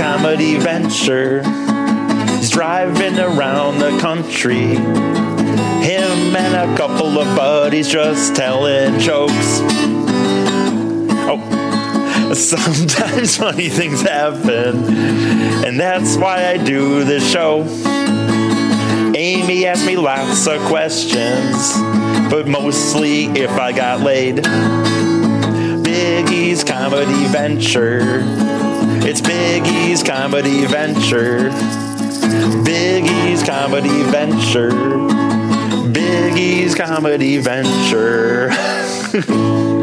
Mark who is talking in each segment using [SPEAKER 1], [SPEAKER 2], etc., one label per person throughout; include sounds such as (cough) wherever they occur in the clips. [SPEAKER 1] Buddy Rancher. He's driving around the country. Him and a couple of buddies just telling jokes. Oh, (laughs) sometimes funny things happen, and that's why I do this show. Amy asked me lots of questions, but mostly if I got laid. Biggie's Comedy Venture. It's Biggie's Comedy Venture. Biggie's Comedy Venture. Biggie's Comedy Venture.
[SPEAKER 2] (laughs)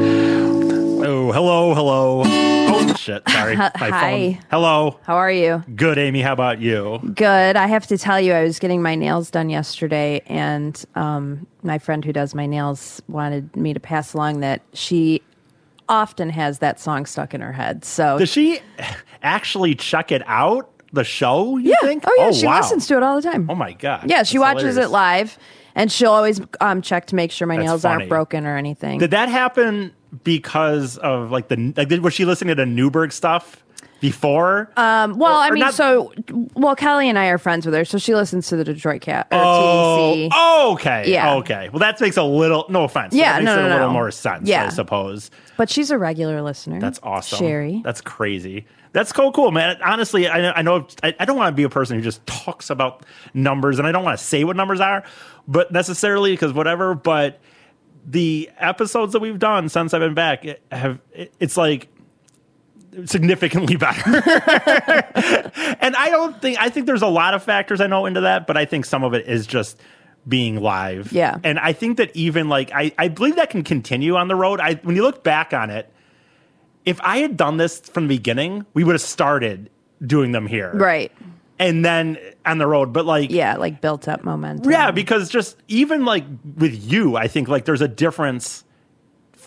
[SPEAKER 2] Oh, hello, hello. Oh shit! Sorry, my
[SPEAKER 3] Hi.
[SPEAKER 2] phone. Hello.
[SPEAKER 3] How are you?
[SPEAKER 2] Good, Amy. How about you?
[SPEAKER 3] Good. I have to tell you, I was getting my nails done yesterday, and um, my friend who does my nails wanted me to pass along that she often has that song stuck in her head. So,
[SPEAKER 2] Does she actually check it out? The show? You
[SPEAKER 3] yeah.
[SPEAKER 2] Think?
[SPEAKER 3] Oh, yeah. she
[SPEAKER 2] wow.
[SPEAKER 3] listens to it all the time.
[SPEAKER 2] Oh my god.
[SPEAKER 3] Yeah, she
[SPEAKER 2] That's
[SPEAKER 3] watches
[SPEAKER 2] hilarious.
[SPEAKER 3] it live, and she'll always um, check to make sure my
[SPEAKER 2] That's
[SPEAKER 3] nails
[SPEAKER 2] funny.
[SPEAKER 3] aren't broken or anything.
[SPEAKER 2] Did that happen because of like the like? Did, was she listening to the Newberg stuff before?
[SPEAKER 3] um, well, I
[SPEAKER 2] or
[SPEAKER 3] mean,
[SPEAKER 2] not-
[SPEAKER 3] so well, Kelly and I are friends with her, so she listens to the Detroit Cat or
[SPEAKER 2] oh,
[SPEAKER 3] TDC.
[SPEAKER 2] oh, okay.
[SPEAKER 3] Yeah.
[SPEAKER 2] Okay. Well, that makes a little no offense. but
[SPEAKER 3] Yeah,
[SPEAKER 2] That makes
[SPEAKER 3] no,
[SPEAKER 2] it
[SPEAKER 3] no,
[SPEAKER 2] a little
[SPEAKER 3] no.
[SPEAKER 2] more sense. I
[SPEAKER 3] Yeah.
[SPEAKER 2] suppose.
[SPEAKER 3] But she's a regular listener.
[SPEAKER 2] That's awesome.
[SPEAKER 3] Sherry.
[SPEAKER 2] That's crazy. That's so cool, man. Honestly, I, I know I, I don't want to be a person who just talks about numbers, and I don't want to say what numbers are, but necessarily because whatever. But the episodes that we've done since I've been back it- have it- it's like significantly (laughs) better. and I don't think I think there's a lot of factors I know into that, but I think some of it is just being live.
[SPEAKER 3] Yeah.
[SPEAKER 2] And I think that even like I, I believe that can continue on the road. I when you look back on it, if I had done this from the beginning, we would have started doing them here.
[SPEAKER 3] right.
[SPEAKER 2] And then on the road. But like
[SPEAKER 3] Yeah, like built up momentum.
[SPEAKER 2] yeah, because just even like with you, I think like there's a difference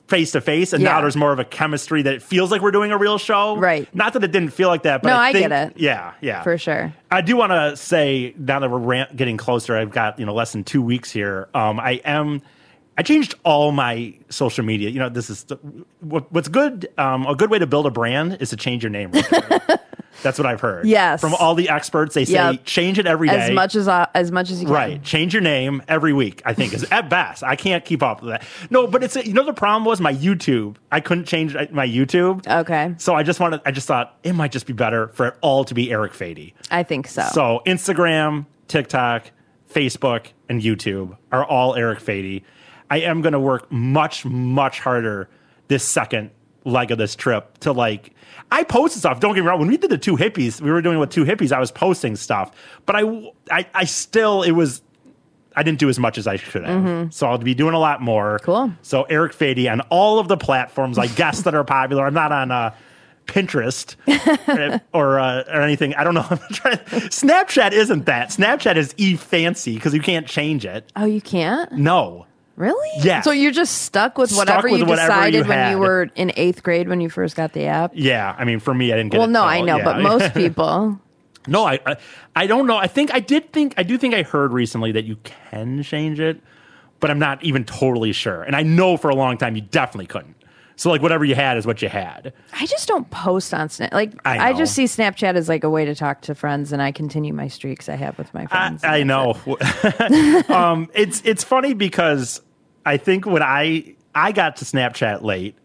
[SPEAKER 2] face to face, and now
[SPEAKER 3] Yeah.
[SPEAKER 2] there's more of a chemistry that it feels like we're doing a real show.
[SPEAKER 3] Right.
[SPEAKER 2] Not that it didn't feel like that, but
[SPEAKER 3] No,
[SPEAKER 2] I,
[SPEAKER 3] I
[SPEAKER 2] think,
[SPEAKER 3] get it.
[SPEAKER 2] Yeah, yeah,
[SPEAKER 3] for sure.
[SPEAKER 2] I do want to say now that we're ran- getting closer, I've got you know less than two weeks here. Um, I am. I changed all my social media. You know, this is the, what, what's good. Um, a good way to build a brand is to change your name.
[SPEAKER 3] (laughs)
[SPEAKER 2] real quick. That's what I've heard.
[SPEAKER 3] Yes.
[SPEAKER 2] from all the experts, they say
[SPEAKER 3] Yep.
[SPEAKER 2] change it every day.
[SPEAKER 3] As much as I- as much as you can.
[SPEAKER 2] Right. Change your name every week, I think, is at best. I can't keep up with that. No, but it's, you know, the problem was my YouTube. I couldn't change uh, my YouTube.
[SPEAKER 3] Okay.
[SPEAKER 2] So I just wanted, I just thought it might just be better for it all to be Eric Fady.
[SPEAKER 3] I think so.
[SPEAKER 2] So Instagram, TikTok, Facebook, and YouTube are all Eric Fady. I am going to work much, much harder this second leg of this trip to like. I posted stuff. Don't get me wrong. When we did the two hippies, we were doing with two hippies. I was posting stuff, but I, I, I still it was. I didn't do as much as I should have. So I'll be doing a lot more.
[SPEAKER 3] Mm-hmm. Cool.
[SPEAKER 2] So Eric Fady on all of the platforms, I guess, that are popular. I'm not on uh,
[SPEAKER 3] (laughs)
[SPEAKER 2] Pinterest or uh, or anything. I don't know. (laughs) I'm trying- Snapchat isn't that. Snapchat is e fancy because you can't change it.
[SPEAKER 3] oh, you can't?
[SPEAKER 2] No.
[SPEAKER 3] Really?
[SPEAKER 2] Yeah.
[SPEAKER 3] So you're just stuck with
[SPEAKER 2] Stuck
[SPEAKER 3] whatever
[SPEAKER 2] with
[SPEAKER 3] you
[SPEAKER 2] whatever
[SPEAKER 3] decided
[SPEAKER 2] you
[SPEAKER 3] when
[SPEAKER 2] had.
[SPEAKER 3] you were in eighth grade when you first got the app?
[SPEAKER 2] Yeah. I mean, for me, I didn't get.
[SPEAKER 3] Well,
[SPEAKER 2] it
[SPEAKER 3] no,
[SPEAKER 2] till-
[SPEAKER 3] I know,
[SPEAKER 2] yeah.
[SPEAKER 3] but most people.
[SPEAKER 2] (laughs) No, I, I I don't know. I think I did think I do think I heard recently that you can change it, but I'm not even totally sure. And I know for a long time you definitely couldn't. So like whatever you had is what you had.
[SPEAKER 3] I just don't post on Snap. Like
[SPEAKER 2] I
[SPEAKER 3] I,
[SPEAKER 2] know.
[SPEAKER 3] just see Snapchat as like a way to talk to friends, and I continue my streaks I have with my
[SPEAKER 2] I,
[SPEAKER 3] friends.
[SPEAKER 2] I know. (laughs) um, it's it's funny because I think when I I got to Snapchat late,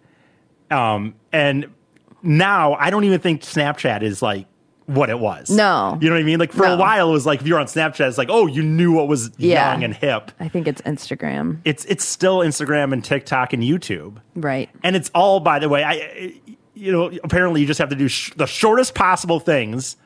[SPEAKER 2] um, and now I don't even think Snapchat is like what it was.
[SPEAKER 3] No.
[SPEAKER 2] you know what I mean. Like for a
[SPEAKER 3] No.
[SPEAKER 2] while, it was like if you're on Snapchat, it's like oh, you knew what was
[SPEAKER 3] Yeah.
[SPEAKER 2] young and hip.
[SPEAKER 3] I think it's Instagram,
[SPEAKER 2] It's it's still Instagram and TikTok and YouTube,
[SPEAKER 3] right?
[SPEAKER 2] and it's all by the way. I- I you know apparently you just have to do sh- the shortest possible things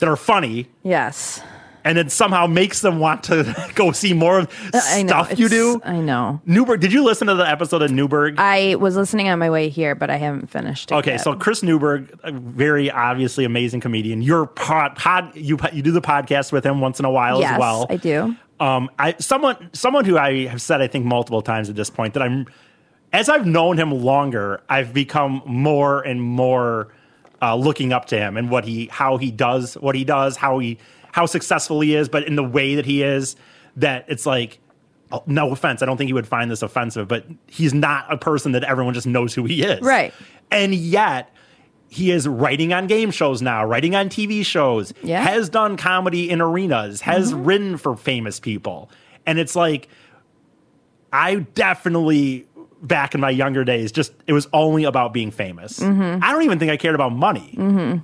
[SPEAKER 2] that are funny
[SPEAKER 3] Yes,
[SPEAKER 2] and it somehow makes them want to (laughs) go see more of
[SPEAKER 3] I know,
[SPEAKER 2] stuff you
[SPEAKER 3] it's-
[SPEAKER 2] do.
[SPEAKER 3] I know.
[SPEAKER 2] Newberg, did you listen to the episode of Newberg?
[SPEAKER 3] I was listening on my way here, but I haven't finished. It
[SPEAKER 2] okay,
[SPEAKER 3] yet.
[SPEAKER 2] so Chris Newberg, a very obviously amazing comedian. Your pod, pod you po- you do the podcast with him once in a while
[SPEAKER 3] yes,
[SPEAKER 2] as well.
[SPEAKER 3] I do.
[SPEAKER 2] Um, I someone someone who I have said I think multiple times at this point that I'm as I've known him longer, I've become more and more uh, looking up to him and what he how he does what he does how he how successful he is, but in the way that he is that it's like oh, no offense, I don't think he would find this offensive, but he's not a person that everyone just knows who he is,
[SPEAKER 3] Right.
[SPEAKER 2] And yet he is writing on game shows now, writing on TV shows,
[SPEAKER 3] Yeah. Mm-hmm.
[SPEAKER 2] has done comedy in arenas, has written for famous people. And it's like, I definitely, back in my younger days, just it was only about being famous.
[SPEAKER 3] Mm-hmm.
[SPEAKER 2] I don't even think I cared about money.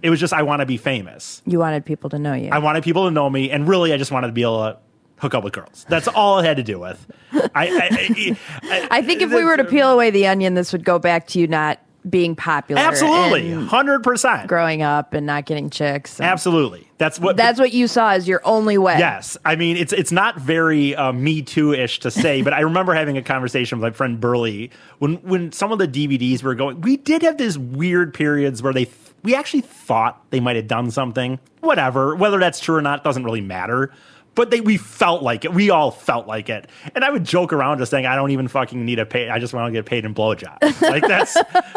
[SPEAKER 2] It was just, I want to be famous.
[SPEAKER 3] You wanted people to know you.
[SPEAKER 2] I wanted people to know me, and really, I just wanted to be able to hook up with girls. That's all it had to do with. I, I, I,
[SPEAKER 3] (laughs) I think if we were to peel away the onion, this would go back to you not being popular.
[SPEAKER 2] absolutely,
[SPEAKER 3] and
[SPEAKER 2] hundred percent,
[SPEAKER 3] Growing up and not getting chicks. and-
[SPEAKER 2] absolutely. That's what.
[SPEAKER 3] That's what you saw as your only way.
[SPEAKER 2] Yes, I mean it's it's not very uh, Me Too ish to say, but I remember having a conversation with my friend Burley when when some of the DVDs were going. We did have these weird periods where they th- we actually thought they might have done something. Whatever, whether that's true or not doesn't really matter. But they we felt like it. We all felt like it, and I would joke around just saying, "I don't even fucking need a pay. I just want to get paid in blowjobs. Like that's (laughs)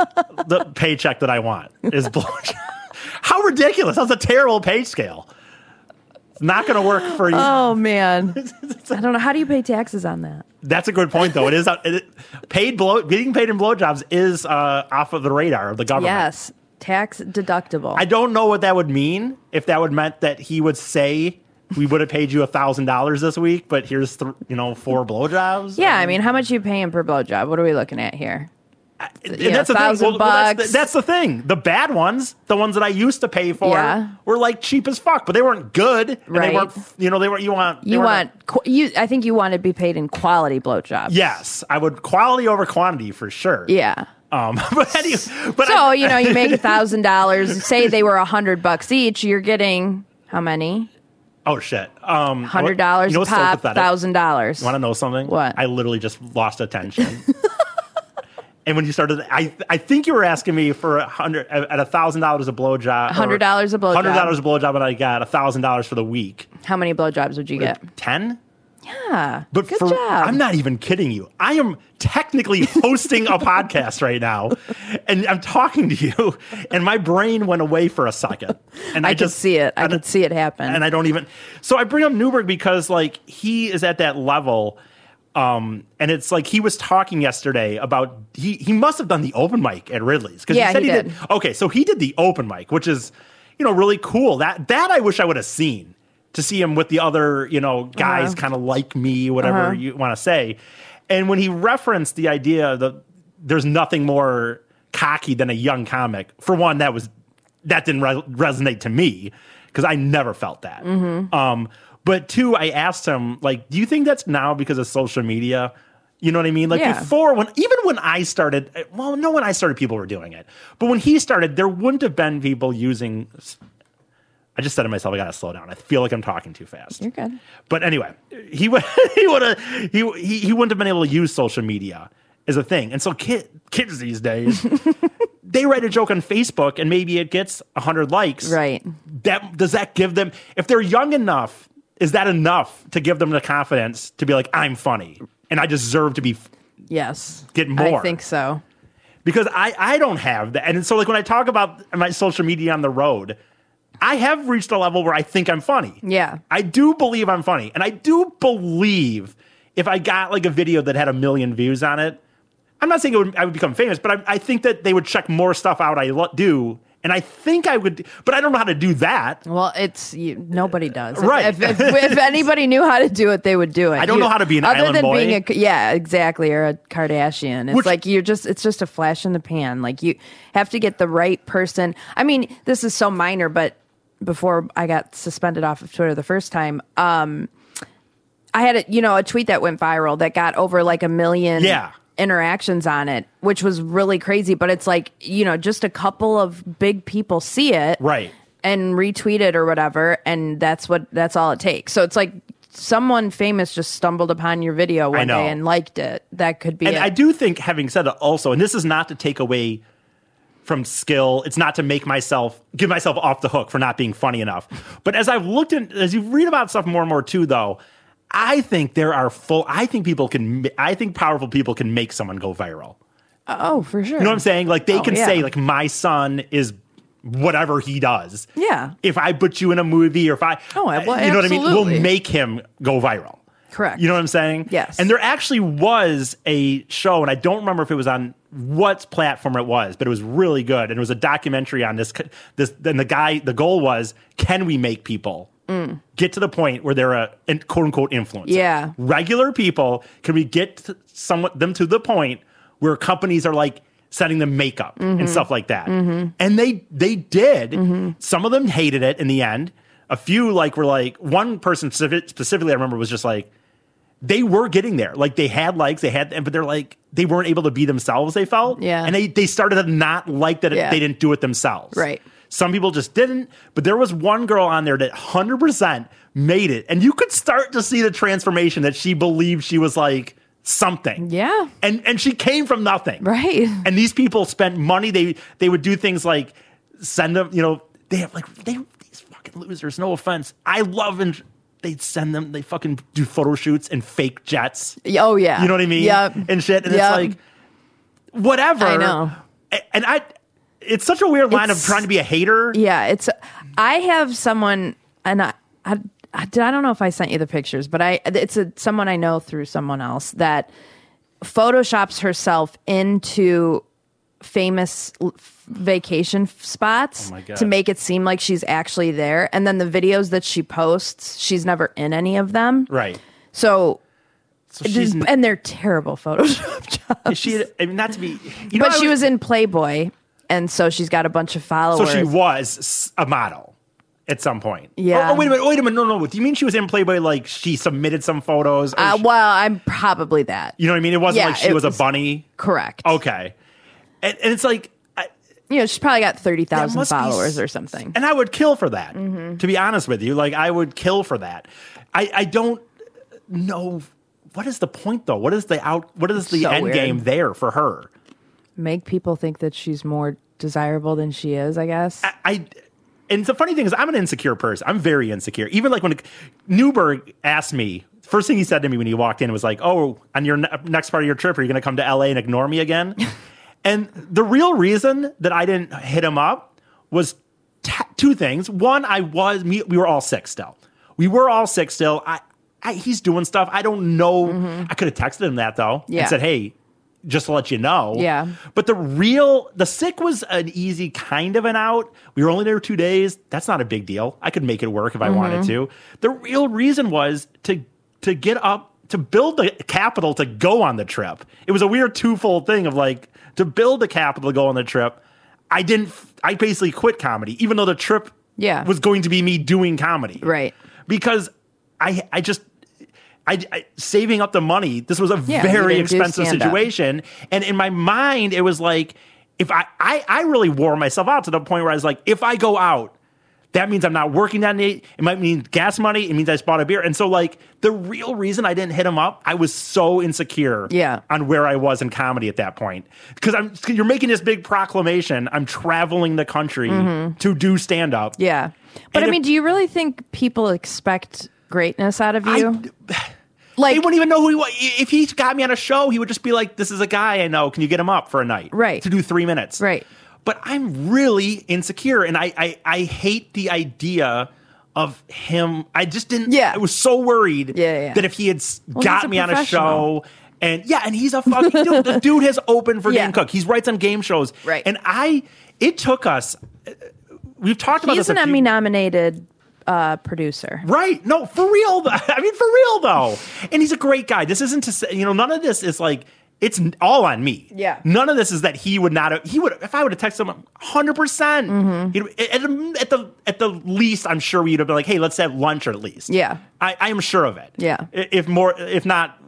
[SPEAKER 2] the paycheck that I want is blowjobs." (laughs) How ridiculous! That's a terrible pay scale. It's not going to work for you.
[SPEAKER 3] Oh
[SPEAKER 2] (laughs)
[SPEAKER 3] man. I don't know. How do you pay taxes on that?
[SPEAKER 2] That's a good point, though. It is it, paid blow getting paid in blowjobs is uh, off of the radar of the government.
[SPEAKER 3] Yes. Tax deductible.
[SPEAKER 2] I don't know what that would mean if that would meant that he would say we would have paid you a thousand dollars this week, but here's th- you know four blowjobs.
[SPEAKER 3] yeah, I mean, how much are you paying per blowjob? What are we looking at here?
[SPEAKER 2] And
[SPEAKER 3] yeah,
[SPEAKER 2] that's the
[SPEAKER 3] $1,000
[SPEAKER 2] thing. that's,
[SPEAKER 3] bucks.
[SPEAKER 2] the, that's the thing. The bad ones, the ones that I used to pay for,
[SPEAKER 3] Yeah.
[SPEAKER 2] were like cheap as fuck, but they weren't good. And
[SPEAKER 3] Right.
[SPEAKER 2] They weren't. f- You know, they weren't. You want. they
[SPEAKER 3] You
[SPEAKER 2] weren't a-
[SPEAKER 3] want qu- you? I think you want to be paid in quality blowjobs.
[SPEAKER 2] Yes, I would quality over quantity for sure.
[SPEAKER 3] Yeah.
[SPEAKER 2] Um. (laughs) But anyway. But
[SPEAKER 3] So
[SPEAKER 2] I-
[SPEAKER 3] you know, you
[SPEAKER 2] (laughs)
[SPEAKER 3] make a thousand dollars. Say they were a hundred bucks each. You're getting how many?
[SPEAKER 2] Oh shit. Um,
[SPEAKER 3] Hundred dollars
[SPEAKER 2] You know what's so
[SPEAKER 3] pop.
[SPEAKER 2] pathetic?
[SPEAKER 3] Thousand dollars.
[SPEAKER 2] Want to know something?
[SPEAKER 3] What?
[SPEAKER 2] I literally just
[SPEAKER 3] (laughs)
[SPEAKER 2] lost attention. and when you started, I I think you were asking me for a hundred at a thousand dollars a
[SPEAKER 3] $100
[SPEAKER 2] blowjob.
[SPEAKER 3] a blowjob.
[SPEAKER 2] Hundred dollars a blowjob, and I got a thousand dollars for the week.
[SPEAKER 3] How many blowjobs would you get?
[SPEAKER 2] Ten.
[SPEAKER 3] Yeah.
[SPEAKER 2] But
[SPEAKER 3] good
[SPEAKER 2] for,
[SPEAKER 3] job.
[SPEAKER 2] I'm not even kidding you. I am technically
[SPEAKER 3] (laughs)
[SPEAKER 2] hosting a podcast right now, and I'm talking to you, and my brain went away for a second. And I,
[SPEAKER 3] I, could
[SPEAKER 2] just
[SPEAKER 3] see it. I
[SPEAKER 2] and-
[SPEAKER 3] could see it happen.
[SPEAKER 2] and I don't even. So I bring up Newberg because like he is at that level, um, and it's like he was talking yesterday about he he must have done the open mic at Ridley's because
[SPEAKER 3] Yeah,
[SPEAKER 2] he said
[SPEAKER 3] he
[SPEAKER 2] he,
[SPEAKER 3] did.
[SPEAKER 2] did. Okay, so he did the open mic, which is you know really cool. That that I wish I would have seen to see him with the other you know guys kind of like me, whatever
[SPEAKER 3] Uh-huh.
[SPEAKER 2] you want to say. And when he referenced the idea that there's nothing more cocky than a young comic, for one, that was that didn't re- resonate to me because I never felt that.
[SPEAKER 3] Mm-hmm.
[SPEAKER 2] Um, but two, I asked him like, do you think that's now because of social media? You know what I mean? Like
[SPEAKER 3] Yeah.
[SPEAKER 2] before, when even when I started, eh, well, no, when I started, people were doing it. But when he started, there wouldn't have been people using. I just said to myself, I gotta slow down. I feel like I'm talking too fast.
[SPEAKER 3] You're good.
[SPEAKER 2] But anyway, he would (laughs) he would have he, he he wouldn't have been able to use social media as a thing. And so kid, kids these days, they write a joke on Facebook and maybe it gets 100 likes.
[SPEAKER 3] Right.
[SPEAKER 2] That does that give them if they're young enough, is that enough to give them the confidence to be like I'm funny and I deserve to be f-
[SPEAKER 3] Yes.
[SPEAKER 2] Get more.
[SPEAKER 3] I think so.
[SPEAKER 2] because I I don't have that. And so like when I talk about my social media on the road, I have reached a level where I think I'm funny.
[SPEAKER 3] Yeah.
[SPEAKER 2] I do believe I'm funny. And I do believe if I got like a video that had a million views on it, I'm not saying it would, I would become famous, but I, I think that they would check more stuff out I lo- do. And I think I would, but I don't know how to do that.
[SPEAKER 3] Well, it's you, nobody does. If-
[SPEAKER 2] Right.
[SPEAKER 3] If, if, if
[SPEAKER 2] (laughs)
[SPEAKER 3] anybody knew how to do it, they would do it. I
[SPEAKER 2] don't know how to be an
[SPEAKER 3] other
[SPEAKER 2] island
[SPEAKER 3] than
[SPEAKER 2] boy.
[SPEAKER 3] being a yeah, exactly, or a Kardashian. It's
[SPEAKER 2] Which-
[SPEAKER 3] like you're just it's just a flash in the pan. Like you have to get the right person. I mean, this is so minor, but before I got suspended off of Twitter the first time, um, I had a you know a tweet that went viral that got over like a million
[SPEAKER 2] Yeah.
[SPEAKER 3] interactions on it, which was really crazy. But it's like you know just a couple of big people see it,
[SPEAKER 2] Right.
[SPEAKER 3] and retweet it or whatever and that's what that's all it takes so it's like someone famous just stumbled upon your video one
[SPEAKER 2] know.
[SPEAKER 3] day and liked it that could be
[SPEAKER 2] And
[SPEAKER 3] it.
[SPEAKER 2] I do think, having said it, also, and this is not to take away from skill. It's not to make myself give myself off the hook for not being funny enough. But as I've looked in, as you read about stuff more and more too, though, I think there are full. I think people can. ma- I think powerful people can make someone go viral.
[SPEAKER 3] oh for sure
[SPEAKER 2] You know what I'm saying? Like they
[SPEAKER 3] Oh,
[SPEAKER 2] can
[SPEAKER 3] yeah.
[SPEAKER 2] say, like, my son is whatever he does.
[SPEAKER 3] Yeah.
[SPEAKER 2] If I put you in a movie or if I,
[SPEAKER 3] Oh, I- well,
[SPEAKER 2] you know what I mean? We'll
[SPEAKER 3] absolutely.
[SPEAKER 2] make him go viral.
[SPEAKER 3] Correct.
[SPEAKER 2] You know what I'm saying?
[SPEAKER 3] Yes.
[SPEAKER 2] And there actually was a show, and I don't remember if it was on what platform it was, but it was really good, and it was a documentary on this. This and the guy, the goal was, can we make people? Get to the point where they're a an- quote unquote influencer.
[SPEAKER 3] Yeah.
[SPEAKER 2] Regular people, can we get to someone, them to the point where companies are like sending them makeup
[SPEAKER 3] Mm-hmm.
[SPEAKER 2] and stuff like that? And they they did. Some of them hated it in the end. A few like were like one person specifi- specifically I remember was just like they were getting there. Like they had likes, they had, but they're like they weren't able to be themselves. They felt,
[SPEAKER 3] Yeah.
[SPEAKER 2] and they they started to not like that it-
[SPEAKER 3] Yeah.
[SPEAKER 2] they didn't do it themselves.
[SPEAKER 3] Right.
[SPEAKER 2] Some people just didn't, but there was one girl on there that hundred percent made it, and you could start to see the transformation that she believed she was like something.
[SPEAKER 3] Yeah. (laughs)
[SPEAKER 2] and and she came from nothing.
[SPEAKER 3] Right.
[SPEAKER 2] And these people spent money. They they would do things like send them. You know, they have like they these fucking losers. No offense, I love and they'd send them. They fucking do photo shoots and fake jets.
[SPEAKER 3] (laughs) Oh yeah.
[SPEAKER 2] You know what I mean?
[SPEAKER 3] Yep.
[SPEAKER 2] And shit. And
[SPEAKER 3] Yep.
[SPEAKER 2] it's like whatever.
[SPEAKER 3] I know.
[SPEAKER 2] A- And I. It's such a weird line of
[SPEAKER 3] It's-
[SPEAKER 2] trying to be a hater.
[SPEAKER 3] Yeah, it's. I have someone, and I, I, I don't know if I sent you the pictures, but I it's a someone I know through someone else that photoshops herself into famous l- f- vacation f- spots
[SPEAKER 2] Oh my God.
[SPEAKER 3] to make it seem like she's actually there and then the videos that she posts she's never in any of them
[SPEAKER 2] Right.
[SPEAKER 3] so,
[SPEAKER 2] So she's
[SPEAKER 3] and they're terrible (laughs) photoshop
[SPEAKER 2] (laughs)
[SPEAKER 3] jobs
[SPEAKER 2] she. I mean, not to be. You know,
[SPEAKER 3] but
[SPEAKER 2] I
[SPEAKER 3] she was in playboy and so she's got a bunch of
[SPEAKER 2] So
[SPEAKER 3] followers
[SPEAKER 2] she was s- a model at some point.
[SPEAKER 3] Yeah.
[SPEAKER 2] Oh, oh, wait a minute. Wait a minute. No, no. Do you mean she was in Playboy? Like she submitted some photos? Oh, or
[SPEAKER 3] Uh,
[SPEAKER 2] she-
[SPEAKER 3] well, I'm probably that.
[SPEAKER 2] you know what I mean? It wasn't
[SPEAKER 3] yeah,
[SPEAKER 2] like she
[SPEAKER 3] it
[SPEAKER 2] was,
[SPEAKER 3] was-
[SPEAKER 2] a bunny.
[SPEAKER 3] Correct.
[SPEAKER 2] Okay. And, and it's like, I,
[SPEAKER 3] You know, she's probably got
[SPEAKER 2] that
[SPEAKER 3] 30,000
[SPEAKER 2] must be s-
[SPEAKER 3] followers or something. Mm-hmm.
[SPEAKER 2] And I would kill for that. To be honest with you, like I would kill for that. I, I don't know. What is the point though? What is the out? What is the
[SPEAKER 3] so
[SPEAKER 2] end
[SPEAKER 3] weird.
[SPEAKER 2] game there for her?
[SPEAKER 3] Make people think that she's more desirable than she is, I guess.
[SPEAKER 2] I and the funny thing is I'm an insecure person. I'm very insecure. Even like when Newberg asked me, first thing he said to me when he walked in was like, "Oh, on your ne- next part of your trip, are you going to come to LA and ignore
[SPEAKER 3] (laughs)
[SPEAKER 2] me again?" and the real reason that I didn't hit him up was ta two things. One, I was me, we were all sick still. We were all sick still. I, I he's doing stuff. I don't know. I could have texted him that though
[SPEAKER 3] Mm-hmm. Yeah.
[SPEAKER 2] and said, "Hey, just to let you know."
[SPEAKER 3] Yeah.
[SPEAKER 2] But the real, the sick was an easy kind of an out. We were only there two days. That's not a big deal. I could make it work if I wanted
[SPEAKER 3] Mm-hmm.
[SPEAKER 2] to. The real reason was to to get up to build the capital to go on the trip. It was a weird twofold thing of like to build the capital to go on the trip. I didn't. I basically quit comedy, even though the trip
[SPEAKER 3] Yeah.
[SPEAKER 2] was going to be me doing comedy,
[SPEAKER 3] Right.
[SPEAKER 2] Because I I just. I, I- saving up the money. This was a
[SPEAKER 3] Yeah, you
[SPEAKER 2] very
[SPEAKER 3] didn't do
[SPEAKER 2] expensive
[SPEAKER 3] stand-up.
[SPEAKER 2] situation situation. And in my mind, it was like, if I, I, I really wore myself out to the point where I was like, if I go out, that means I'm not working that night. It might mean gas money. It means I just bought a beer. And so, like, the real reason I didn't hit him up, I was so insecure
[SPEAKER 3] Yeah.
[SPEAKER 2] on where I was in comedy at that point. Because I'm, you you're making this big proclamation. I'm traveling the country
[SPEAKER 3] Mm-hmm.
[SPEAKER 2] to do stand up.
[SPEAKER 3] yeah. But
[SPEAKER 2] And
[SPEAKER 3] I
[SPEAKER 2] if-
[SPEAKER 3] mean, do you really think people expect greatness out of you?
[SPEAKER 2] (sighs)
[SPEAKER 3] like,
[SPEAKER 2] They wouldn't even know who he was. If he got me on a show, he would just be like, "This is a guy I know. Can you get him up for a night?
[SPEAKER 3] Right.
[SPEAKER 2] To do three minutes.
[SPEAKER 3] Right.
[SPEAKER 2] But I'm really insecure, and I I, I hate the idea of him. I just didn't.
[SPEAKER 3] Yeah.
[SPEAKER 2] I was so worried.
[SPEAKER 3] Yeah, yeah.
[SPEAKER 2] That if he had s
[SPEAKER 3] he's a
[SPEAKER 2] got me on a
[SPEAKER 3] professional.
[SPEAKER 2] show. And yeah, and he's a fucking dude.
[SPEAKER 3] (laughs)
[SPEAKER 2] The dude has opened for
[SPEAKER 3] Yeah.
[SPEAKER 2] Dan Cook. He's writes on game shows.
[SPEAKER 3] Right.
[SPEAKER 2] And I, it took us. uh, We've talked about
[SPEAKER 3] he's
[SPEAKER 2] this.
[SPEAKER 3] an
[SPEAKER 2] a few-
[SPEAKER 3] Emmy nominated uh, producer.
[SPEAKER 2] Right. No, for real. though. (laughs) I mean, for real, though. And he's a great guy. This isn't to say, you know, none of this is like, it's n- all on me.
[SPEAKER 3] Yeah.
[SPEAKER 2] None of this is that he would not have, he would, if I would have texted him
[SPEAKER 3] Mm-hmm.
[SPEAKER 2] 100%, percent he'd, at, the- at the, at the least, I'm sure we'd have been like, hey, let's have lunch at least.
[SPEAKER 3] Yeah.
[SPEAKER 2] I, I am sure of it.
[SPEAKER 3] Yeah.
[SPEAKER 2] I- If more, if not,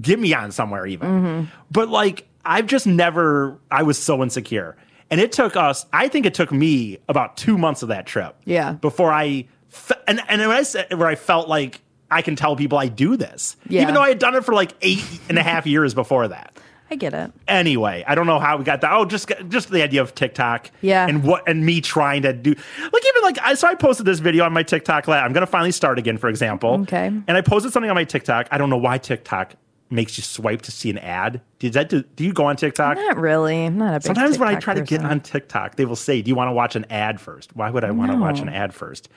[SPEAKER 2] get me on somewhere even.
[SPEAKER 3] Mm-hmm.
[SPEAKER 2] But like, I've just never, I was so insecure. And it took us, I think it took me about two months of that trip
[SPEAKER 3] Yeah.
[SPEAKER 2] before I fe- and and when I said where I felt like I can tell people I do this,
[SPEAKER 3] Yeah.
[SPEAKER 2] even though I had done it for like eight and a half years before that.
[SPEAKER 3] I get it.
[SPEAKER 2] Anyway, I don't know how we got that. Oh, just just the idea of TikTok,
[SPEAKER 3] Yeah.
[SPEAKER 2] and what and me trying to do like even like I so I posted this video on my TikTok. la- I'm gonna finally start again, for example.
[SPEAKER 3] Okay.
[SPEAKER 2] and I posted something on my TikTok. I don't know why TikTok makes you swipe to see an ad. Did that do? Do you go on TikTok?
[SPEAKER 3] Not really. I'm not a big
[SPEAKER 2] Sometimes when I
[SPEAKER 3] TikTok
[SPEAKER 2] try to get
[SPEAKER 3] person.
[SPEAKER 2] on TikTok, they will say, "Do you want to watch an ad first? Why would I want to watch an ad first?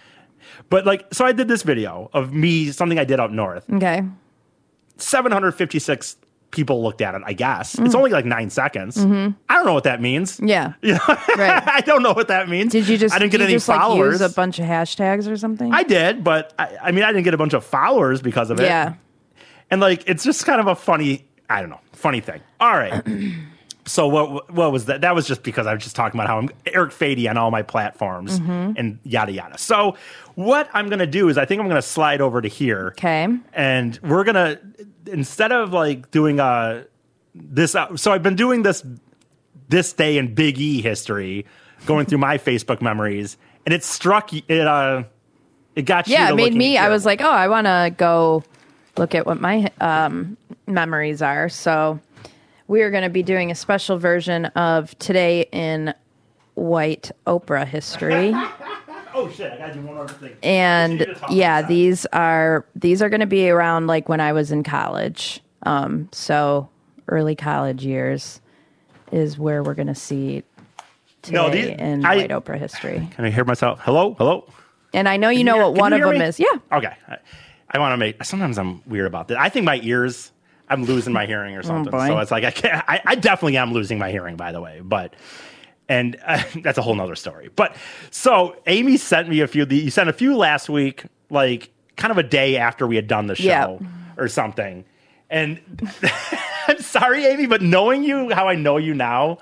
[SPEAKER 2] But like, so I did this video of me something I did up north,
[SPEAKER 3] Okay.
[SPEAKER 2] 756 people looked at it, I guess. It's only like nine seconds. I don't know what that means.
[SPEAKER 3] Mm. Mm-hmm. Yeah. Yeah. right.
[SPEAKER 2] (laughs) I don't know what that means.
[SPEAKER 3] Did you just?
[SPEAKER 2] I didn't get
[SPEAKER 3] you
[SPEAKER 2] any
[SPEAKER 3] just, like,
[SPEAKER 2] followers.
[SPEAKER 3] use a bunch of hashtags or something.
[SPEAKER 2] I did, but I, I mean, I didn't get a bunch of followers because of it.
[SPEAKER 3] yeah.
[SPEAKER 2] and like it's just kind of a funny, I don't know, funny thing. All
[SPEAKER 3] (clears throat)
[SPEAKER 2] right. so what what was that? That was just because I was just talking about how I'm Eric Fady on all my platforms
[SPEAKER 3] Mm-hmm.
[SPEAKER 2] and yada yada. So what I'm gonna do is I think I'm gonna slide over to here.
[SPEAKER 3] Okay.
[SPEAKER 2] And we're gonna instead of like doing a this. uh, So I've been doing this this day in Big E history, going through my (laughs) Facebook memories, and it struck y- it. uh It got you.
[SPEAKER 3] Yeah.
[SPEAKER 2] to
[SPEAKER 3] It made
[SPEAKER 2] looking
[SPEAKER 3] me. I
[SPEAKER 2] here.
[SPEAKER 3] was like, oh, I want to go look at what my um, memories are. So we are going to be doing a special version of today in white Oprah
[SPEAKER 2] (laughs)
[SPEAKER 3] history.
[SPEAKER 2] oh shit! I gotta do one other thing.
[SPEAKER 3] and
[SPEAKER 2] Continue to talk
[SPEAKER 3] yeah
[SPEAKER 2] about
[SPEAKER 3] these are these are going to be around like when i was in college um so early college years is where we're going to see today
[SPEAKER 2] No, these-
[SPEAKER 3] in
[SPEAKER 2] I-
[SPEAKER 3] white oprah
[SPEAKER 2] (sighs)
[SPEAKER 3] history
[SPEAKER 2] Can I hear myself? Hello, hello.
[SPEAKER 3] and i know you
[SPEAKER 2] Can
[SPEAKER 3] know
[SPEAKER 2] hear-
[SPEAKER 3] what
[SPEAKER 2] can
[SPEAKER 3] one
[SPEAKER 2] you
[SPEAKER 3] of
[SPEAKER 2] hear
[SPEAKER 3] them
[SPEAKER 2] me?
[SPEAKER 3] is yeah
[SPEAKER 2] Okay. I, want to make. Sometimes I'm weird about that. I think my ears. I'm losing my hearing or something.
[SPEAKER 3] Oh, boy.
[SPEAKER 2] so it's like I can't. I, I definitely am losing my hearing, by the way. But and uh, (laughs) that's a whole nother story. But so Amy sent me a few. You sent a few last week, like kind of a day after we had done the show
[SPEAKER 3] Yeah.
[SPEAKER 2] or something. And (laughs) I'm sorry, Amy, but knowing you how I know you now,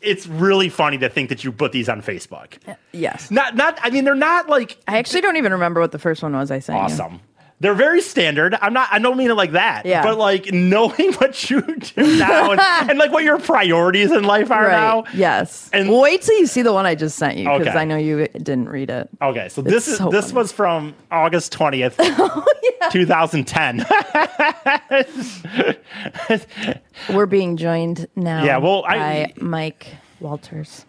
[SPEAKER 2] it's really funny to think that you put these on Facebook.
[SPEAKER 3] yes
[SPEAKER 2] Not, not. I mean, they're not like
[SPEAKER 3] i actually don't even remember what the first one was i sang
[SPEAKER 2] awesome. They're very standard. I'm not. I don't mean it like that.
[SPEAKER 3] Yeah.
[SPEAKER 2] But like knowing (laughs) what
[SPEAKER 3] (laughs)
[SPEAKER 2] you do now and, and like what your priorities in life are
[SPEAKER 3] right
[SPEAKER 2] now.
[SPEAKER 3] yes
[SPEAKER 2] And-
[SPEAKER 3] and wait till you see the one i just sent you because
[SPEAKER 2] Okay.
[SPEAKER 3] i know you didn't read it
[SPEAKER 2] Okay. So this is
[SPEAKER 3] so
[SPEAKER 2] this
[SPEAKER 3] funny. Oh,
[SPEAKER 2] was from
[SPEAKER 3] (laughs)
[SPEAKER 2] August twentieth, two thousand ten. (laughs)
[SPEAKER 3] we're being joined now
[SPEAKER 2] Yeah, well, I-
[SPEAKER 3] by mike walters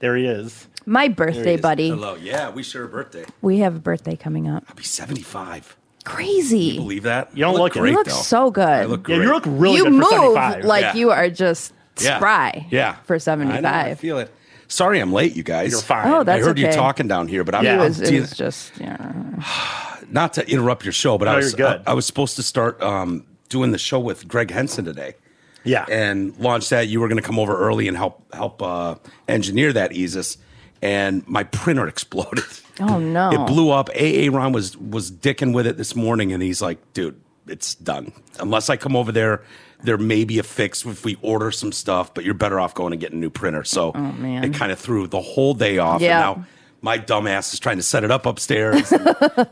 [SPEAKER 2] there he is.
[SPEAKER 3] my birthday buddy
[SPEAKER 4] Hello. Yeah, we share a birthday.
[SPEAKER 3] we have a birthday coming up
[SPEAKER 4] I'll be 75.
[SPEAKER 3] crazy
[SPEAKER 4] Believe that?
[SPEAKER 2] You don't
[SPEAKER 4] I
[SPEAKER 2] look it.
[SPEAKER 4] great,
[SPEAKER 2] You
[SPEAKER 3] look
[SPEAKER 4] though.
[SPEAKER 3] so good.
[SPEAKER 4] I look
[SPEAKER 2] Yeah,
[SPEAKER 4] great.
[SPEAKER 2] you look really
[SPEAKER 3] you
[SPEAKER 2] good for
[SPEAKER 3] move
[SPEAKER 2] 75.
[SPEAKER 3] like
[SPEAKER 4] Yeah.
[SPEAKER 3] you are just
[SPEAKER 4] Yeah.
[SPEAKER 3] spry.
[SPEAKER 4] Yeah.
[SPEAKER 3] for
[SPEAKER 4] I, know, I
[SPEAKER 3] 75.
[SPEAKER 4] feel it. Sorry I'm late, you guys.
[SPEAKER 2] You're fine.
[SPEAKER 3] Oh, that's
[SPEAKER 4] I heard you
[SPEAKER 3] okay.
[SPEAKER 4] talking down here, but I'm
[SPEAKER 2] Yeah.
[SPEAKER 3] It
[SPEAKER 4] I'm
[SPEAKER 3] was, it
[SPEAKER 4] dealing-
[SPEAKER 3] was just yeah.
[SPEAKER 4] not to interrupt your show, but I
[SPEAKER 2] No,
[SPEAKER 4] was uh,
[SPEAKER 2] you're good.
[SPEAKER 4] I, I was supposed to start um, doing the show with Greg Henson today.
[SPEAKER 2] Yeah.
[SPEAKER 4] and launch that. You were going to come over early and help help uh, engineer that Easus, and my printer (laughs) exploded.
[SPEAKER 3] Oh, no.
[SPEAKER 4] It blew up. AA Ron was was dicking with it this morning, and he's like, "Dude, it's done. Unless I come over there, there may be a fix if we order some stuff. But you're better off going and getting a new printer." So
[SPEAKER 3] Oh, man.
[SPEAKER 4] it kind of threw the whole day off.
[SPEAKER 3] Yeah.
[SPEAKER 4] And now my dumbass is trying to set it up
[SPEAKER 3] (laughs)
[SPEAKER 4] upstairs. and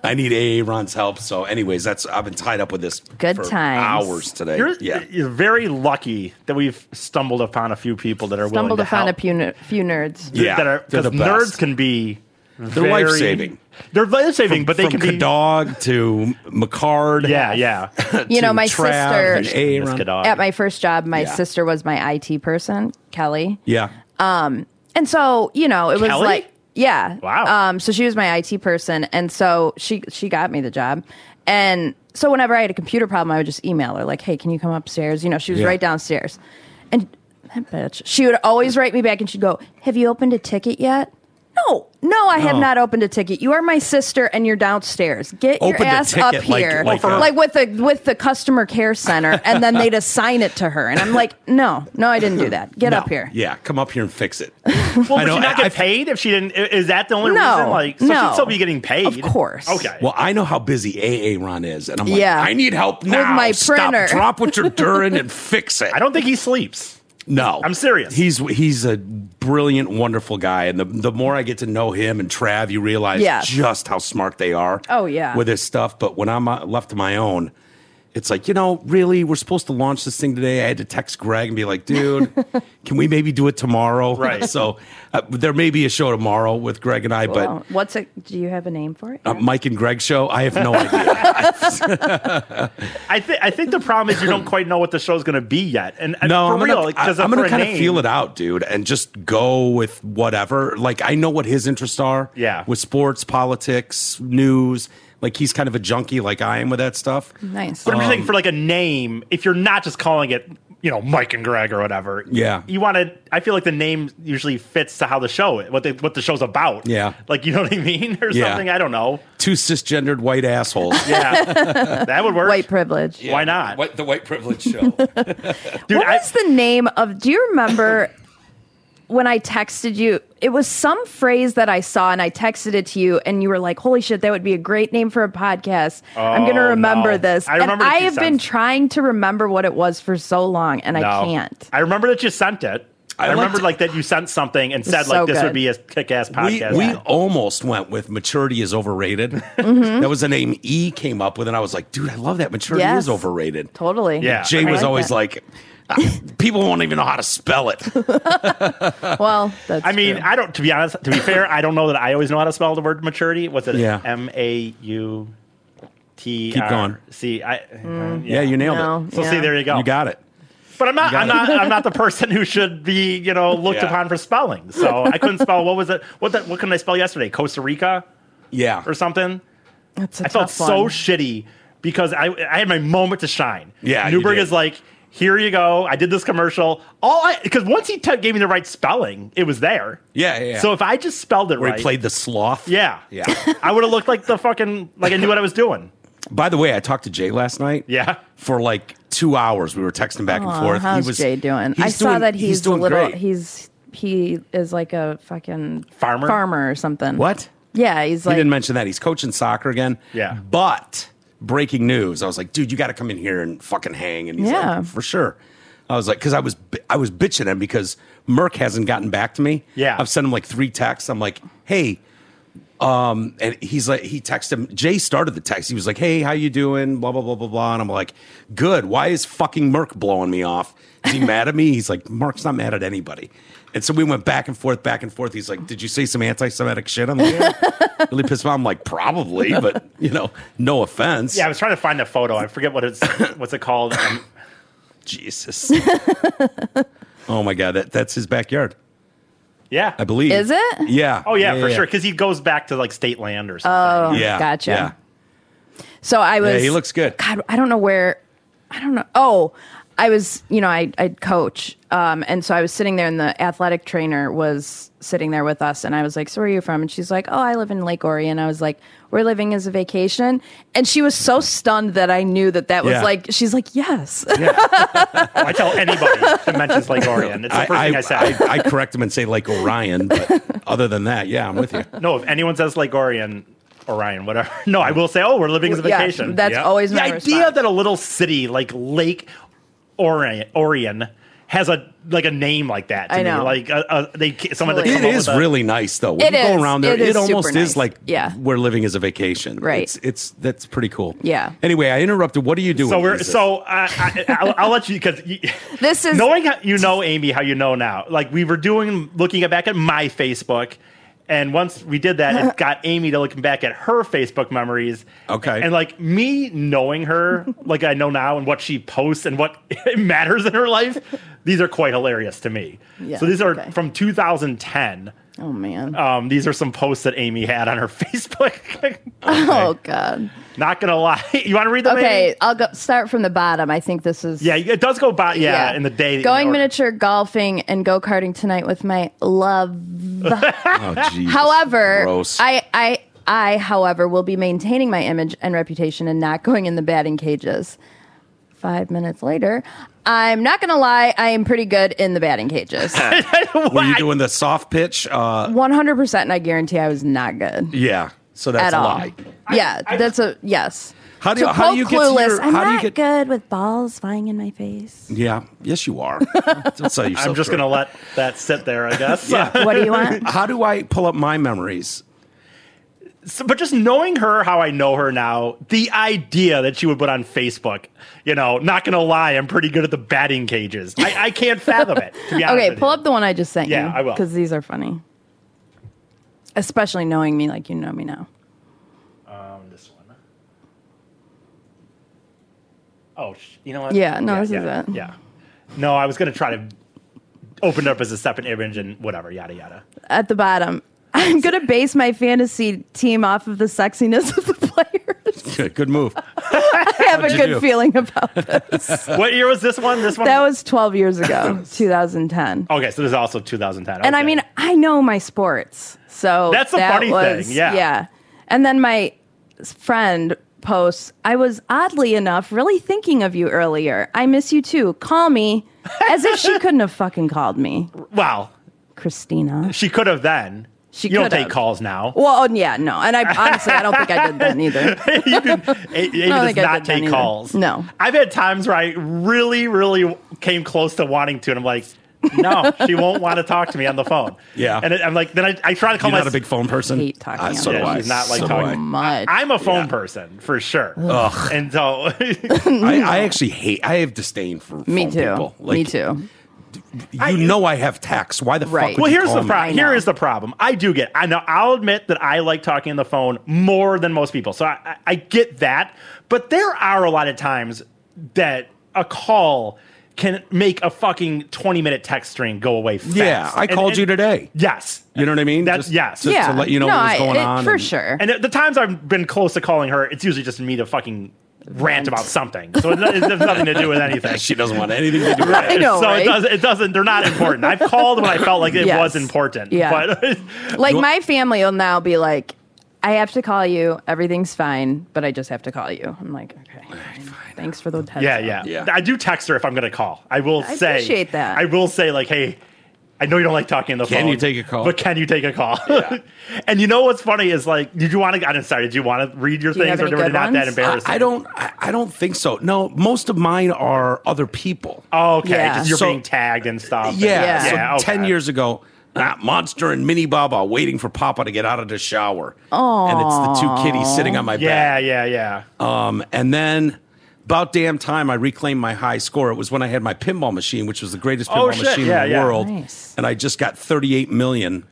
[SPEAKER 4] I need AA Ron's help. So, anyways, that's I've been tied up with this
[SPEAKER 3] Good
[SPEAKER 4] for
[SPEAKER 3] times.
[SPEAKER 4] hours today.
[SPEAKER 2] You're,
[SPEAKER 4] yeah.
[SPEAKER 2] you're very lucky that we've stumbled upon a few people that are willing
[SPEAKER 3] stumbled
[SPEAKER 2] to
[SPEAKER 3] upon a
[SPEAKER 2] help.
[SPEAKER 3] few, ner- few nerds.
[SPEAKER 4] Yeah,
[SPEAKER 2] that are
[SPEAKER 4] they're
[SPEAKER 2] because
[SPEAKER 4] the
[SPEAKER 2] nerds
[SPEAKER 4] best.
[SPEAKER 2] can be
[SPEAKER 4] They're
[SPEAKER 2] very-
[SPEAKER 4] life-saving.
[SPEAKER 2] They're life saving, but they
[SPEAKER 4] from
[SPEAKER 2] can be
[SPEAKER 4] Kadog to McCard.
[SPEAKER 2] yeah,
[SPEAKER 4] (laughs)
[SPEAKER 2] yeah.
[SPEAKER 3] You know, my
[SPEAKER 4] Trav
[SPEAKER 3] sister
[SPEAKER 4] and
[SPEAKER 2] Miss
[SPEAKER 4] Aaron.
[SPEAKER 2] Kadog.
[SPEAKER 3] at my first job, my
[SPEAKER 4] Yeah.
[SPEAKER 3] sister was my IT person, Kelly.
[SPEAKER 4] Yeah.
[SPEAKER 3] And so, you know, it was
[SPEAKER 2] Kelly?
[SPEAKER 3] like yeah.
[SPEAKER 2] Wow.
[SPEAKER 3] Um so she was my IT person and so she she got me the job. And so whenever I had a computer problem, I would just email her like, "Hey, can you come upstairs?" You know, she was
[SPEAKER 4] Yeah.
[SPEAKER 3] right downstairs. And that bitch, she would always write me back and she'd go, "Have you opened a ticket yet?" No, no, I have not opened a ticket. You are my sister, and you're downstairs. Get
[SPEAKER 4] Opened
[SPEAKER 3] your
[SPEAKER 4] a
[SPEAKER 3] ass up
[SPEAKER 4] ticket like-
[SPEAKER 3] here,
[SPEAKER 4] like uh, a-
[SPEAKER 3] with the with the customer care center, and then
[SPEAKER 4] (laughs)
[SPEAKER 3] they'd assign it to her. And I'm like, no, no, I didn't do that. Get
[SPEAKER 4] No.
[SPEAKER 3] up here.
[SPEAKER 4] Yeah. Come up here and fix it.
[SPEAKER 2] Well,
[SPEAKER 4] I
[SPEAKER 2] would
[SPEAKER 4] know,
[SPEAKER 2] she not
[SPEAKER 4] I-
[SPEAKER 2] get
[SPEAKER 4] I-
[SPEAKER 2] paid if she didn't? i- Is that the only
[SPEAKER 3] No,
[SPEAKER 2] reason? Like, so
[SPEAKER 3] no.
[SPEAKER 2] she'd still be getting paid,
[SPEAKER 3] Of course.
[SPEAKER 2] Okay.
[SPEAKER 4] Well, I know how busy AA Ron is, and I'm like,
[SPEAKER 3] Yeah.
[SPEAKER 4] I need help now.
[SPEAKER 3] my
[SPEAKER 4] Stop,
[SPEAKER 3] printer." (laughs)
[SPEAKER 4] drop what you're doing and fix it.
[SPEAKER 2] I don't think he sleeps.
[SPEAKER 4] No,
[SPEAKER 2] I'm serious.
[SPEAKER 4] He's he's a brilliant, wonderful guy, and the the more I get to know him and Trav, you realize
[SPEAKER 3] Yes.
[SPEAKER 4] just how smart they are.
[SPEAKER 3] Oh, yeah.
[SPEAKER 4] with this stuff. But when I'm uh, left to my own, it's like you know, really, we're supposed to launch this thing today. I had to text Greg and be
[SPEAKER 3] (laughs)
[SPEAKER 4] like, dude, can we maybe do it tomorrow?
[SPEAKER 2] Right.
[SPEAKER 4] (laughs) So uh, there may be a show tomorrow with Greg and I,
[SPEAKER 3] Well,
[SPEAKER 4] but.
[SPEAKER 3] what's it? Do you have a name for it?
[SPEAKER 4] Uh,
[SPEAKER 3] yet?
[SPEAKER 4] Mike and Greg show. I have no
[SPEAKER 3] (laughs)
[SPEAKER 4] idea.
[SPEAKER 2] I think. I think the problem is you
[SPEAKER 4] (coughs)
[SPEAKER 2] don't quite know what the show's going to be yet. And and
[SPEAKER 4] No,
[SPEAKER 2] for
[SPEAKER 4] I'm
[SPEAKER 2] real,
[SPEAKER 4] gonna,
[SPEAKER 2] like,
[SPEAKER 4] I,
[SPEAKER 2] 'cause
[SPEAKER 4] am
[SPEAKER 2] for
[SPEAKER 4] gonna
[SPEAKER 2] a
[SPEAKER 4] kind of
[SPEAKER 2] name-
[SPEAKER 4] feel it out, dude, and just go with whatever. Like I know what his interests are.
[SPEAKER 2] Yeah.
[SPEAKER 4] with sports, politics, news. Like he's kind of a junkie, like I am with that stuff.
[SPEAKER 3] nice.
[SPEAKER 2] uh,
[SPEAKER 4] Um,
[SPEAKER 2] But I'm just saying, for like a name, if you're not just calling it you know Mike and Greg or whatever.
[SPEAKER 4] Yeah.
[SPEAKER 2] you want to. I feel like the name usually fits to how the show what the what the show's about.
[SPEAKER 4] Yeah.
[SPEAKER 2] like you know what I mean (laughs) or
[SPEAKER 4] Yeah.
[SPEAKER 2] something. I don't
[SPEAKER 4] (laughs)
[SPEAKER 2] know.
[SPEAKER 4] Two cisgendered white assholes.
[SPEAKER 2] Yeah, that would work.
[SPEAKER 3] White privilege.
[SPEAKER 2] (laughs) Why not?
[SPEAKER 5] White, the white privilege show.
[SPEAKER 2] Dude,
[SPEAKER 3] what
[SPEAKER 2] I-
[SPEAKER 3] was the name of? Do you remember (coughs) when I texted you? It was some phrase that I saw, and I texted it to you, and you were like, "Holy shit, that would be a great name for a podcast." I'm gonna
[SPEAKER 2] Oh,
[SPEAKER 3] remember
[SPEAKER 2] no.
[SPEAKER 3] this.
[SPEAKER 2] I remember
[SPEAKER 3] and
[SPEAKER 2] the
[SPEAKER 3] I
[SPEAKER 2] two
[SPEAKER 3] have been
[SPEAKER 2] cents.
[SPEAKER 3] trying to remember what it was for so long, and I
[SPEAKER 2] No.
[SPEAKER 3] can't.
[SPEAKER 2] I remember that you sent it. I,
[SPEAKER 4] I liked-
[SPEAKER 2] remember like that you sent something and said
[SPEAKER 3] so
[SPEAKER 2] like this
[SPEAKER 3] good.
[SPEAKER 2] would be a kick-ass
[SPEAKER 4] we,
[SPEAKER 2] podcast.
[SPEAKER 4] we almost went with maturity is overrated.
[SPEAKER 2] Mm-hmm.
[SPEAKER 4] That was the name E came up with, and I was like, dude, I love that. Maturity
[SPEAKER 3] Yes.
[SPEAKER 4] is overrated.
[SPEAKER 3] Totally.
[SPEAKER 2] Yeah.
[SPEAKER 4] Jay
[SPEAKER 2] I
[SPEAKER 4] was
[SPEAKER 3] like
[SPEAKER 4] always
[SPEAKER 3] that.
[SPEAKER 4] like, "Ah, people won't even know how to
[SPEAKER 2] (laughs)
[SPEAKER 4] spell it.
[SPEAKER 3] Well, that's
[SPEAKER 2] I mean,
[SPEAKER 3] true.
[SPEAKER 2] I don't. To be honest, to be fair, I don't know that I always know how to spell the word maturity. What's it?
[SPEAKER 4] Yeah.
[SPEAKER 2] M A U T.
[SPEAKER 4] Keep going.
[SPEAKER 2] See, I.
[SPEAKER 3] Mm.
[SPEAKER 4] Yeah, you nailed
[SPEAKER 3] No,
[SPEAKER 4] it.
[SPEAKER 2] So see,
[SPEAKER 3] yeah.
[SPEAKER 2] there you go.
[SPEAKER 4] You got it.
[SPEAKER 2] But I'm not.
[SPEAKER 4] got
[SPEAKER 2] I'm
[SPEAKER 4] it.
[SPEAKER 2] not. I'm not the person who should be, you know, looked
[SPEAKER 4] Yeah.
[SPEAKER 2] upon for spelling. So I couldn't spell. What was it? What that? What couldn't I spell yesterday? Costa Rica
[SPEAKER 4] Yeah.
[SPEAKER 2] or something?
[SPEAKER 3] That's a
[SPEAKER 2] I felt
[SPEAKER 3] tough
[SPEAKER 2] so
[SPEAKER 3] one.
[SPEAKER 2] shitty because I I had my moment to shine.
[SPEAKER 4] Yeah, you
[SPEAKER 2] Newberg
[SPEAKER 4] did.
[SPEAKER 2] is like, here you go. I did this commercial. All I because once he t- gave me the right spelling, it was there.
[SPEAKER 4] Yeah, yeah, yeah.
[SPEAKER 2] So if I just spelled it
[SPEAKER 4] Where
[SPEAKER 2] right,
[SPEAKER 4] he played the sloth.
[SPEAKER 2] yeah,
[SPEAKER 4] Yeah.
[SPEAKER 2] I would have looked like the fucking like I knew what I was
[SPEAKER 4] (laughs)
[SPEAKER 2] doing.
[SPEAKER 4] (coughs) By the way, I talked to Jay last night.
[SPEAKER 2] Yeah.
[SPEAKER 4] For like two hours, we were texting back and
[SPEAKER 3] Aw,
[SPEAKER 4] forth.
[SPEAKER 3] How's Jay doing? I saw that he's, a little. He's he is like a fucking
[SPEAKER 2] Farmer?
[SPEAKER 3] farmer or something.
[SPEAKER 4] what?
[SPEAKER 3] Yeah, he's
[SPEAKER 4] He
[SPEAKER 3] like
[SPEAKER 4] didn't mention that he's coaching soccer again.
[SPEAKER 2] Yeah.
[SPEAKER 4] But breaking news, I was like, dude, you got to come in here and fucking hang. And he's
[SPEAKER 3] Yeah.
[SPEAKER 4] like, for sure. I was like, because I was bi- I was bitching him because Merck hasn't gotten back to me.
[SPEAKER 2] Yeah.
[SPEAKER 4] I've sent him like three texts. I'm like, hey, um, and he's like, he texted him. Jay started the text. He was like, hey, how you doing? Blah blah blah blah blah. And I'm like, good. Why is fucking Merck blowing me off?
[SPEAKER 2] (laughs)
[SPEAKER 4] Is he mad at me? He's like, Merck's not mad at anybody. And so we went back and forth, back and forth. He's like, did you say some anti-Semitic shit? I'm like, "Yeah."
[SPEAKER 2] (laughs)
[SPEAKER 4] really pissed off. I'm like, probably, but you know, no offense.
[SPEAKER 2] Yeah, I was trying to find a photo. I forget what it's what's it
[SPEAKER 4] (coughs)
[SPEAKER 2] called. Um,
[SPEAKER 4] Jesus. oh my god, that that's his backyard,
[SPEAKER 2] yeah.
[SPEAKER 4] I believe.
[SPEAKER 3] Is it?
[SPEAKER 4] Yeah.
[SPEAKER 2] Oh yeah, for sure. Because he goes back to like state land or something.
[SPEAKER 4] Yeah.
[SPEAKER 3] Gotcha.
[SPEAKER 4] Yeah.
[SPEAKER 3] So I was.
[SPEAKER 4] Yeah, he looks good.
[SPEAKER 3] God, I don't know where. I don't know. Oh, I was. You know, I I coach, um, and so I was sitting there, and the athletic trainer was sitting there with us, and I was like, "So where are you from?" And she's like, "Oh, I live in Lake Orion." I was like, "We're living as a vacation," and she was so stunned that I knew that that was
[SPEAKER 4] Yeah.
[SPEAKER 3] like. She's like, "Yes." (laughs)
[SPEAKER 2] I tell anybody that mentions Lake Orion. It's the first thing I say.
[SPEAKER 4] I, I correct him and say Lake Orion, but other than that, yeah, I'm with you.
[SPEAKER 2] No, if anyone says like Orion, Orion, whatever. (laughs) No, I will say, oh, we're living as a
[SPEAKER 3] Yeah,
[SPEAKER 2] vacation.
[SPEAKER 3] that's
[SPEAKER 2] Yeah.
[SPEAKER 3] always
[SPEAKER 2] the
[SPEAKER 3] my
[SPEAKER 2] idea
[SPEAKER 3] response.
[SPEAKER 2] that a little city like Lake Orion, Orion has a like a name like that. To
[SPEAKER 3] I know.
[SPEAKER 2] Me. Like uh, uh, they someone that
[SPEAKER 3] It
[SPEAKER 4] It
[SPEAKER 2] come up
[SPEAKER 4] is
[SPEAKER 2] with a-
[SPEAKER 4] really nice though. When
[SPEAKER 3] It
[SPEAKER 4] you
[SPEAKER 3] is.
[SPEAKER 4] go around there,
[SPEAKER 3] It
[SPEAKER 4] it,
[SPEAKER 3] is super
[SPEAKER 4] almost
[SPEAKER 3] nice.
[SPEAKER 4] is like
[SPEAKER 3] Yeah.
[SPEAKER 4] we're living as a vacation.
[SPEAKER 3] Right.
[SPEAKER 4] It's, it's that's pretty cool.
[SPEAKER 3] Yeah.
[SPEAKER 4] Anyway, I interrupted. What are you doing?
[SPEAKER 2] So we're
[SPEAKER 4] Jesus?
[SPEAKER 2] so uh, I, I, I'll, I'll let you because
[SPEAKER 3] This is-
[SPEAKER 2] knowing how you know Amy how you know now. Like we were doing looking back at my Facebook, and once we did that,
[SPEAKER 3] (laughs)
[SPEAKER 2] it got Amy to looking back at her Facebook memories.
[SPEAKER 4] Okay.
[SPEAKER 2] and like me knowing her like I know now and what she posts and what (laughs) matters in her life, these are quite hilarious to me.
[SPEAKER 3] Yeah,
[SPEAKER 2] so these are
[SPEAKER 3] okay.
[SPEAKER 2] from 2010.
[SPEAKER 3] oh man.
[SPEAKER 2] Um, these are some posts that Amy had on her (laughs) Facebook.
[SPEAKER 3] (laughs) oh god.
[SPEAKER 2] Not gonna lie, (laughs) you want to read them? Amy?
[SPEAKER 3] Okay, I'll go start from the bottom. I think this is
[SPEAKER 2] Yeah, it does go by. Yeah, in the day.
[SPEAKER 3] Going
[SPEAKER 2] or-
[SPEAKER 3] miniature golfing and go karting tonight with my love. (laughs)
[SPEAKER 4] Oh, Jesus.
[SPEAKER 3] However,
[SPEAKER 4] Gross.
[SPEAKER 3] I, I, I, however, will be maintaining my image and reputation and not going in the batting cages. Five minutes later, I'm not going to lie, I am pretty good in the batting cages.
[SPEAKER 4] (laughs) were you doing the soft pitch? Uh,
[SPEAKER 3] 100%, and I guarantee I was not good
[SPEAKER 4] yeah. So
[SPEAKER 3] at
[SPEAKER 4] that's a
[SPEAKER 3] all.
[SPEAKER 4] lie.
[SPEAKER 3] yeah, that's a yes.
[SPEAKER 4] How do you-
[SPEAKER 3] To
[SPEAKER 4] how do
[SPEAKER 3] quote
[SPEAKER 4] you get to
[SPEAKER 3] clueless,
[SPEAKER 4] your-
[SPEAKER 3] I'm
[SPEAKER 4] how do you
[SPEAKER 3] not
[SPEAKER 4] get-
[SPEAKER 3] good with balls flying in my
[SPEAKER 4] (laughs)
[SPEAKER 3] face.
[SPEAKER 4] Yeah. Yes,
[SPEAKER 3] (laughs)
[SPEAKER 4] you are. Don't sell yourself
[SPEAKER 2] I'm just
[SPEAKER 4] short.
[SPEAKER 2] gonna let that sit there, I
[SPEAKER 4] (laughs)
[SPEAKER 2] guess.
[SPEAKER 3] What do you want?
[SPEAKER 4] How do I pull up my memories? (laughs)
[SPEAKER 2] So- but just knowing her, how I know her now, the idea that she would put on Facebook, you know, not gonna lie, I'm pretty good at the batting cages. I, I can't fathom it. To be
[SPEAKER 3] (laughs)
[SPEAKER 2] honest
[SPEAKER 3] Okay,
[SPEAKER 2] with
[SPEAKER 3] pull
[SPEAKER 2] you.
[SPEAKER 3] up the one I just sent you.
[SPEAKER 2] Yeah, I will.
[SPEAKER 3] Because these are funny. Especially knowing me like you know me now.
[SPEAKER 2] Um, this one. Oh, sh- you know what?
[SPEAKER 3] Yeah, no, this is
[SPEAKER 2] yeah,
[SPEAKER 3] it.
[SPEAKER 2] Yeah. No, I was gonna try to open it up as a separate image and whatever, yada yada.
[SPEAKER 3] At the bottom, I'm going to base my fantasy team off of the sexiness of the players. (laughs)
[SPEAKER 4] Good, good move.
[SPEAKER 3] I have a
[SPEAKER 4] you
[SPEAKER 3] good
[SPEAKER 4] do?
[SPEAKER 3] feeling about that.
[SPEAKER 2] What year was this one? This one.
[SPEAKER 3] That was 12 years
[SPEAKER 2] (laughs)
[SPEAKER 3] ago, 2010.
[SPEAKER 2] okay, so this is also 2010.
[SPEAKER 3] And I
[SPEAKER 2] Okay.
[SPEAKER 3] mean, I know my sports. So
[SPEAKER 2] That's the
[SPEAKER 3] that
[SPEAKER 2] funny
[SPEAKER 3] was-
[SPEAKER 2] thing, yeah.
[SPEAKER 3] Yeah. And then my s- friend posts, I was oddly enough really thinking of you earlier. I miss you too. Call
[SPEAKER 2] (laughs)
[SPEAKER 3] me. As if she couldn't have fucking called me,
[SPEAKER 2] wow,
[SPEAKER 3] Christina.
[SPEAKER 2] she could have then.
[SPEAKER 3] She
[SPEAKER 2] you don't
[SPEAKER 3] could
[SPEAKER 2] take
[SPEAKER 3] have.
[SPEAKER 2] calls now.
[SPEAKER 3] Well, oh, yeah, no. And I honestly, I don't think I did that
[SPEAKER 2] (laughs)
[SPEAKER 4] (laughs)
[SPEAKER 3] either.
[SPEAKER 2] you can, Amy does
[SPEAKER 3] think I
[SPEAKER 2] not
[SPEAKER 3] did that
[SPEAKER 2] take
[SPEAKER 3] either.
[SPEAKER 2] calls.
[SPEAKER 3] No.
[SPEAKER 2] I've had times where I really, really came close to wanting to, and I'm like, no, she won't want to talk to me on the phone.
[SPEAKER 4] Yeah.
[SPEAKER 2] And it- I'm like, then I, I try to call
[SPEAKER 4] You're
[SPEAKER 2] my
[SPEAKER 4] not a big phone person.
[SPEAKER 3] hate talking
[SPEAKER 4] Uh,
[SPEAKER 3] on
[SPEAKER 4] so
[SPEAKER 3] the
[SPEAKER 4] do
[SPEAKER 2] phone.
[SPEAKER 4] I.
[SPEAKER 2] She's not like
[SPEAKER 4] So do
[SPEAKER 2] talking.
[SPEAKER 4] I.
[SPEAKER 3] Much.
[SPEAKER 2] I'm a phone
[SPEAKER 4] Yeah.
[SPEAKER 2] person for sure.
[SPEAKER 4] Ugh.
[SPEAKER 2] And so,
[SPEAKER 4] I,
[SPEAKER 3] (laughs)
[SPEAKER 4] I actually hate. I have disdain for
[SPEAKER 3] me
[SPEAKER 4] phone
[SPEAKER 3] too.
[SPEAKER 4] people.
[SPEAKER 3] me
[SPEAKER 4] Like,
[SPEAKER 3] too.
[SPEAKER 4] You know I have tax. Why the
[SPEAKER 3] Right.
[SPEAKER 4] fuck? Would
[SPEAKER 2] well,
[SPEAKER 4] you
[SPEAKER 2] here's
[SPEAKER 4] call
[SPEAKER 2] the
[SPEAKER 4] me?
[SPEAKER 2] problem.
[SPEAKER 3] I
[SPEAKER 2] Here
[SPEAKER 3] know.
[SPEAKER 2] is the problem. I do get. I know. I'll admit that I like talking on the phone more than most people. So I, I, I get that. But there are a lot of times that a call can make a fucking twenty minute text string go away. Fast.
[SPEAKER 4] Yeah, I
[SPEAKER 2] And-
[SPEAKER 4] called
[SPEAKER 2] and-
[SPEAKER 4] you today.
[SPEAKER 2] Yes.
[SPEAKER 4] You know what I mean?
[SPEAKER 2] That-
[SPEAKER 4] Just
[SPEAKER 2] yes.
[SPEAKER 4] To,
[SPEAKER 3] yeah.
[SPEAKER 4] to let you know
[SPEAKER 3] no,
[SPEAKER 4] what was
[SPEAKER 3] I-
[SPEAKER 4] going
[SPEAKER 3] it-
[SPEAKER 4] on.
[SPEAKER 3] For
[SPEAKER 4] and-
[SPEAKER 3] sure.
[SPEAKER 2] And the times I've been close to calling her, it's usually just me to fucking rant about something. So it, it has nothing to do with
[SPEAKER 3] (laughs)
[SPEAKER 2] anything.
[SPEAKER 4] She doesn't want anything to do with it.
[SPEAKER 3] I know,
[SPEAKER 2] so
[SPEAKER 3] right?
[SPEAKER 2] it doesn't. It doesn't. They're not important. I've called when I felt like it
[SPEAKER 3] Yes.
[SPEAKER 2] was important.
[SPEAKER 3] Yeah.
[SPEAKER 2] But (laughs)
[SPEAKER 3] Like
[SPEAKER 4] You-
[SPEAKER 3] my family will now be like, I have to call you. Everything's fine, but I just have to call you. I'm like, okay, fine. thanks for the heads
[SPEAKER 2] Yeah,
[SPEAKER 3] up.
[SPEAKER 2] yeah,
[SPEAKER 4] Yeah.
[SPEAKER 2] I do text her if I'm going to call. I will
[SPEAKER 3] I
[SPEAKER 2] say.
[SPEAKER 3] appreciate that.
[SPEAKER 2] I will say like, hey, I know you don't like talking on the phone.
[SPEAKER 4] Can you take a call?
[SPEAKER 2] But can you take a call?
[SPEAKER 4] Yeah.
[SPEAKER 2] (laughs) and you know what's funny is like, did you want to? I'm sorry. Did you want to read your
[SPEAKER 3] you
[SPEAKER 2] things
[SPEAKER 3] have
[SPEAKER 2] or
[SPEAKER 3] any
[SPEAKER 2] were they
[SPEAKER 3] good
[SPEAKER 2] not that
[SPEAKER 3] ones?
[SPEAKER 2] embarrassing?
[SPEAKER 4] I, I don't. I, I don't think so. No, most of mine are other people.
[SPEAKER 2] Oh, okay.
[SPEAKER 3] Yeah.
[SPEAKER 2] Just you're
[SPEAKER 4] So-
[SPEAKER 2] being tagged and stuff.
[SPEAKER 4] Yeah.
[SPEAKER 3] Yeah.
[SPEAKER 4] So
[SPEAKER 2] Yeah, okay.
[SPEAKER 4] 10 years ago, ah, Monster and Mini Baba waiting for Papa to get out of the shower. Oh. And it's the two kitties sitting on my
[SPEAKER 2] Yeah,
[SPEAKER 4] back.
[SPEAKER 2] yeah, yeah.
[SPEAKER 4] Um, and then about damn time I reclaimed my high score. It was when I had my pinball machine, which was the greatest
[SPEAKER 2] Oh,
[SPEAKER 4] pinball
[SPEAKER 2] shit.
[SPEAKER 4] machine
[SPEAKER 2] Yeah,
[SPEAKER 4] in the
[SPEAKER 2] yeah.
[SPEAKER 4] world.
[SPEAKER 3] Nice.
[SPEAKER 4] And I just got
[SPEAKER 2] (laughs)
[SPEAKER 4] 38 million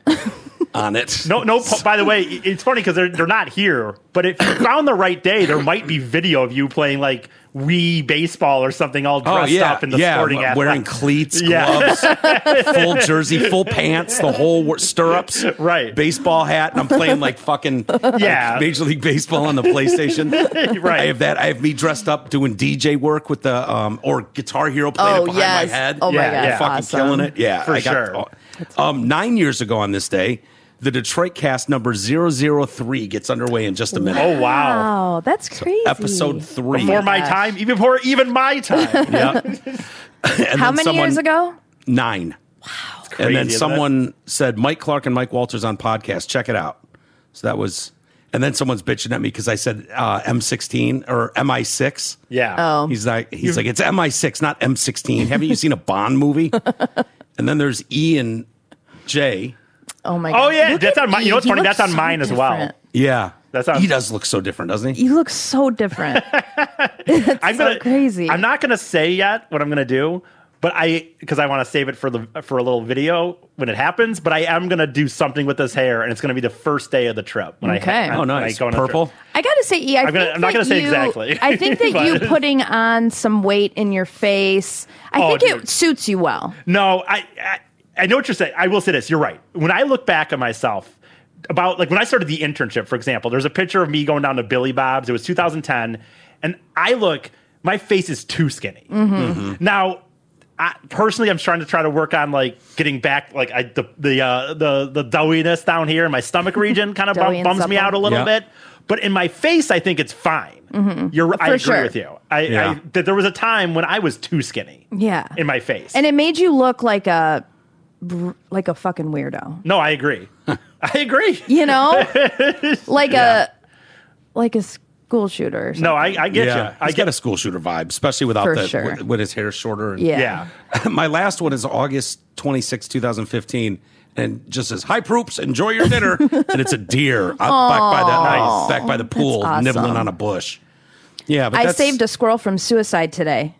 [SPEAKER 4] on it.
[SPEAKER 2] No, no. po- By the way, i- it's funny because they're they're not here. But if you (coughs) found the right day, there might be video of you playing like Wii baseball or something, all
[SPEAKER 4] Oh
[SPEAKER 2] dressed
[SPEAKER 4] yeah,
[SPEAKER 2] up in the
[SPEAKER 4] yeah,
[SPEAKER 2] sporting
[SPEAKER 4] w-
[SPEAKER 2] athletic.
[SPEAKER 4] wearing cleats,
[SPEAKER 2] Yeah. (laughs)
[SPEAKER 4] gloves, full jersey, full pants, the whole wor- stirrups,
[SPEAKER 2] Right.
[SPEAKER 4] Baseball hat, and I'm playing like fucking
[SPEAKER 2] (laughs) Yeah.
[SPEAKER 4] (laughs) like, Major League Baseball on the PlayStation.
[SPEAKER 2] (laughs) Right.
[SPEAKER 4] I have that. I have me dressed up doing DJ work with the um or Guitar Hero playing it
[SPEAKER 3] Oh,
[SPEAKER 4] behind
[SPEAKER 3] yes.
[SPEAKER 4] my head.
[SPEAKER 3] Oh,
[SPEAKER 2] my Yeah, God, yeah.
[SPEAKER 4] fucking
[SPEAKER 3] awesome.
[SPEAKER 4] killing it. Yeah,
[SPEAKER 2] For
[SPEAKER 4] I got,
[SPEAKER 2] sure.
[SPEAKER 4] Um, nine years ago on this day, the Detroit Cast number 003 gets underway in just a minute.
[SPEAKER 2] Oh wow.
[SPEAKER 3] Wow, that's crazy.
[SPEAKER 4] Episode three.
[SPEAKER 2] Before my
[SPEAKER 3] gosh.
[SPEAKER 2] time, even before even my time.
[SPEAKER 3] (laughs)
[SPEAKER 4] yeah. And
[SPEAKER 3] How
[SPEAKER 4] then
[SPEAKER 3] many
[SPEAKER 4] someone-
[SPEAKER 3] years ago?
[SPEAKER 4] Nine.
[SPEAKER 2] crazy,
[SPEAKER 4] and then
[SPEAKER 2] isn't it?
[SPEAKER 4] someone said Mike Clark and Mike Walters on podcast. Check it out. So that was, and then someone's bitching at me because I said uh, M16 or MI6.
[SPEAKER 2] Yeah.
[SPEAKER 3] Oh.
[SPEAKER 4] He's like, he's like, it's MI6,
[SPEAKER 3] (laughs)
[SPEAKER 4] not M16. Haven't you seen a Bond movie? and then there's E and J.
[SPEAKER 3] Oh my god.
[SPEAKER 2] Oh yeah,
[SPEAKER 3] Look
[SPEAKER 2] that's
[SPEAKER 3] at
[SPEAKER 2] on my. You
[SPEAKER 3] Eve.
[SPEAKER 2] know what's
[SPEAKER 3] He
[SPEAKER 2] funny?
[SPEAKER 3] looks
[SPEAKER 2] That's on
[SPEAKER 3] so
[SPEAKER 2] mine as well.
[SPEAKER 3] different.
[SPEAKER 4] Yeah,
[SPEAKER 2] That sounds-
[SPEAKER 4] he does look so different, doesn't he?
[SPEAKER 3] You look so
[SPEAKER 2] (laughs)
[SPEAKER 3] different.
[SPEAKER 2] I'm
[SPEAKER 3] so crazy.
[SPEAKER 2] I'm not gonna say yet what I'm gonna do, but I because I want to save it for the for a little video when it happens. But I am gonna do something with this hair, and it's gonna be the first day of the trip. When
[SPEAKER 3] Okay.
[SPEAKER 2] I
[SPEAKER 4] Oh,
[SPEAKER 2] when I
[SPEAKER 4] nice,
[SPEAKER 2] go on a trip.
[SPEAKER 4] purple.
[SPEAKER 3] I gotta say, yeah, I
[SPEAKER 2] I'm gonna-
[SPEAKER 3] think
[SPEAKER 2] I'm not
[SPEAKER 3] that
[SPEAKER 2] gonna say
[SPEAKER 3] you-
[SPEAKER 2] exactly,
[SPEAKER 3] I think that you
[SPEAKER 2] (laughs) but-
[SPEAKER 3] putting on some weight in your face. I
[SPEAKER 2] Oh,
[SPEAKER 3] think
[SPEAKER 2] dude.
[SPEAKER 3] it suits you well.
[SPEAKER 2] No, I, I I know what you're saying. I will say this. You're right. When I look back at myself, about like when I started the internship, for example, there's a picture of me going down to Billy Bob's. It was 2010, and I look. My face is too skinny.
[SPEAKER 3] Mm-hmm.
[SPEAKER 4] Mm-hmm.
[SPEAKER 2] Now, I, personally, I'm trying to try to work on like getting back like I, the the uh, the the doughiness down here in my
[SPEAKER 3] (laughs)
[SPEAKER 2] stomach region kind of
[SPEAKER 3] Doughy
[SPEAKER 2] bum,
[SPEAKER 3] and
[SPEAKER 2] bums me
[SPEAKER 3] supple.
[SPEAKER 2] out a little
[SPEAKER 4] Yeah.
[SPEAKER 2] bit. But in my face, I think it's fine. You're, I
[SPEAKER 3] Mm-hmm. For
[SPEAKER 2] agree
[SPEAKER 3] sure.
[SPEAKER 2] with you. I,
[SPEAKER 4] Yeah.
[SPEAKER 2] I that there was a time when I was too skinny.
[SPEAKER 3] Yeah.
[SPEAKER 2] in my face,
[SPEAKER 3] And it made you look like a br- like a fucking weirdo.
[SPEAKER 2] No,
[SPEAKER 3] (laughs)
[SPEAKER 2] I agree. I agree.
[SPEAKER 3] You know? like a like a school shooter. Or something.
[SPEAKER 2] No, I, I get you. I
[SPEAKER 4] he's
[SPEAKER 2] get
[SPEAKER 4] got a school shooter vibe, especially without
[SPEAKER 3] For
[SPEAKER 4] the
[SPEAKER 3] sure.
[SPEAKER 4] wh- when his hair's shorter. And,
[SPEAKER 3] Yeah.
[SPEAKER 2] Yeah.
[SPEAKER 4] (laughs) My last one is August 26, 2015, and just says, Hi, Proops, enjoy your dinner. and it's a deer out back, by the,
[SPEAKER 2] Nice.
[SPEAKER 4] back by the pool,
[SPEAKER 3] awesome.
[SPEAKER 4] nibbling on a bush. Yeah, but
[SPEAKER 3] I
[SPEAKER 4] that's-
[SPEAKER 3] saved a squirrel from suicide today.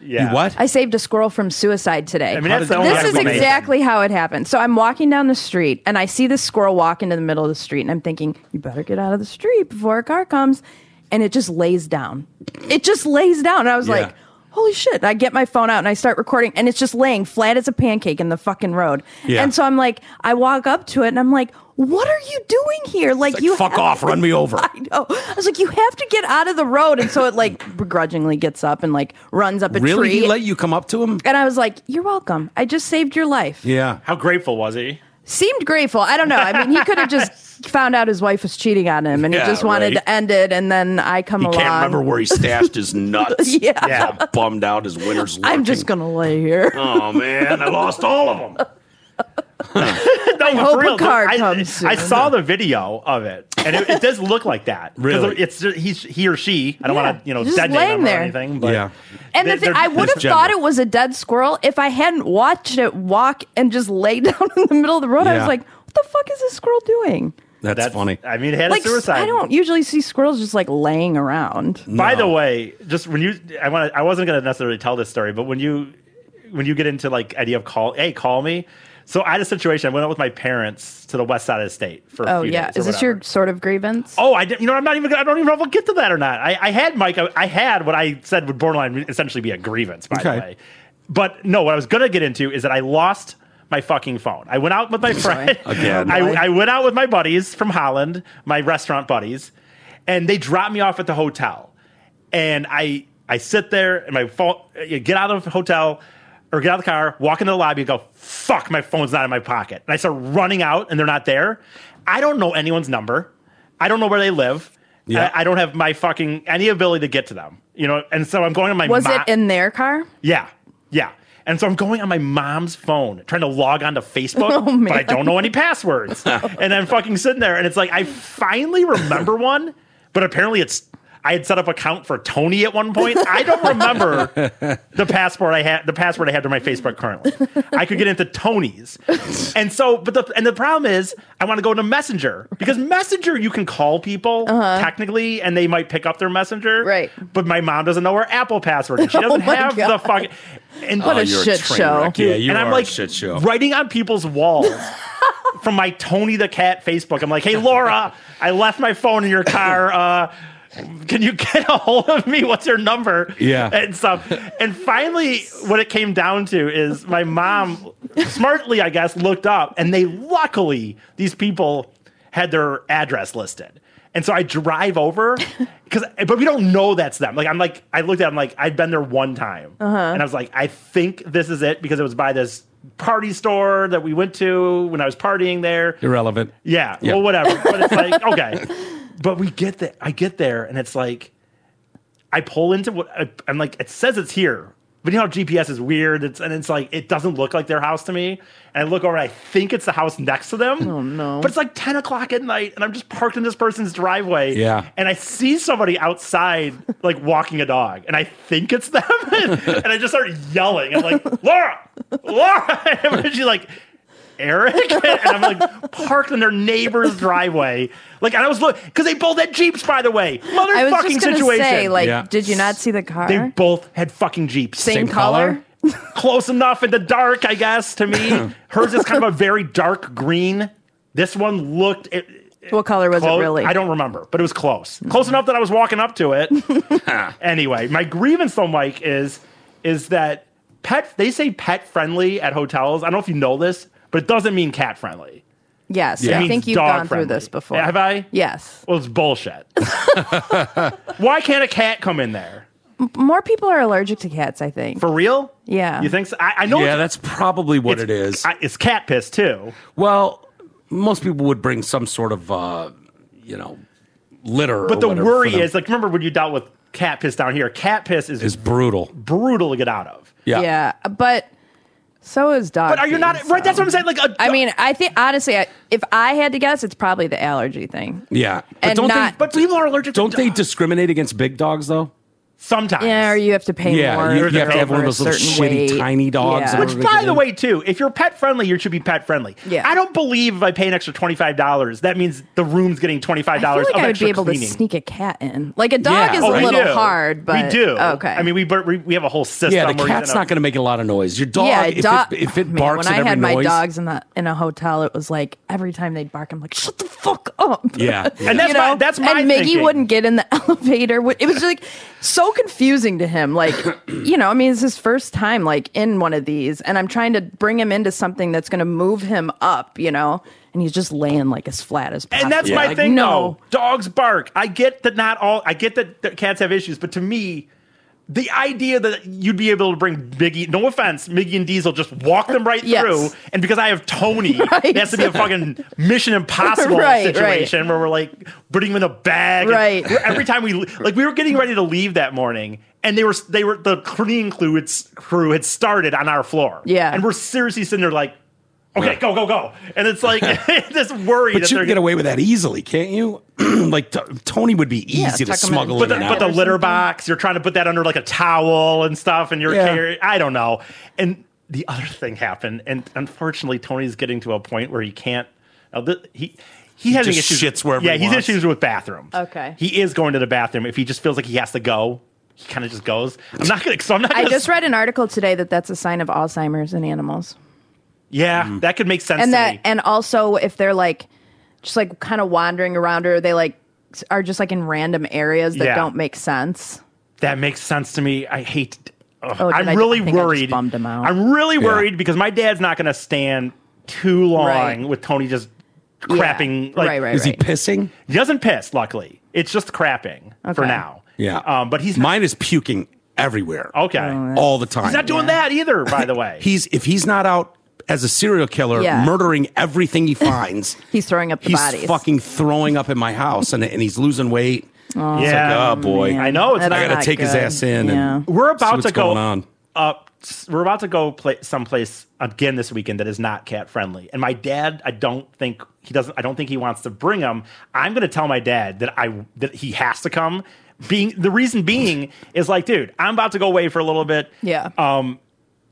[SPEAKER 2] Yeah.
[SPEAKER 4] You what?
[SPEAKER 3] I saved a squirrel from suicide today.
[SPEAKER 2] I mean,
[SPEAKER 4] How
[SPEAKER 2] that's
[SPEAKER 4] did
[SPEAKER 2] the
[SPEAKER 4] you-
[SPEAKER 2] only
[SPEAKER 4] This
[SPEAKER 2] way
[SPEAKER 3] this is
[SPEAKER 2] we made it.
[SPEAKER 3] exactly how it happened. So I'm walking down the street and I see this squirrel walk into the middle of the street and I'm thinking, you better get out of the street before a car comes. And it just lays down. It just lays down. And I was
[SPEAKER 4] Yeah.
[SPEAKER 3] like, holy shit. I get my phone out and I start recording and it's just laying flat as a pancake in the fucking road.
[SPEAKER 4] Yeah.
[SPEAKER 3] And so I'm like, I walk up to it and I'm like, what are you doing here? Like,
[SPEAKER 4] Like,
[SPEAKER 3] you
[SPEAKER 4] fuck
[SPEAKER 3] have-
[SPEAKER 4] off, run me over.
[SPEAKER 3] (laughs) I know. I was like, you have to get out of the road. And so it like (laughs) begrudgingly gets up and like runs up a
[SPEAKER 4] Really?
[SPEAKER 3] tree.
[SPEAKER 4] He let you come up to him?
[SPEAKER 3] and I was like, you're welcome. I just saved your life.
[SPEAKER 4] Yeah.
[SPEAKER 2] How grateful
[SPEAKER 3] (laughs)
[SPEAKER 2] was he?
[SPEAKER 3] Seemed grateful. I don't know. I mean, he could have just found out his wife was cheating on him and he
[SPEAKER 4] Yeah,
[SPEAKER 3] just wanted
[SPEAKER 4] right.
[SPEAKER 3] to end it. And then I come
[SPEAKER 4] He
[SPEAKER 3] along.
[SPEAKER 4] can't remember where he
[SPEAKER 3] (laughs)
[SPEAKER 4] stashed his nuts.
[SPEAKER 3] Yeah.
[SPEAKER 4] He's all bummed out. His winner's lurking.
[SPEAKER 3] I'm just going to lay here.
[SPEAKER 4] Oh man, I lost all of them.
[SPEAKER 2] No, I
[SPEAKER 3] hope a car
[SPEAKER 2] I,
[SPEAKER 3] comes
[SPEAKER 2] I
[SPEAKER 3] soon.
[SPEAKER 2] saw the video of it, and it, it does look like that. 'Cause
[SPEAKER 4] Really?
[SPEAKER 2] it's just- he's he or she. I don't
[SPEAKER 3] Yeah.
[SPEAKER 2] want to you know
[SPEAKER 3] Just
[SPEAKER 2] dead name
[SPEAKER 3] laying
[SPEAKER 2] them
[SPEAKER 3] there.
[SPEAKER 2] or anything, but
[SPEAKER 4] Yeah.
[SPEAKER 3] And the
[SPEAKER 2] They-
[SPEAKER 3] thing,
[SPEAKER 2] they're-
[SPEAKER 3] I (laughs) would have
[SPEAKER 4] it's
[SPEAKER 3] thought
[SPEAKER 4] gender.
[SPEAKER 3] it was a dead squirrel if I hadn't watched it walk and just lay (laughs) down in the middle of the road. I
[SPEAKER 4] Yeah.
[SPEAKER 3] was like, what the fuck is this squirrel doing?
[SPEAKER 4] That's, funny.
[SPEAKER 2] I mean, it had
[SPEAKER 3] Like,
[SPEAKER 2] a suicide.
[SPEAKER 3] I don't usually see squirrels just like laying around.
[SPEAKER 2] By
[SPEAKER 4] No.
[SPEAKER 2] the way, just when you, I want to, I wasn't going to necessarily tell this story, but when you, when you get into like idea of call, hey, call me. So I had a situation. I went out with my parents to the west side of the state for. a
[SPEAKER 3] Oh,
[SPEAKER 2] few
[SPEAKER 3] yeah.
[SPEAKER 2] days or
[SPEAKER 3] Is this
[SPEAKER 2] whatever.
[SPEAKER 3] your sort of grievance?
[SPEAKER 2] Oh, I didn't. You know, I'm not even. I don't even know if I'll get to that or not. I, I had Mike. I, I had what I said would borderline essentially be a grievance. By
[SPEAKER 4] Okay.
[SPEAKER 2] the way, but no, what I was gonna get into is that I lost my fucking phone. I went out with my friend
[SPEAKER 4] Again.
[SPEAKER 2] I, I went out with my buddies from Holland, my restaurant buddies, and they dropped me off at the hotel. And I I sit there and my phone. I Get out of the hotel. Or get out of the car, walk into the lobby, and go, fuck, my phone's not in my pocket. And I start running out and they're not there. I don't know anyone's number. I don't know where they live.
[SPEAKER 4] Yeah.
[SPEAKER 2] I, I don't have my fucking any ability to get to them. You know, and so I'm going on my
[SPEAKER 3] was
[SPEAKER 2] mo-
[SPEAKER 3] it in their car?
[SPEAKER 2] yeah, yeah. And so I'm going on my mom's phone, trying to log on
[SPEAKER 3] (laughs)
[SPEAKER 2] to Facebook,
[SPEAKER 3] Oh,
[SPEAKER 2] but I don't know any passwords. and I'm fucking sitting there, and it's like I finally remember one, but apparently it's I had set up account for Tony at one point. I don't remember
[SPEAKER 3] (laughs)
[SPEAKER 2] the passport I had, the password I had to my Facebook currently. I could get
[SPEAKER 3] (laughs)
[SPEAKER 2] into Tony's, and so, but the and the problem is I want to go to Messenger because Messenger you can call people technically, and they might pick up their Messenger,
[SPEAKER 3] Uh-huh. Right. Oh
[SPEAKER 2] But my mom doesn't know her Apple
[SPEAKER 3] (laughs)
[SPEAKER 2] password, and she doesn't
[SPEAKER 3] my
[SPEAKER 2] have
[SPEAKER 3] God.
[SPEAKER 2] the fucking. And
[SPEAKER 3] What a
[SPEAKER 4] Oh, you're
[SPEAKER 3] shit
[SPEAKER 4] train
[SPEAKER 3] show.
[SPEAKER 4] wreck. Yeah, you
[SPEAKER 2] and
[SPEAKER 4] are
[SPEAKER 2] I'm
[SPEAKER 4] a
[SPEAKER 2] like
[SPEAKER 4] shit show.
[SPEAKER 2] writing on people's walls (laughs) from my Tony the Cat Facebook. I'm like, hey Laura, I left my phone in your car. Uh, can you get a hold of me? What's your number?
[SPEAKER 4] Yeah.
[SPEAKER 2] and stuff. And finally, what it came down to is my mom, smartly I guess, looked up, and they luckily these people had their address listed. And so I drive over because, but we don't know that's them. Like I'm like I looked at, it, I'm like I've been there one time, and I was like I think this is it because it was by this party store that we went to when I was partying there.
[SPEAKER 4] Irrelevant.
[SPEAKER 2] Yeah,
[SPEAKER 4] Yeah.
[SPEAKER 2] well, whatever. But it's
[SPEAKER 4] (laughs)
[SPEAKER 2] like okay, but we get that. I get there, and it's like I pull into what I, I'm like. It says it's here, but you know how GPS is weird. It's and it's like it doesn't look like their house to me. And I look over, and I think it's the house next to them. Oh no! But it's like 10 o'clock at night, and I'm just parked in this person's driveway.
[SPEAKER 4] Yeah.
[SPEAKER 2] And I see somebody outside, like walking a dog, and I think it's them. (laughs) and I just start yelling. I'm like, Laura, Laura, (laughs) and she's like.
[SPEAKER 3] (laughs)
[SPEAKER 2] Eric, and I'm like parked in their neighbor's driveway. Like, and I was looking because they both had jeeps, by the way. Motherfucking
[SPEAKER 3] I was just going to
[SPEAKER 2] situation.
[SPEAKER 3] say, like,
[SPEAKER 4] Yeah.
[SPEAKER 3] did you not see the car?
[SPEAKER 2] they both had fucking jeeps.
[SPEAKER 3] Same,
[SPEAKER 4] same color?
[SPEAKER 3] color?
[SPEAKER 2] Close enough in the dark, I guess,
[SPEAKER 3] (clears throat)
[SPEAKER 2] to me. Hers is kind of a very dark green. This one looked. It,
[SPEAKER 3] What color was
[SPEAKER 2] close-
[SPEAKER 3] it really? Mm-hmm.
[SPEAKER 2] I don't remember, but it was close. Close enough that I was walking up
[SPEAKER 3] (laughs)
[SPEAKER 2] to it. (laughs) anyway, my grievance though, Mike, is is that pet they say pet friendly at hotels. I don't know if you know this, but it doesn't mean cat friendly.
[SPEAKER 3] Yes,
[SPEAKER 2] It
[SPEAKER 3] I
[SPEAKER 2] means
[SPEAKER 3] think you've
[SPEAKER 2] dog
[SPEAKER 3] gone
[SPEAKER 2] friendly.
[SPEAKER 3] through this before.
[SPEAKER 2] Have I?
[SPEAKER 3] Yes.
[SPEAKER 2] Well, it's bullshit. (laughs) Why can't a cat come in there?
[SPEAKER 3] More people are allergic to cats, I think.
[SPEAKER 2] For real?
[SPEAKER 3] Yeah.
[SPEAKER 2] You think so? I, I know.
[SPEAKER 4] Yeah,
[SPEAKER 2] it's-
[SPEAKER 4] that's probably what
[SPEAKER 2] it's,
[SPEAKER 4] it is.
[SPEAKER 2] I, it's cat piss too.
[SPEAKER 4] well, most people would bring some sort of, uh, you know, litter.
[SPEAKER 2] But the worry is, like, remember when you dealt with cat piss down here? Cat piss is,
[SPEAKER 4] is brutal.
[SPEAKER 2] brutal to get out of.
[SPEAKER 4] Yeah.
[SPEAKER 3] yeah, but so is dog.
[SPEAKER 2] But are you not
[SPEAKER 3] pee,
[SPEAKER 2] right? That's
[SPEAKER 3] so-
[SPEAKER 2] what I'm saying. Like, a,
[SPEAKER 3] I mean, I think honestly, I, if I had to guess, it's probably the allergy thing.
[SPEAKER 4] Yeah.
[SPEAKER 3] And
[SPEAKER 4] don't
[SPEAKER 3] not-
[SPEAKER 4] they,
[SPEAKER 2] but people are allergic.
[SPEAKER 4] don't
[SPEAKER 2] to
[SPEAKER 4] they
[SPEAKER 2] dogs.
[SPEAKER 4] discriminate against big dogs though?
[SPEAKER 2] sometimes?
[SPEAKER 3] Yeah, or you have to pay
[SPEAKER 4] Yeah,
[SPEAKER 3] more.
[SPEAKER 4] you-
[SPEAKER 3] if
[SPEAKER 4] you
[SPEAKER 3] they're
[SPEAKER 4] have to have
[SPEAKER 3] over
[SPEAKER 4] one of
[SPEAKER 3] a
[SPEAKER 4] those little
[SPEAKER 3] certain
[SPEAKER 4] shitty
[SPEAKER 3] weight.
[SPEAKER 4] tiny dogs
[SPEAKER 3] Yeah.
[SPEAKER 4] that
[SPEAKER 2] Which,
[SPEAKER 4] Everybody
[SPEAKER 2] by
[SPEAKER 4] get
[SPEAKER 2] the
[SPEAKER 4] in.
[SPEAKER 2] way, too, if you're pet friendly, you should be pet friendly.
[SPEAKER 3] Yeah.
[SPEAKER 2] I don't believe if I pay an extra twenty five dollars, that means the room's getting twenty five
[SPEAKER 3] I feel
[SPEAKER 2] dollars
[SPEAKER 3] like
[SPEAKER 2] of
[SPEAKER 3] I would
[SPEAKER 2] extra
[SPEAKER 3] be able
[SPEAKER 2] cleaning.
[SPEAKER 3] to sneak a cat in. Like a dog
[SPEAKER 4] Yeah.
[SPEAKER 3] is
[SPEAKER 4] Oh,
[SPEAKER 3] a
[SPEAKER 4] we
[SPEAKER 3] little
[SPEAKER 2] do.
[SPEAKER 3] hard, but
[SPEAKER 2] we do.
[SPEAKER 3] Okay,
[SPEAKER 2] I mean, we bur- we we have a whole system.
[SPEAKER 4] Yeah, the
[SPEAKER 2] where you
[SPEAKER 4] cat's
[SPEAKER 2] know-
[SPEAKER 4] not going to make a lot of noise. Your dog,
[SPEAKER 3] yeah,
[SPEAKER 4] if,
[SPEAKER 3] dog.
[SPEAKER 4] it, if
[SPEAKER 3] Oh,
[SPEAKER 4] it
[SPEAKER 3] man,
[SPEAKER 4] barks
[SPEAKER 3] when
[SPEAKER 4] at
[SPEAKER 3] I
[SPEAKER 4] every
[SPEAKER 3] had my
[SPEAKER 4] noise,
[SPEAKER 3] dogs in the in a hotel, it was like every time they'd bark, I'm like, shut the fuck up.
[SPEAKER 4] yeah,
[SPEAKER 2] And
[SPEAKER 3] (laughs)
[SPEAKER 2] that's
[SPEAKER 3] you know?
[SPEAKER 2] my that's my
[SPEAKER 3] and Miggy (laughs)
[SPEAKER 2] thinking.
[SPEAKER 3] wouldn't get in the elevator. It was like so confusing to him. Like, (clears throat) you know, I mean, it's his first time like in one of these, and I'm trying to bring him into something that's going to move him up, you know. And he's just laying like as flat as possible.
[SPEAKER 2] And that's my
[SPEAKER 3] Like,
[SPEAKER 2] thing.
[SPEAKER 3] No,
[SPEAKER 2] though. dogs bark. I get that not all. I get that, that cats have issues, but to me, the idea that you'd be able to bring Biggie, no offense, Miggy and Diesel, just walk them right
[SPEAKER 3] Yes.
[SPEAKER 2] through, and because I have Tony,
[SPEAKER 3] (laughs) Right.
[SPEAKER 2] it has to be a fucking Mission
[SPEAKER 3] (laughs)
[SPEAKER 2] Impossible
[SPEAKER 3] Right, right.
[SPEAKER 2] situation where we're like putting them in a bag. and
[SPEAKER 3] Right.
[SPEAKER 2] every time we like, we were getting ready to leave that morning. And they were they were the cleaning crew it's crew had started on our floor.
[SPEAKER 3] Yeah.
[SPEAKER 2] and we're seriously sitting there like, okay, go go go, and it's like (laughs) this worry
[SPEAKER 4] But
[SPEAKER 2] that
[SPEAKER 4] you
[SPEAKER 2] they're
[SPEAKER 4] can get away with that easily, can't you? (clears throat) like t- Tony would be easy
[SPEAKER 3] Yeah,
[SPEAKER 4] to
[SPEAKER 3] tuck 'em in.
[SPEAKER 4] smuggle
[SPEAKER 2] but
[SPEAKER 4] in.
[SPEAKER 2] the,
[SPEAKER 4] and
[SPEAKER 2] but the
[SPEAKER 4] out.
[SPEAKER 2] litter box you're trying to put that under like a towel and stuff and you're
[SPEAKER 4] Yeah.
[SPEAKER 2] carrying i don't know and the other thing happened and unfortunately tony's getting to a point where he can't now th- he he, has
[SPEAKER 4] just
[SPEAKER 2] issues
[SPEAKER 4] shits wherever
[SPEAKER 2] yeah
[SPEAKER 4] he
[SPEAKER 2] he's
[SPEAKER 4] wants.
[SPEAKER 2] issues with bathrooms
[SPEAKER 3] Okay.
[SPEAKER 2] he is going to the bathroom if he just feels like he has to go he kind of just goes i'm not gonna so i'm not
[SPEAKER 3] I
[SPEAKER 2] gonna
[SPEAKER 3] just read an article today that that's a sign of Alzheimer's in animals,
[SPEAKER 2] yeah that could make sense to
[SPEAKER 3] and that
[SPEAKER 2] me
[SPEAKER 3] and also if they're like just like kind of wandering around or they like s- are just like in random areas that
[SPEAKER 2] Yeah.
[SPEAKER 3] don't make sense.
[SPEAKER 2] That makes sense to me. I hate. ugh,
[SPEAKER 3] Oh, did
[SPEAKER 2] I'm
[SPEAKER 3] I- I
[SPEAKER 2] really
[SPEAKER 3] think I just
[SPEAKER 2] worried.
[SPEAKER 3] bummed him out.
[SPEAKER 2] I'm really worried because my dad's not going to stand too long
[SPEAKER 3] Right.
[SPEAKER 2] with Tony just crapping. Like,
[SPEAKER 3] right, right,
[SPEAKER 4] Is he
[SPEAKER 3] right.
[SPEAKER 4] pissing?
[SPEAKER 2] He doesn't piss. Luckily, it's just crapping for
[SPEAKER 3] Okay.
[SPEAKER 2] now.
[SPEAKER 4] Yeah.
[SPEAKER 2] Um, but he's
[SPEAKER 4] Mine is puking everywhere.
[SPEAKER 2] okay.
[SPEAKER 4] All the time.
[SPEAKER 2] he's not doing
[SPEAKER 3] Yeah.
[SPEAKER 2] that either.
[SPEAKER 4] (laughs)
[SPEAKER 2] By the way,
[SPEAKER 4] He's if he's not out as a serial killer
[SPEAKER 3] Yeah.
[SPEAKER 4] murdering
[SPEAKER 3] (laughs)
[SPEAKER 4] everything he finds,
[SPEAKER 3] He's throwing up the
[SPEAKER 4] he's
[SPEAKER 3] bodies.
[SPEAKER 4] fucking throwing up in my house and, and he's losing weight.
[SPEAKER 2] yeah.
[SPEAKER 4] oh boy.
[SPEAKER 2] I know it's.
[SPEAKER 3] That's
[SPEAKER 2] Not,
[SPEAKER 4] I gotta
[SPEAKER 3] not
[SPEAKER 4] take his
[SPEAKER 3] good.
[SPEAKER 4] ass in
[SPEAKER 3] Yeah.
[SPEAKER 4] and
[SPEAKER 2] we're
[SPEAKER 4] see
[SPEAKER 2] about
[SPEAKER 4] what's
[SPEAKER 2] to go
[SPEAKER 4] going on.
[SPEAKER 2] up. We're about to go play someplace again this weekend that is not cat friendly. And my dad, I don't think he doesn't. I don't think he wants to bring him. I'm going to tell my dad that I that he has to come. Being the reason
[SPEAKER 4] (laughs)
[SPEAKER 2] being is like, dude, I'm about to go away for a little bit.
[SPEAKER 3] Yeah.
[SPEAKER 2] Um,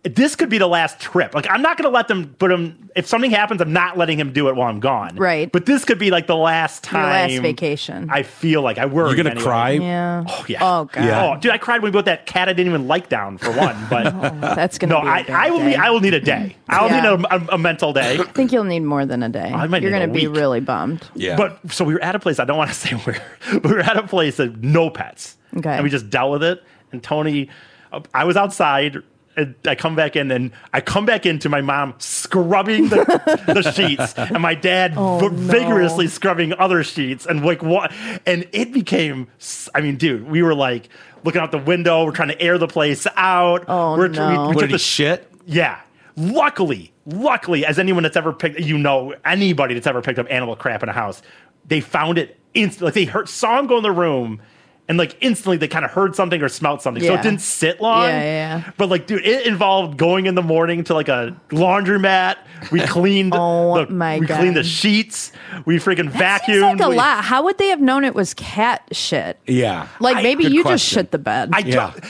[SPEAKER 2] this could be the last trip. Like, I'm not going to let them put him. If something happens, I'm not letting him do it while I'm gone.
[SPEAKER 3] Right.
[SPEAKER 2] But this could be like the last time.
[SPEAKER 3] Your last vacation.
[SPEAKER 2] I feel like I worry.
[SPEAKER 4] You're gonna
[SPEAKER 2] anyway.
[SPEAKER 4] cry?
[SPEAKER 3] yeah.
[SPEAKER 2] Oh yeah.
[SPEAKER 3] Oh god.
[SPEAKER 2] Oh, dude, I cried when we put that cat I didn't even like down for one.
[SPEAKER 3] (laughs)
[SPEAKER 2] But
[SPEAKER 3] That's gonna.
[SPEAKER 2] no,
[SPEAKER 3] be a
[SPEAKER 2] I,
[SPEAKER 3] bad
[SPEAKER 2] I will
[SPEAKER 3] day.
[SPEAKER 2] need I will need a day. I'll
[SPEAKER 3] Yeah.
[SPEAKER 2] need a, a, a mental day.
[SPEAKER 3] I think you'll need more than a day.
[SPEAKER 2] I might
[SPEAKER 3] You're
[SPEAKER 2] need a
[SPEAKER 3] gonna be
[SPEAKER 2] week.
[SPEAKER 3] really bummed.
[SPEAKER 4] Yeah.
[SPEAKER 2] But so we were at a place. I don't want to (laughs) say where. But we were at a place that no pets.
[SPEAKER 3] Okay.
[SPEAKER 2] And we just dealt with it. And Tony, uh, I was outside. And I come back in, and I come back into my mom scrubbing the,
[SPEAKER 3] (laughs)
[SPEAKER 2] the sheets, and my dad
[SPEAKER 3] Oh,
[SPEAKER 2] v-
[SPEAKER 3] no.
[SPEAKER 2] vigorously scrubbing other sheets, and like what? And it became, s- I mean, dude, we were like looking out the window, we're trying to air the place out.
[SPEAKER 3] Oh,
[SPEAKER 2] we're,
[SPEAKER 3] no.
[SPEAKER 4] what
[SPEAKER 2] took
[SPEAKER 4] did he
[SPEAKER 2] the
[SPEAKER 4] shit?
[SPEAKER 2] yeah. Luckily, luckily, as anyone that's ever picked, you know, anybody that's ever picked up animal crap in a house, they found it instantly. Like they heard, saw him go in the room, and like instantly they kind of heard something or smelled something. So
[SPEAKER 3] Yeah.
[SPEAKER 2] it didn't sit long.
[SPEAKER 3] Yeah, yeah, yeah.
[SPEAKER 2] But like, dude, it involved going in the morning to like a laundromat.
[SPEAKER 3] (laughs)
[SPEAKER 2] We cleaned.
[SPEAKER 3] Oh,
[SPEAKER 2] the,
[SPEAKER 3] my
[SPEAKER 2] We cleaned the
[SPEAKER 3] God.
[SPEAKER 2] sheets. We freaking
[SPEAKER 3] That
[SPEAKER 2] vacuumed.
[SPEAKER 3] seems like a
[SPEAKER 2] we-
[SPEAKER 3] lot. How would they have known it was cat shit?
[SPEAKER 4] Yeah.
[SPEAKER 3] Like
[SPEAKER 2] I-
[SPEAKER 3] maybe
[SPEAKER 4] good
[SPEAKER 3] you just
[SPEAKER 4] question.
[SPEAKER 3] shit the bed. (laughs)
[SPEAKER 2] I
[SPEAKER 4] Yeah.
[SPEAKER 2] don't.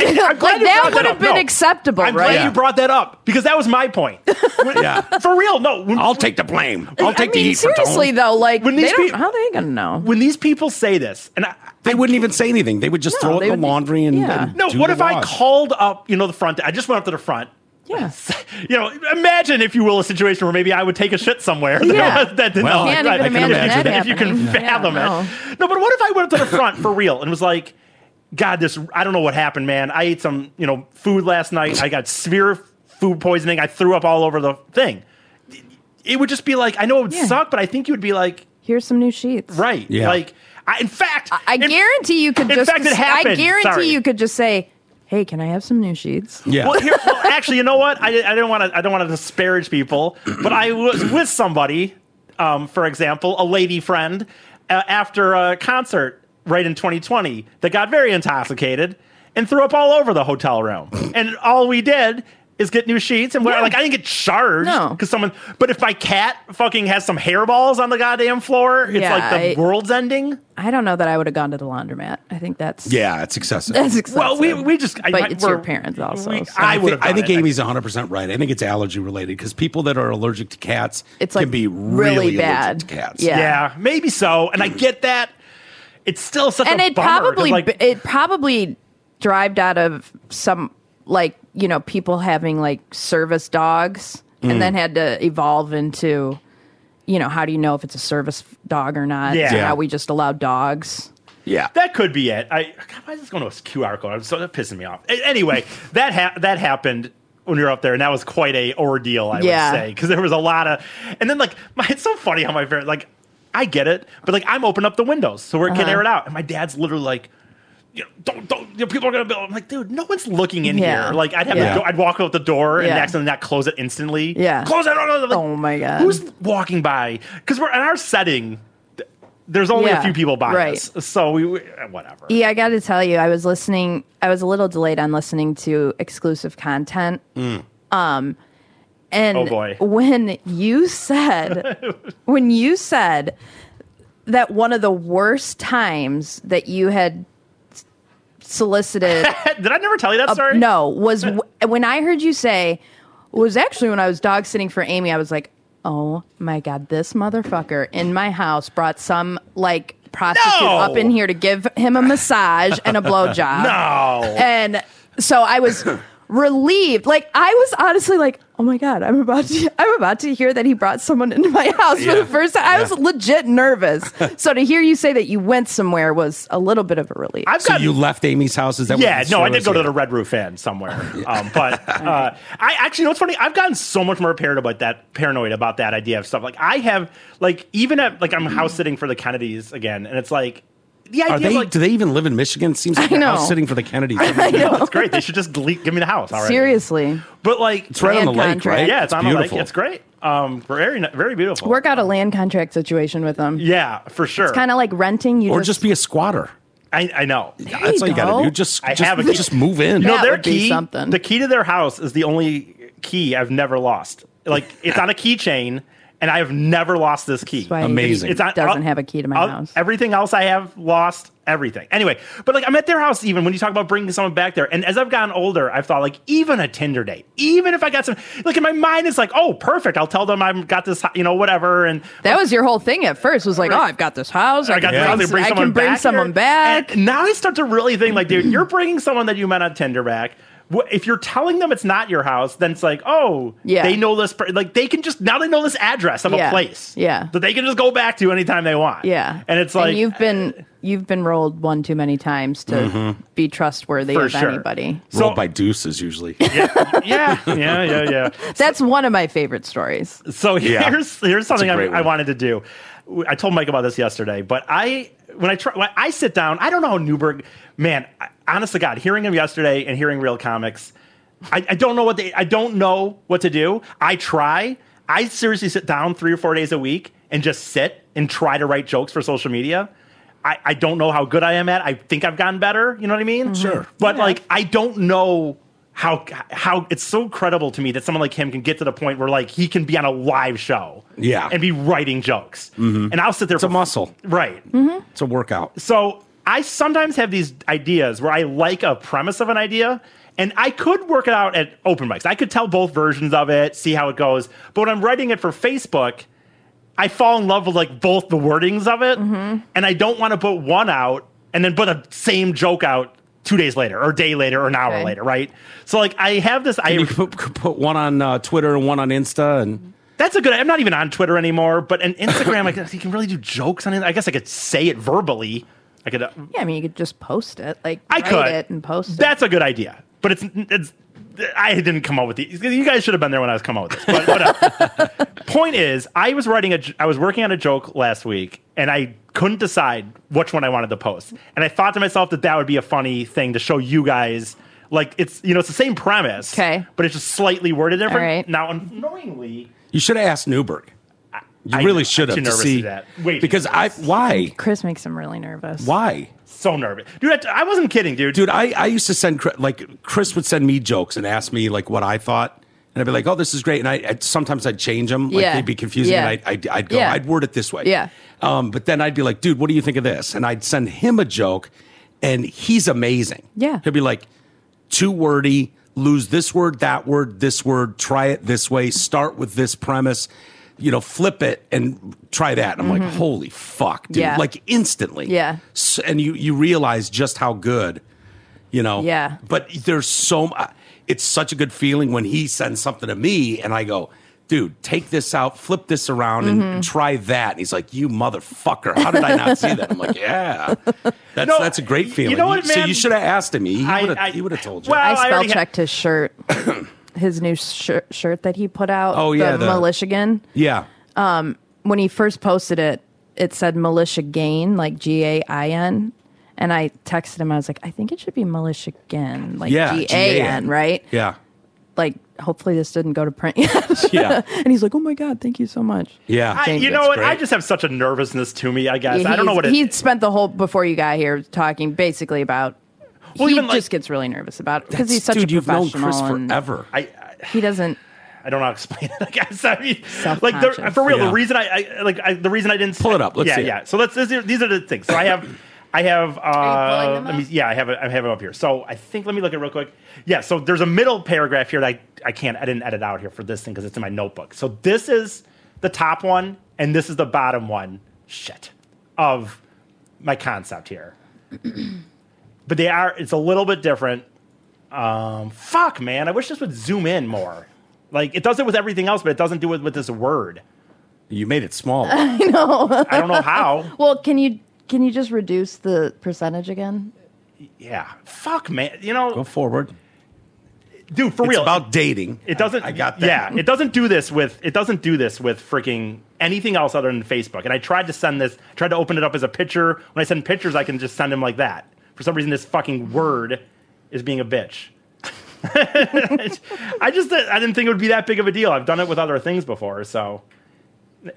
[SPEAKER 2] And I'm glad
[SPEAKER 3] Like,
[SPEAKER 2] you
[SPEAKER 3] that
[SPEAKER 2] brought
[SPEAKER 3] would have
[SPEAKER 2] up.
[SPEAKER 3] been acceptable,
[SPEAKER 2] I'm
[SPEAKER 3] right?
[SPEAKER 2] glad
[SPEAKER 4] Yeah.
[SPEAKER 2] you brought that up because that was my point. When-
[SPEAKER 4] (laughs) Yeah.
[SPEAKER 2] For real, no. when-
[SPEAKER 4] I'll take the blame. I'll take
[SPEAKER 3] I
[SPEAKER 4] the
[SPEAKER 3] mean,
[SPEAKER 4] heat for
[SPEAKER 3] seriously
[SPEAKER 4] Tony.
[SPEAKER 3] though, like
[SPEAKER 2] When
[SPEAKER 3] they
[SPEAKER 2] these
[SPEAKER 3] don't,
[SPEAKER 2] peo-
[SPEAKER 3] how they gonna know?
[SPEAKER 2] when these people say this, and I,
[SPEAKER 4] They wouldn't even say anything. They would just
[SPEAKER 3] No,
[SPEAKER 4] throw it
[SPEAKER 3] they
[SPEAKER 4] in
[SPEAKER 3] would
[SPEAKER 4] the
[SPEAKER 3] be-
[SPEAKER 4] laundry and,
[SPEAKER 3] yeah.
[SPEAKER 4] and
[SPEAKER 2] no,
[SPEAKER 4] do
[SPEAKER 2] what
[SPEAKER 4] the
[SPEAKER 2] if I
[SPEAKER 4] wash.
[SPEAKER 2] called up, you know, the front? I just went up to the front.
[SPEAKER 3] Yeah.
[SPEAKER 2] (laughs) You know, imagine if you will a situation where maybe I would take a shit somewhere. (laughs)
[SPEAKER 3] Yeah.
[SPEAKER 2] that did
[SPEAKER 4] Well,
[SPEAKER 2] not
[SPEAKER 4] I
[SPEAKER 2] happen.
[SPEAKER 4] can't even
[SPEAKER 2] if you
[SPEAKER 4] imagine
[SPEAKER 2] can-
[SPEAKER 3] that
[SPEAKER 2] if you can
[SPEAKER 3] happening. Yeah,
[SPEAKER 2] fathom
[SPEAKER 3] no.
[SPEAKER 2] it. No, but what if I went up to the front for real and was like, God, this I don't know what happened, man. I ate some, you know, food last night. I got severe food poisoning. I threw up all over the thing. It would just be like, I know it would
[SPEAKER 3] Yeah.
[SPEAKER 2] suck, but I think you would be like,
[SPEAKER 3] Here's some new sheets.
[SPEAKER 2] right.
[SPEAKER 4] Yeah.
[SPEAKER 2] Like I, in fact
[SPEAKER 3] I
[SPEAKER 2] in-
[SPEAKER 3] guarantee you could
[SPEAKER 2] in
[SPEAKER 3] just
[SPEAKER 2] fact, it happened.
[SPEAKER 3] I guarantee
[SPEAKER 2] Sorry.
[SPEAKER 3] you could just say, Hey, can I have some new sheets?
[SPEAKER 4] Yeah.
[SPEAKER 2] Well, here, well, actually, you know what? I, I didn't want to. I don't want to disparage people, but I was with somebody, um, for example, a lady friend, uh, after a concert right in 2020 that got very intoxicated and threw up all over the hotel room. and all we did is get new sheets and we're
[SPEAKER 3] Yeah.
[SPEAKER 2] like, I didn't get charged
[SPEAKER 3] No.
[SPEAKER 2] because someone. But if my cat fucking has some hairballs on the goddamn floor, it's
[SPEAKER 3] Yeah,
[SPEAKER 2] like the
[SPEAKER 3] I-
[SPEAKER 2] world's ending.
[SPEAKER 3] I don't know that I would have gone to the laundromat. I think that's
[SPEAKER 4] yeah, it's
[SPEAKER 3] (laughs)
[SPEAKER 4] excessive.
[SPEAKER 3] that's excessive.
[SPEAKER 2] Well, we we just I,
[SPEAKER 3] but
[SPEAKER 2] my-
[SPEAKER 3] it's your
[SPEAKER 2] we're-
[SPEAKER 3] parents also.
[SPEAKER 2] we-
[SPEAKER 3] so.
[SPEAKER 2] I
[SPEAKER 4] I
[SPEAKER 2] would.
[SPEAKER 4] think,
[SPEAKER 2] have
[SPEAKER 4] I
[SPEAKER 2] done it.
[SPEAKER 4] think Amy's 100% right. I think it's allergy related because people that are allergic to cats
[SPEAKER 3] It's,
[SPEAKER 4] can
[SPEAKER 3] like,
[SPEAKER 4] be
[SPEAKER 3] really
[SPEAKER 4] really,
[SPEAKER 3] bad.
[SPEAKER 4] allergic to cats.
[SPEAKER 3] Yeah.
[SPEAKER 2] Yeah, maybe so. And I get that. It's still such
[SPEAKER 3] and
[SPEAKER 2] a
[SPEAKER 3] it
[SPEAKER 2] bummer, 'cause,
[SPEAKER 3] probably
[SPEAKER 2] like,
[SPEAKER 3] it probably derived out of some like you know people having like service dogs
[SPEAKER 4] Mm.
[SPEAKER 3] and then had to evolve into you know how do you know if it's a service dog or not
[SPEAKER 2] Yeah.
[SPEAKER 3] so
[SPEAKER 2] Yeah.
[SPEAKER 3] now we just allow dogs
[SPEAKER 4] Yeah.
[SPEAKER 2] that could be it. I God, why is this going to a QR code? I'm so that pissing me off. A- Anyway, (laughs) that ha- that happened when we were up there, and that was quite a ordeal. I
[SPEAKER 3] Yeah.
[SPEAKER 2] would say because there was a lot of, and then like my, it's so funny how my parents like I get it, but like I'm open up the windows so where it can
[SPEAKER 3] Uh-huh.
[SPEAKER 2] air it out, and my dad's literally like. You know, don't don't. You know, people are gonna build. I'm like, dude, no one's looking in
[SPEAKER 3] Yeah.
[SPEAKER 2] here. Like, I'd have
[SPEAKER 3] Yeah.
[SPEAKER 2] to go, I'd walk out the door and
[SPEAKER 3] Yeah.
[SPEAKER 2] accidentally not close it instantly.
[SPEAKER 3] Yeah.
[SPEAKER 2] close it. Like,
[SPEAKER 3] Oh my God.
[SPEAKER 2] who's walking by? Because we're in our setting. th- There's only
[SPEAKER 3] Yeah.
[SPEAKER 2] a few people by
[SPEAKER 3] Right.
[SPEAKER 2] us, so we, we whatever.
[SPEAKER 3] Yeah, I got to tell you, I was listening. I was a little delayed on listening to exclusive content. Um, and
[SPEAKER 2] Mm. Oh, boy.
[SPEAKER 3] when you
[SPEAKER 2] (laughs)
[SPEAKER 3] said, when you said that one of the worst times that you had s- solicited,
[SPEAKER 2] Did I never tell you that story?
[SPEAKER 3] Uh, no, was w- when I heard you say was actually when I was dog sitting for Amy. I was like, oh my god, this motherfucker in my house brought some like prostitute
[SPEAKER 2] No!
[SPEAKER 3] up in here to give him a massage and a blowjob.
[SPEAKER 2] No.
[SPEAKER 3] And so I was relieved. Like I was honestly like, oh my god, I'm about to (laughs) I'm about to hear that he brought someone into my house for
[SPEAKER 4] Yeah.
[SPEAKER 3] the first time. I was
[SPEAKER 4] Yeah.
[SPEAKER 3] legit nervous. so to hear you say that you went somewhere was a little bit of a relief.
[SPEAKER 2] I've
[SPEAKER 4] So
[SPEAKER 2] got
[SPEAKER 4] you left Amy's house? Is that what
[SPEAKER 2] Yeah,
[SPEAKER 4] the
[SPEAKER 2] no, I
[SPEAKER 4] story
[SPEAKER 2] did
[SPEAKER 4] was?
[SPEAKER 2] go to
[SPEAKER 4] Yeah.
[SPEAKER 2] the Red Roof Inn somewhere.
[SPEAKER 4] (laughs)
[SPEAKER 2] Um,
[SPEAKER 3] (laughs)
[SPEAKER 2] but uh, I actually, you know what's funny? I've gotten so much more paranoid about that, paranoid about that idea of stuff. Like I have, like even at like I'm house sitting for the Kennedys again, and it's like the idea
[SPEAKER 4] Are
[SPEAKER 2] of
[SPEAKER 4] they?
[SPEAKER 2] like
[SPEAKER 4] do they even live in Michigan? Seems like
[SPEAKER 3] I
[SPEAKER 4] they're house
[SPEAKER 3] know.
[SPEAKER 4] sitting for the (laughs) Kennedys.
[SPEAKER 2] I know, it's great. They should just le- give me the house already.
[SPEAKER 3] Seriously.
[SPEAKER 2] but like
[SPEAKER 4] It's right on the
[SPEAKER 3] Land
[SPEAKER 4] lake,
[SPEAKER 3] contract.
[SPEAKER 4] right?
[SPEAKER 2] yeah, it's, on
[SPEAKER 4] beautiful.
[SPEAKER 2] the lake. It's great. Um, very ni- very beautiful.
[SPEAKER 3] Work out a land contract situation with them.
[SPEAKER 2] yeah, for sure.
[SPEAKER 3] Kind of like renting you
[SPEAKER 4] Or just be a squatter.
[SPEAKER 2] I, I know.
[SPEAKER 4] That's
[SPEAKER 3] you
[SPEAKER 4] all you got
[SPEAKER 3] go.
[SPEAKER 4] to do. Just,
[SPEAKER 2] I
[SPEAKER 4] just,
[SPEAKER 2] have a-
[SPEAKER 4] just move in.
[SPEAKER 2] You know,
[SPEAKER 3] That
[SPEAKER 2] their
[SPEAKER 3] would be
[SPEAKER 2] key,
[SPEAKER 3] something.
[SPEAKER 2] the key to their house is the only key I've never lost. Like it's on a keychain, and I have never lost this key.
[SPEAKER 3] why
[SPEAKER 4] Amazing.
[SPEAKER 2] It's on,
[SPEAKER 3] doesn't
[SPEAKER 2] I'll-
[SPEAKER 3] have a key to my
[SPEAKER 2] I'll-
[SPEAKER 3] house.
[SPEAKER 2] Everything else I have lost, everything. Anyway, but like I'm at their house even when you talk about bringing someone back there. And as I've gotten older, I've thought like even a Tinder date, even if I got some, like in my mind it's like, oh, perfect. I'll tell them I've got this, you know, whatever. And
[SPEAKER 3] That was your whole thing at first. Was like, oh, I've got this house.
[SPEAKER 2] I got
[SPEAKER 4] Yeah.
[SPEAKER 2] yeah.
[SPEAKER 3] can,
[SPEAKER 2] to bring
[SPEAKER 3] I
[SPEAKER 2] someone
[SPEAKER 3] can bring
[SPEAKER 2] back
[SPEAKER 3] someone
[SPEAKER 2] here.
[SPEAKER 3] back.
[SPEAKER 2] And now I start to really think like, dude, you're bringing someone that you met on Tinder back. Wh- If you're telling them it's not your house, then it's like, oh,
[SPEAKER 3] Yeah.
[SPEAKER 2] they know this. per- Like they can just now they know this address of
[SPEAKER 3] Yeah.
[SPEAKER 2] a place,
[SPEAKER 3] Yeah.
[SPEAKER 2] that they can just go back to anytime they want.
[SPEAKER 3] Yeah,
[SPEAKER 2] and it's like
[SPEAKER 3] you've been you've been rolled one too many times to be trustworthy
[SPEAKER 2] Mm-hmm. For
[SPEAKER 3] of
[SPEAKER 2] sure.
[SPEAKER 3] anybody.
[SPEAKER 2] so-
[SPEAKER 4] Rolled by deuces usually. (laughs)
[SPEAKER 2] yeah, yeah, yeah, yeah, yeah.
[SPEAKER 3] That's one of my favorite stories.
[SPEAKER 2] So
[SPEAKER 4] Yeah.
[SPEAKER 2] here's here's something I,
[SPEAKER 4] great
[SPEAKER 2] I
[SPEAKER 4] one.
[SPEAKER 2] wanted to do. I told Mike about this yesterday, but I when I try when I sit down, I don't know how Newberg. Man, I, honest to God, hearing him yesterday and hearing real comics, I, I don't know what they. I don't know what to do. I try. I seriously sit down three or four days a week and just sit and try to write jokes for social media. I, I don't know how good I am at. I think I've gotten better. You know what I mean?
[SPEAKER 4] Sure.
[SPEAKER 2] But like, I don't know how how it's so credible to me that someone like him can get to the point where like he can be on a live show,
[SPEAKER 4] Yeah. Mm-hmm.
[SPEAKER 2] and be writing jokes. And I'll sit there.
[SPEAKER 4] It's a muscle.
[SPEAKER 2] right?
[SPEAKER 4] It's a workout.
[SPEAKER 2] So I sometimes have these ideas where I like a premise of an idea. And I could work it out at open mics. I could tell both versions of it, see how it goes. But when I'm writing it for Facebook, I fall in love with like both the wordings of it, and I don't want to put one out and then put the same joke out two days later, or a day later, or an hour
[SPEAKER 3] Okay.
[SPEAKER 2] later, right? So like I have this. I
[SPEAKER 4] You could put, could put one on uh, Twitter and one on Insta, and
[SPEAKER 2] that's a good. I'm not even on Twitter anymore, but an Instagram, I guess you can really do jokes on it. I guess I could say it verbally. I could. uh,
[SPEAKER 3] Yeah, I mean, you could just post it, like
[SPEAKER 2] I
[SPEAKER 3] write
[SPEAKER 2] could
[SPEAKER 3] it and post it.
[SPEAKER 2] That's a good idea, but it's it's. I didn't come up with these. You guys should have been there when I was coming up with this. But whatever. (laughs) Point is, I was writing a. j- I was working on a joke last week, and I couldn't decide which one I wanted to post. And I thought to myself that that would be a funny thing to show you guys. Like it's you know it's the same premise,
[SPEAKER 3] Okay.
[SPEAKER 2] but it's just slightly worded different.
[SPEAKER 3] right.
[SPEAKER 2] Now, unknowingly,
[SPEAKER 4] you should have asked Newberg. You
[SPEAKER 2] I-
[SPEAKER 4] really
[SPEAKER 2] I'm
[SPEAKER 4] should
[SPEAKER 2] too
[SPEAKER 4] have to
[SPEAKER 2] nervous to
[SPEAKER 4] see
[SPEAKER 2] do that. Wait.
[SPEAKER 4] because I why
[SPEAKER 3] Chris makes him really nervous.
[SPEAKER 4] why
[SPEAKER 2] so nervous, dude. I, I wasn't kidding, dude.
[SPEAKER 4] dude I I used to send Chri- like Chris would send me jokes and ask me like what I thought. And I'd be like, "Oh, this is great," and I I'd, sometimes I'd change them. Like
[SPEAKER 3] Yeah.
[SPEAKER 4] they'd be confusing,
[SPEAKER 3] Yeah.
[SPEAKER 4] and I'd, I'd, I'd go,
[SPEAKER 3] Yeah.
[SPEAKER 4] "I'd word it this way."
[SPEAKER 3] Yeah.
[SPEAKER 4] Um, but then I'd be like, "Dude, what do you think of this?" And I'd send him a joke, and he's amazing.
[SPEAKER 3] Yeah.
[SPEAKER 4] He'd be like, too wordy. Lose this word, that word, this word. Try it this way. Start with this premise. You know, flip it and try that. And I'm like, holy fuck, dude!
[SPEAKER 3] Mm-hmm. Yeah.
[SPEAKER 4] Like instantly.
[SPEAKER 3] Yeah.
[SPEAKER 4] S- and you you realize just how good, you know.
[SPEAKER 3] Yeah.
[SPEAKER 4] But there's so mu- it's such a good feeling when he sends something to me and I go, dude, take this out, flip this around, and,
[SPEAKER 2] Mm-hmm.
[SPEAKER 4] and try that. And he's like, you motherfucker, how did I not see that? I'm
[SPEAKER 2] (laughs)
[SPEAKER 4] like, yeah, that's
[SPEAKER 2] No,
[SPEAKER 4] that's a great
[SPEAKER 2] you
[SPEAKER 4] feeling.
[SPEAKER 2] know what,
[SPEAKER 4] So
[SPEAKER 2] man?
[SPEAKER 4] you should have asked him. He
[SPEAKER 2] I-
[SPEAKER 4] would
[SPEAKER 2] I-
[SPEAKER 4] have he would have told you.
[SPEAKER 2] well-
[SPEAKER 3] I
[SPEAKER 2] I
[SPEAKER 3] spell
[SPEAKER 2] already ha-
[SPEAKER 3] checked his
[SPEAKER 2] (coughs)
[SPEAKER 3] shirt, his new shir- shirt that he put out.
[SPEAKER 4] Oh, yeah,
[SPEAKER 3] the,
[SPEAKER 4] the-
[SPEAKER 3] Michigan.
[SPEAKER 4] yeah,
[SPEAKER 3] When he first posted it, it said militia gain, like G A I N. And I texted him. I was like, I think it should be militia gain, like
[SPEAKER 4] Yeah,
[SPEAKER 3] G A N,
[SPEAKER 4] G-A-N.
[SPEAKER 3] right?
[SPEAKER 2] (laughs)
[SPEAKER 4] yeah,
[SPEAKER 3] Like, hopefully this didn't go to print yet. (laughs)
[SPEAKER 4] Yeah.
[SPEAKER 3] and he's like, Oh my god, thank you so much.
[SPEAKER 4] yeah.
[SPEAKER 2] I, you
[SPEAKER 3] That's
[SPEAKER 2] know what? I
[SPEAKER 4] great.
[SPEAKER 2] just have such a nervousness to me. I guess
[SPEAKER 3] Yeah,
[SPEAKER 2] I don't know
[SPEAKER 3] he's-
[SPEAKER 2] what it.
[SPEAKER 3] he spent the whole before you got here talking basically about.
[SPEAKER 2] Well,
[SPEAKER 3] he
[SPEAKER 2] even, like-
[SPEAKER 3] just gets really nervous about it because
[SPEAKER 4] That's-
[SPEAKER 3] he's such
[SPEAKER 4] dude,
[SPEAKER 3] a
[SPEAKER 4] you've known
[SPEAKER 3] professional.
[SPEAKER 4] Chris
[SPEAKER 3] and
[SPEAKER 4] forever.
[SPEAKER 2] I, I
[SPEAKER 3] He doesn't.
[SPEAKER 2] I don't know how to explain (laughs) it. I guess I mean, like the,
[SPEAKER 3] Self-conscious.
[SPEAKER 2] for real,
[SPEAKER 4] Yeah.
[SPEAKER 2] the reason I, I like I, the reason I didn't
[SPEAKER 4] Pull it up. Let's
[SPEAKER 2] yeah,
[SPEAKER 4] see it.
[SPEAKER 2] yeah. So let's these are, these are the things. So I have, I have. Uh,
[SPEAKER 3] Are you pulling them
[SPEAKER 2] let me-
[SPEAKER 3] up?
[SPEAKER 2] yeah, I have it. I have it up here. So I think let me look at it real quick. Yeah. So there's a middle paragraph here that I, I can't I didn't edit out here for this thing because it's in my notebook. So this is the top one and this is the bottom one. Shit, of my concept here. (clears throat) but they are. It's a little bit different. Um, fuck, man. I wish this would zoom in more. Like it does it with everything else, but it doesn't do it with this word.
[SPEAKER 4] you made it small.
[SPEAKER 2] (laughs) I don't know
[SPEAKER 3] (laughs)
[SPEAKER 2] how.
[SPEAKER 3] Well, can you can you just reduce the percentage again?
[SPEAKER 2] Yeah. Fuck, man. You
[SPEAKER 4] Go
[SPEAKER 2] know,
[SPEAKER 4] forward.
[SPEAKER 2] dude, for
[SPEAKER 4] It's
[SPEAKER 2] real.
[SPEAKER 4] about dating.
[SPEAKER 2] it doesn't.
[SPEAKER 4] I, I got that.
[SPEAKER 2] Yeah, it doesn't do this with. It doesn't do this with freaking anything else other than Facebook. And I tried to send this. Tried to open it up as a picture. When I send pictures, I can just send them like that. For some reason, this fucking word is being a bitch. (laughs) I just I didn't think it would be that big of a deal. I've done it with other things before, so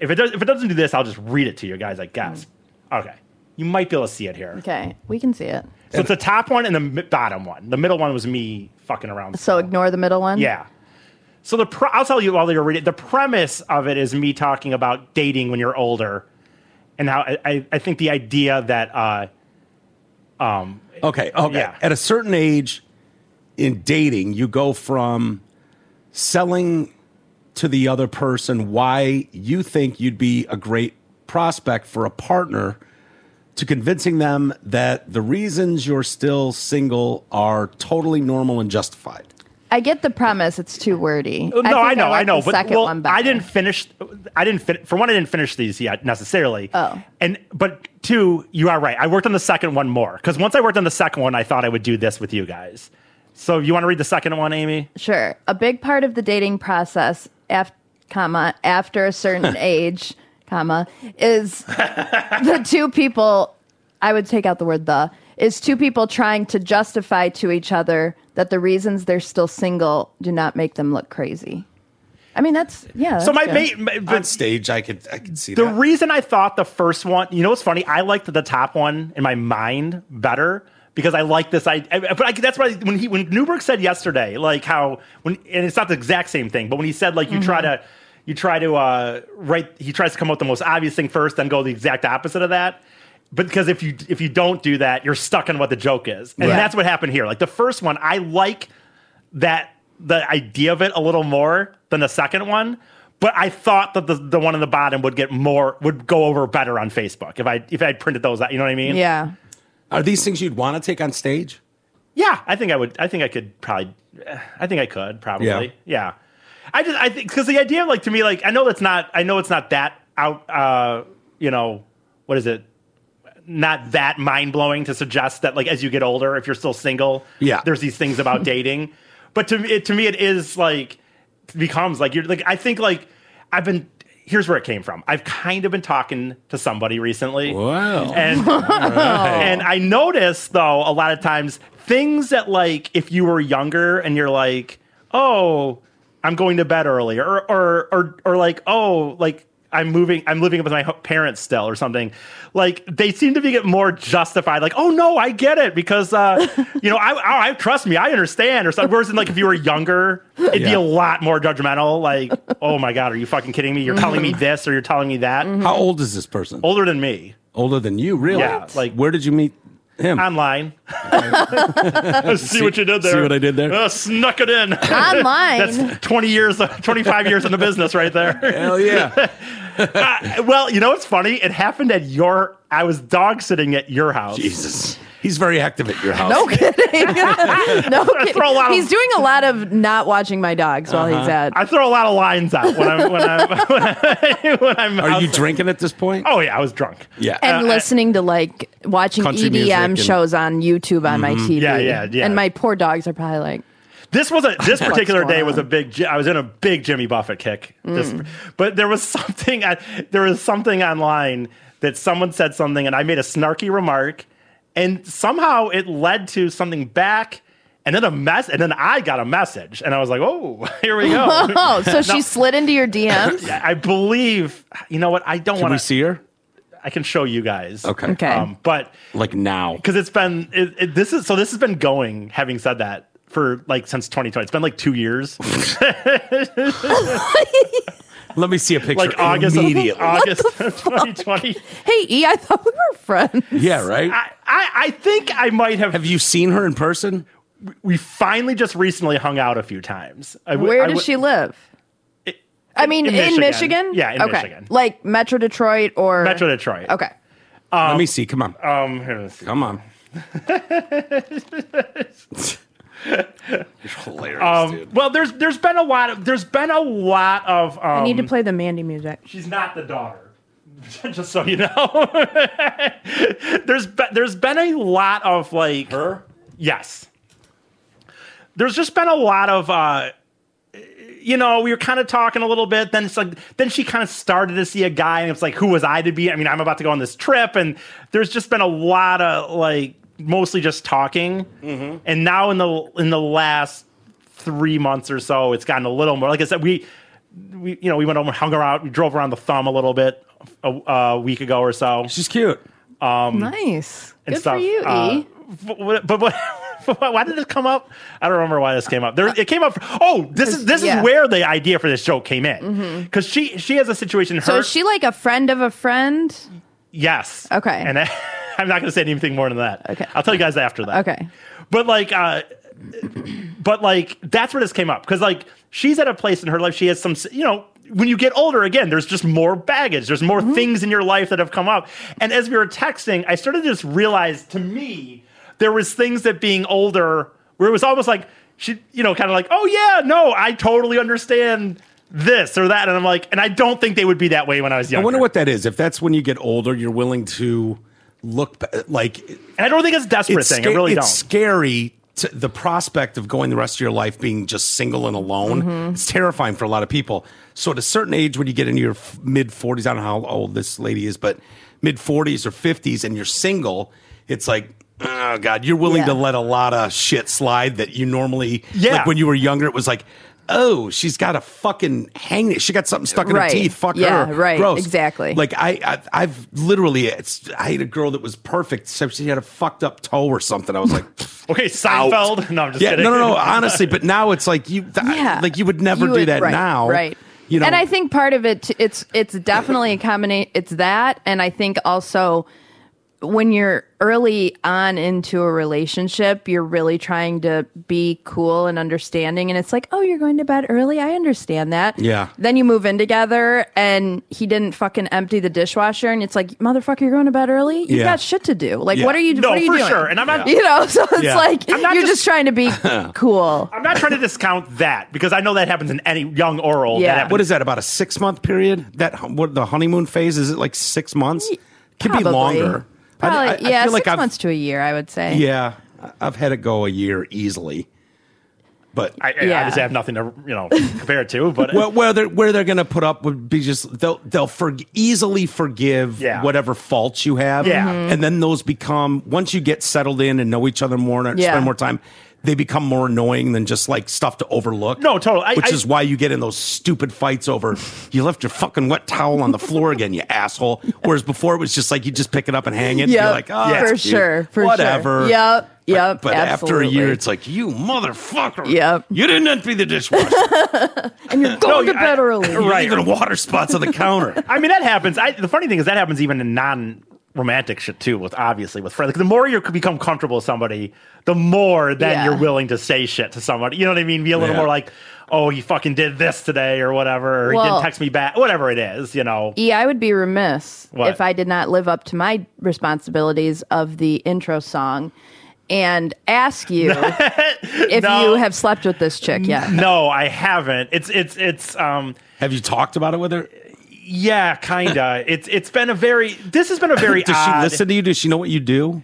[SPEAKER 2] if it does if it doesn't do this, I'll just read it to you guys. I guess.
[SPEAKER 4] Mm.
[SPEAKER 2] Okay, you might be able to see it here.
[SPEAKER 3] Okay, we can see it.
[SPEAKER 2] So it's the top one and the mi- bottom one. The middle one was me fucking around.
[SPEAKER 3] So ignore the middle one.
[SPEAKER 2] Yeah. So the pre- I'll tell you while you're reading. The premise of it is me talking about dating when you're older, and how I- I, I think the idea that uh,
[SPEAKER 4] Okay. Okay.
[SPEAKER 2] Yeah.
[SPEAKER 4] At a certain age in dating, you go from selling to the other person why you think you'd be a great prospect for a partner to convincing them that the reasons you're still single are totally normal and justified.
[SPEAKER 3] I get the premise. It's too wordy.
[SPEAKER 2] Uh, no,
[SPEAKER 3] think
[SPEAKER 2] I, know,
[SPEAKER 3] like
[SPEAKER 2] I know,
[SPEAKER 3] the
[SPEAKER 2] but
[SPEAKER 3] second
[SPEAKER 2] well,
[SPEAKER 3] one better.
[SPEAKER 2] I didn't finish. I didn't fin- for one, I didn't finish these yet necessarily.
[SPEAKER 3] Oh.
[SPEAKER 2] and but two, you are right. I worked on the second one more because once I worked on the second one, I thought I would do this with you guys. So you want to read the second one, Amy?
[SPEAKER 3] Sure. A big part of the dating process, af- comma, after a
[SPEAKER 2] (laughs)
[SPEAKER 3] certain age, comma, is the two people, I would take out the word the, is two people trying to justify to each other that the reasons they're still single do not make them look crazy. I mean, that's, yeah.
[SPEAKER 2] so my,
[SPEAKER 3] that's good.
[SPEAKER 2] mate, ma- but
[SPEAKER 4] On stage, I could I could see
[SPEAKER 2] The
[SPEAKER 4] that.
[SPEAKER 2] reason I thought the first one, you know what's funny? I liked the top one in my mind better because I like this. I, I but I, that's why when he when Newberg said yesterday, like how when and it's not the exact same thing, but when he said like you try to you try to uh, write, he tries to come up with the most obvious thing first, then go the exact opposite of that. But because if you if you don't do that, you're stuck on what the joke is, and
[SPEAKER 3] Right.
[SPEAKER 2] that's what happened here. Like the first one, I like that the idea of it a little more than the second one. But I thought that the, the one on the bottom would get more would go over better on Facebook if I if I printed those out. You know what I mean?
[SPEAKER 3] Yeah.
[SPEAKER 4] Are these things you'd want to take on stage?
[SPEAKER 2] Yeah, I think I would. I think I could probably. I think I could probably.
[SPEAKER 4] Yeah.
[SPEAKER 2] Yeah. I just I think because the idea like to me like I know that's not I know it's not that out uh you know what is it not that mind blowing to suggest that like as you get older if you're still single
[SPEAKER 4] Yeah.
[SPEAKER 2] there's these things
[SPEAKER 4] (laughs)
[SPEAKER 2] about dating but to me it, to me it is like becomes like you're like I think like I've been here's where it came from I've kind of been talking to somebody recently
[SPEAKER 4] Wow.
[SPEAKER 2] and and I noticed though a lot of times things that like if you were younger and you're like, oh, I'm going to bed early, or or or or like, oh, like I'm moving, I'm living with my ho- parents still, or something. Like they seem to be get more justified. Like, oh no, I get it because uh, you know, I, I I trust me, I understand, or something. Whereas in, like if you were younger, it'd be
[SPEAKER 4] Yeah.
[SPEAKER 2] a lot more judgmental. Like, oh my god, are you fucking kidding me? You're telling me this or you're telling me that.
[SPEAKER 4] How old is this person?
[SPEAKER 2] Older than me.
[SPEAKER 4] Older than you, really?
[SPEAKER 2] Yeah, like-
[SPEAKER 4] where did you meet him? (laughs)
[SPEAKER 2] online. see, what you did
[SPEAKER 4] see
[SPEAKER 2] there.
[SPEAKER 4] what I did there?
[SPEAKER 2] Uh, snuck it in. (laughs)
[SPEAKER 3] Online.
[SPEAKER 2] (laughs) That's 20 years, 25 years in the business right
[SPEAKER 4] (laughs)
[SPEAKER 2] there. Uh,
[SPEAKER 4] Hell yeah.
[SPEAKER 2] well, you know what's funny? It happened at your, I was dog sitting at your house.
[SPEAKER 4] Jesus. He's very active at your
[SPEAKER 3] (laughs)
[SPEAKER 4] house.
[SPEAKER 3] No kidding. no kidding.
[SPEAKER 2] Throw a lot of- Uh-huh.
[SPEAKER 3] he's doing a lot of not watching my dogs while he's at.
[SPEAKER 2] I throw a lot of lines out when I'm when I'm when, I, when I'm. (laughs)
[SPEAKER 4] Are you
[SPEAKER 2] outside.
[SPEAKER 4] drinking at this point?
[SPEAKER 2] Oh yeah, uh, I was drunk.
[SPEAKER 4] yeah. Uh,
[SPEAKER 3] and listening to like watching
[SPEAKER 4] Country music
[SPEAKER 3] EDM
[SPEAKER 4] and-
[SPEAKER 3] shows on YouTube on my TV.
[SPEAKER 2] Mm-hmm. Yeah, yeah, yeah.
[SPEAKER 3] And my poor dogs are probably like, (laughs)
[SPEAKER 2] This was a this particular
[SPEAKER 3] going
[SPEAKER 2] day was
[SPEAKER 3] on?
[SPEAKER 2] a big. Ji- I was in a big Jimmy Buffett kick. This- but there was something. I, there was something online that someone said something, and I made a snarky remark, and somehow it led to something back. And then a mess, and then I got a message, and I was like, "Oh, (laughs) here
[SPEAKER 3] (laughs)
[SPEAKER 2] we go."
[SPEAKER 3] oh,
[SPEAKER 2] (laughs)
[SPEAKER 3] so she slid into your DMs?
[SPEAKER 2] I believe you know what I don't
[SPEAKER 4] Can
[SPEAKER 2] want
[SPEAKER 4] we
[SPEAKER 2] to.
[SPEAKER 4] see her?
[SPEAKER 2] I can show you guys,
[SPEAKER 4] Okay.
[SPEAKER 3] Okay.
[SPEAKER 2] Um, but
[SPEAKER 4] Like now.
[SPEAKER 2] because it's been it, it, this is so this has been going. Having said that, for like since 2020, it's been like two years.
[SPEAKER 4] Let me see a picture.
[SPEAKER 2] like August (laughs) of-
[SPEAKER 4] immediately. (laughs)
[SPEAKER 2] August (laughs) of 2020.
[SPEAKER 3] hey, E, I thought we were
[SPEAKER 2] (laughs)
[SPEAKER 3] friends.
[SPEAKER 4] yeah, right?
[SPEAKER 2] I, I, I think I might have,
[SPEAKER 4] Have you seen her in person?
[SPEAKER 2] We finally just recently hung out a few times. I w-
[SPEAKER 3] Where
[SPEAKER 2] I
[SPEAKER 3] does
[SPEAKER 2] w-
[SPEAKER 3] she live? I mean,
[SPEAKER 2] in
[SPEAKER 3] in,
[SPEAKER 2] Michigan.
[SPEAKER 3] Michigan.
[SPEAKER 2] Yeah, in
[SPEAKER 3] okay.
[SPEAKER 2] Michigan.
[SPEAKER 3] Like Metro Detroit or
[SPEAKER 2] Metro Detroit.
[SPEAKER 3] Okay.
[SPEAKER 4] Let me see. Come on.
[SPEAKER 2] Um, here it is.
[SPEAKER 4] (laughs) Come on. You're hilarious,
[SPEAKER 2] um,
[SPEAKER 4] dude.
[SPEAKER 2] well, there's there's been a lot of there's been a lot of. Um,
[SPEAKER 3] I need to play the Mandy music.
[SPEAKER 2] she's not the daughter. (laughs) Just so you know, (laughs) there's be, there's been a lot of like her. Yes, there's just been a lot of uh, you know we were kind of talking a little bit. Then it's like then she kind of started to see a guy, and it's like who was I to be? I mean, I'm about to go on this trip, and there's just been a lot of like mostly just talking. And now in the in the last three months or so, it's gotten a little more. Like I said, we we you know we went over, hung around, we drove around the thumb a little bit a, a week ago or so.
[SPEAKER 4] She's cute.
[SPEAKER 3] nice.
[SPEAKER 2] um, and
[SPEAKER 3] Good
[SPEAKER 2] stuff.
[SPEAKER 3] for you, E.
[SPEAKER 2] Uh, but but, but (laughs) why did this come up? I don't remember why this came up. There, it came up. oh, this is this
[SPEAKER 3] Uh, yeah. Mm-hmm.
[SPEAKER 2] is where the idea for this joke came in because she she has a situation. Her
[SPEAKER 3] so is she like a friend of a friend?
[SPEAKER 2] yes
[SPEAKER 3] Okay.
[SPEAKER 2] and (laughs) I, I'm not going to say anything more than that.
[SPEAKER 3] Okay.
[SPEAKER 2] I'll tell you guys after that.
[SPEAKER 3] Okay.
[SPEAKER 2] but like uh but like that's where this came up because like she's at a place in her life she has some you know when you get older again there's just more baggage there's more
[SPEAKER 4] Mm-hmm.
[SPEAKER 2] things in your life that have come up and as we were texting i started to just realize to me there was things that being older where it was almost like she you know kind of like oh yeah no i totally understand this or that and i'm like and i don't think they would be that way when i was
[SPEAKER 4] I
[SPEAKER 2] younger
[SPEAKER 4] wonder what that is. If that's when you get older, you're willing to look ba- like
[SPEAKER 2] and i don't think it's a desperate thing i
[SPEAKER 4] sca-
[SPEAKER 2] really
[SPEAKER 4] it's
[SPEAKER 2] don't
[SPEAKER 4] scary to the prospect of going the rest of your life being just single and alone.
[SPEAKER 2] Mm-hmm.
[SPEAKER 4] It's terrifying for a lot of people. So at a certain age, when you get into your f- mid 40s, I don't know how old this lady is, but mid 40s or 50s, and you're single, it's like, oh God, you're willing
[SPEAKER 3] Yeah.
[SPEAKER 4] to let a lot of shit slide that you normally,
[SPEAKER 2] Yeah.
[SPEAKER 4] like when you were younger, it was like, oh, she's got a fucking hang. She got something stuck in
[SPEAKER 3] Right.
[SPEAKER 4] her teeth. Fuck
[SPEAKER 3] Yeah,
[SPEAKER 4] her.
[SPEAKER 3] right.
[SPEAKER 4] Gross.
[SPEAKER 3] Exactly.
[SPEAKER 4] Like I, I I've literally, it's, I had a girl that was perfect, except she had a fucked up toe or something. I
[SPEAKER 3] (laughs)
[SPEAKER 4] was like,
[SPEAKER 2] okay seinfeld no i'm just
[SPEAKER 4] yeah,
[SPEAKER 2] kidding
[SPEAKER 4] no, no, no. Honestly, but now it's like you, th-
[SPEAKER 3] Yeah.
[SPEAKER 4] like you would never
[SPEAKER 3] You
[SPEAKER 4] do
[SPEAKER 3] would-
[SPEAKER 4] that
[SPEAKER 3] right,
[SPEAKER 4] now,
[SPEAKER 3] Right.
[SPEAKER 4] You know,
[SPEAKER 3] And I think part of it, t- it's it's definitely a combination. It's that, and I think also when you're early on into a relationship, you're really trying to be cool and understanding. And it's like, oh, you're going to bed early. I understand that.
[SPEAKER 4] Yeah.
[SPEAKER 3] Then you move in together, and he didn't fucking empty the dishwasher, and it's like, motherfucker, you're going to bed early. You've
[SPEAKER 4] Yeah.
[SPEAKER 3] got shit to do. Like,
[SPEAKER 4] Yeah.
[SPEAKER 3] what are you?
[SPEAKER 2] no
[SPEAKER 3] what are you
[SPEAKER 2] for
[SPEAKER 3] doing?
[SPEAKER 2] sure and i'm not
[SPEAKER 3] You know, (laughs) so it's
[SPEAKER 4] Yeah.
[SPEAKER 3] like
[SPEAKER 2] I'm
[SPEAKER 3] you're
[SPEAKER 2] not
[SPEAKER 3] just,
[SPEAKER 2] just-
[SPEAKER 3] trying
[SPEAKER 4] (laughs)
[SPEAKER 3] to be cool.
[SPEAKER 2] I'm not trying to discount that because I know that happens in any young oral.
[SPEAKER 3] Yeah.
[SPEAKER 2] That happens.
[SPEAKER 4] what is that about a six month period? That hu- what the honeymoon phase is? It like six months? Could be
[SPEAKER 3] Probably.
[SPEAKER 4] longer. I-
[SPEAKER 3] Probably,
[SPEAKER 4] I, I
[SPEAKER 3] yeah, six
[SPEAKER 4] feel like I've,
[SPEAKER 3] months to a year, I would say.
[SPEAKER 4] Yeah, I- I've had it go a year easily, but
[SPEAKER 2] I, I
[SPEAKER 3] Yeah.
[SPEAKER 2] obviously have nothing to you know compare it to, but
[SPEAKER 4] Well, where they're where they're gonna put up would be just they'll they'll for, easily forgive
[SPEAKER 2] Yeah.
[SPEAKER 4] whatever faults you have,
[SPEAKER 2] Yeah. Mhm.
[SPEAKER 3] Mm-hmm.
[SPEAKER 4] and then those become once you get settled in and know each other more and
[SPEAKER 3] Yeah.
[SPEAKER 4] spend more time, they become more annoying than just like stuff to overlook.
[SPEAKER 2] No, totally. I-
[SPEAKER 4] which
[SPEAKER 2] I-
[SPEAKER 4] is why you get in those stupid fights over you left your fucking wet towel on the floor again, you asshole. Whereas before it was just like you just pick it up and hang it. and
[SPEAKER 3] Yep,
[SPEAKER 4] You're like, oh,
[SPEAKER 2] Yeah.
[SPEAKER 4] that's
[SPEAKER 3] for
[SPEAKER 4] cute.
[SPEAKER 3] sure, for sure.
[SPEAKER 4] whatever.
[SPEAKER 3] Yep,
[SPEAKER 4] But-
[SPEAKER 3] yep,
[SPEAKER 4] But, after a year,
[SPEAKER 3] absolutely.
[SPEAKER 4] it's like you motherfucker.
[SPEAKER 3] Yep.
[SPEAKER 4] You didn't empty the dishwasher. (laughs)
[SPEAKER 3] And you're going
[SPEAKER 2] No,
[SPEAKER 3] to
[SPEAKER 2] I-
[SPEAKER 3] bed early.
[SPEAKER 4] Right. Even water spots on the counter.
[SPEAKER 2] I mean that happens. I, the funny thing is that happens even in non romantic shit too with obviously with friends. 'Cause the more you become comfortable with somebody, the more then
[SPEAKER 3] Yeah.
[SPEAKER 2] you're willing to say shit to somebody. You know what I mean? Be a little
[SPEAKER 4] Yeah.
[SPEAKER 2] more like, oh, he fucking did this today or whatever, or he
[SPEAKER 3] Well-
[SPEAKER 2] didn't text me back, whatever it is. You know,
[SPEAKER 3] E, I would be remiss
[SPEAKER 2] What?
[SPEAKER 3] if I did not live up to my responsibilities of the intro song and
[SPEAKER 4] (laughs)
[SPEAKER 3] ask you if
[SPEAKER 2] No.
[SPEAKER 3] you have slept with this chick yet.
[SPEAKER 2] no, I haven't. It's it's it's um
[SPEAKER 4] (laughs) Have you talked about it with her?
[SPEAKER 2] yeah, kinda. it's it's been a very this has been
[SPEAKER 4] (laughs)
[SPEAKER 2] a very
[SPEAKER 4] Does
[SPEAKER 2] odd,
[SPEAKER 4] she listen to you? Does she know what you do?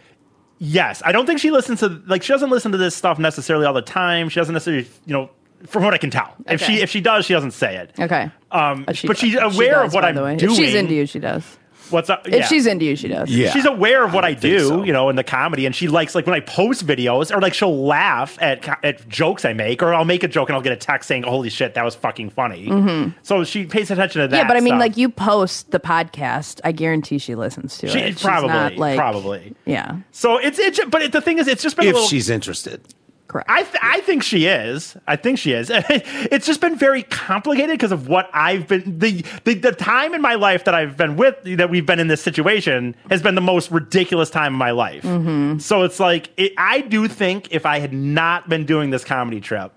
[SPEAKER 2] Yes, I don't think she listens to like she doesn't listen to this stuff necessarily all the time. She doesn't necessarily, you know, from what I can tell. If
[SPEAKER 3] Okay.
[SPEAKER 2] she if she does, she doesn't say it.
[SPEAKER 3] Okay. Uh,
[SPEAKER 2] Um,
[SPEAKER 3] she
[SPEAKER 2] but
[SPEAKER 3] does-
[SPEAKER 2] she's
[SPEAKER 3] she
[SPEAKER 2] aware
[SPEAKER 3] does,
[SPEAKER 2] of what
[SPEAKER 3] by the
[SPEAKER 2] I'm
[SPEAKER 3] way.
[SPEAKER 2] doing.
[SPEAKER 3] If she's into you, she does.
[SPEAKER 2] What's up?
[SPEAKER 3] If she's into you, she does.
[SPEAKER 4] Yeah.
[SPEAKER 2] She's aware of what I, do,
[SPEAKER 4] think so.
[SPEAKER 2] you know, in the comedy, and she likes like when I post videos, or like she'll laugh at co- at jokes I make, or I'll make a joke and I'll get a text saying, "Holy shit, that was fucking funny." So she pays attention to
[SPEAKER 3] Mm-hmm.
[SPEAKER 2] that.
[SPEAKER 3] Yeah, but I mean,
[SPEAKER 2] stuff.
[SPEAKER 3] like you post the podcast, I guarantee she listens to
[SPEAKER 2] She-
[SPEAKER 3] it. She's
[SPEAKER 2] probably,
[SPEAKER 3] not, like-
[SPEAKER 2] probably.
[SPEAKER 3] Yeah,
[SPEAKER 2] So it's it's, but it, the thing is, it's just been a
[SPEAKER 4] If
[SPEAKER 2] little,
[SPEAKER 4] she's interested.
[SPEAKER 3] correct.
[SPEAKER 2] I, th- I think she is. I think she is. (laughs) it's just been very complicated because of what I've been the, the the time in my life that I've been with that we've been in this situation has been the most ridiculous time of my life.
[SPEAKER 3] Mm-hmm.
[SPEAKER 2] So it's like it, I do think if I had not been doing this comedy trip,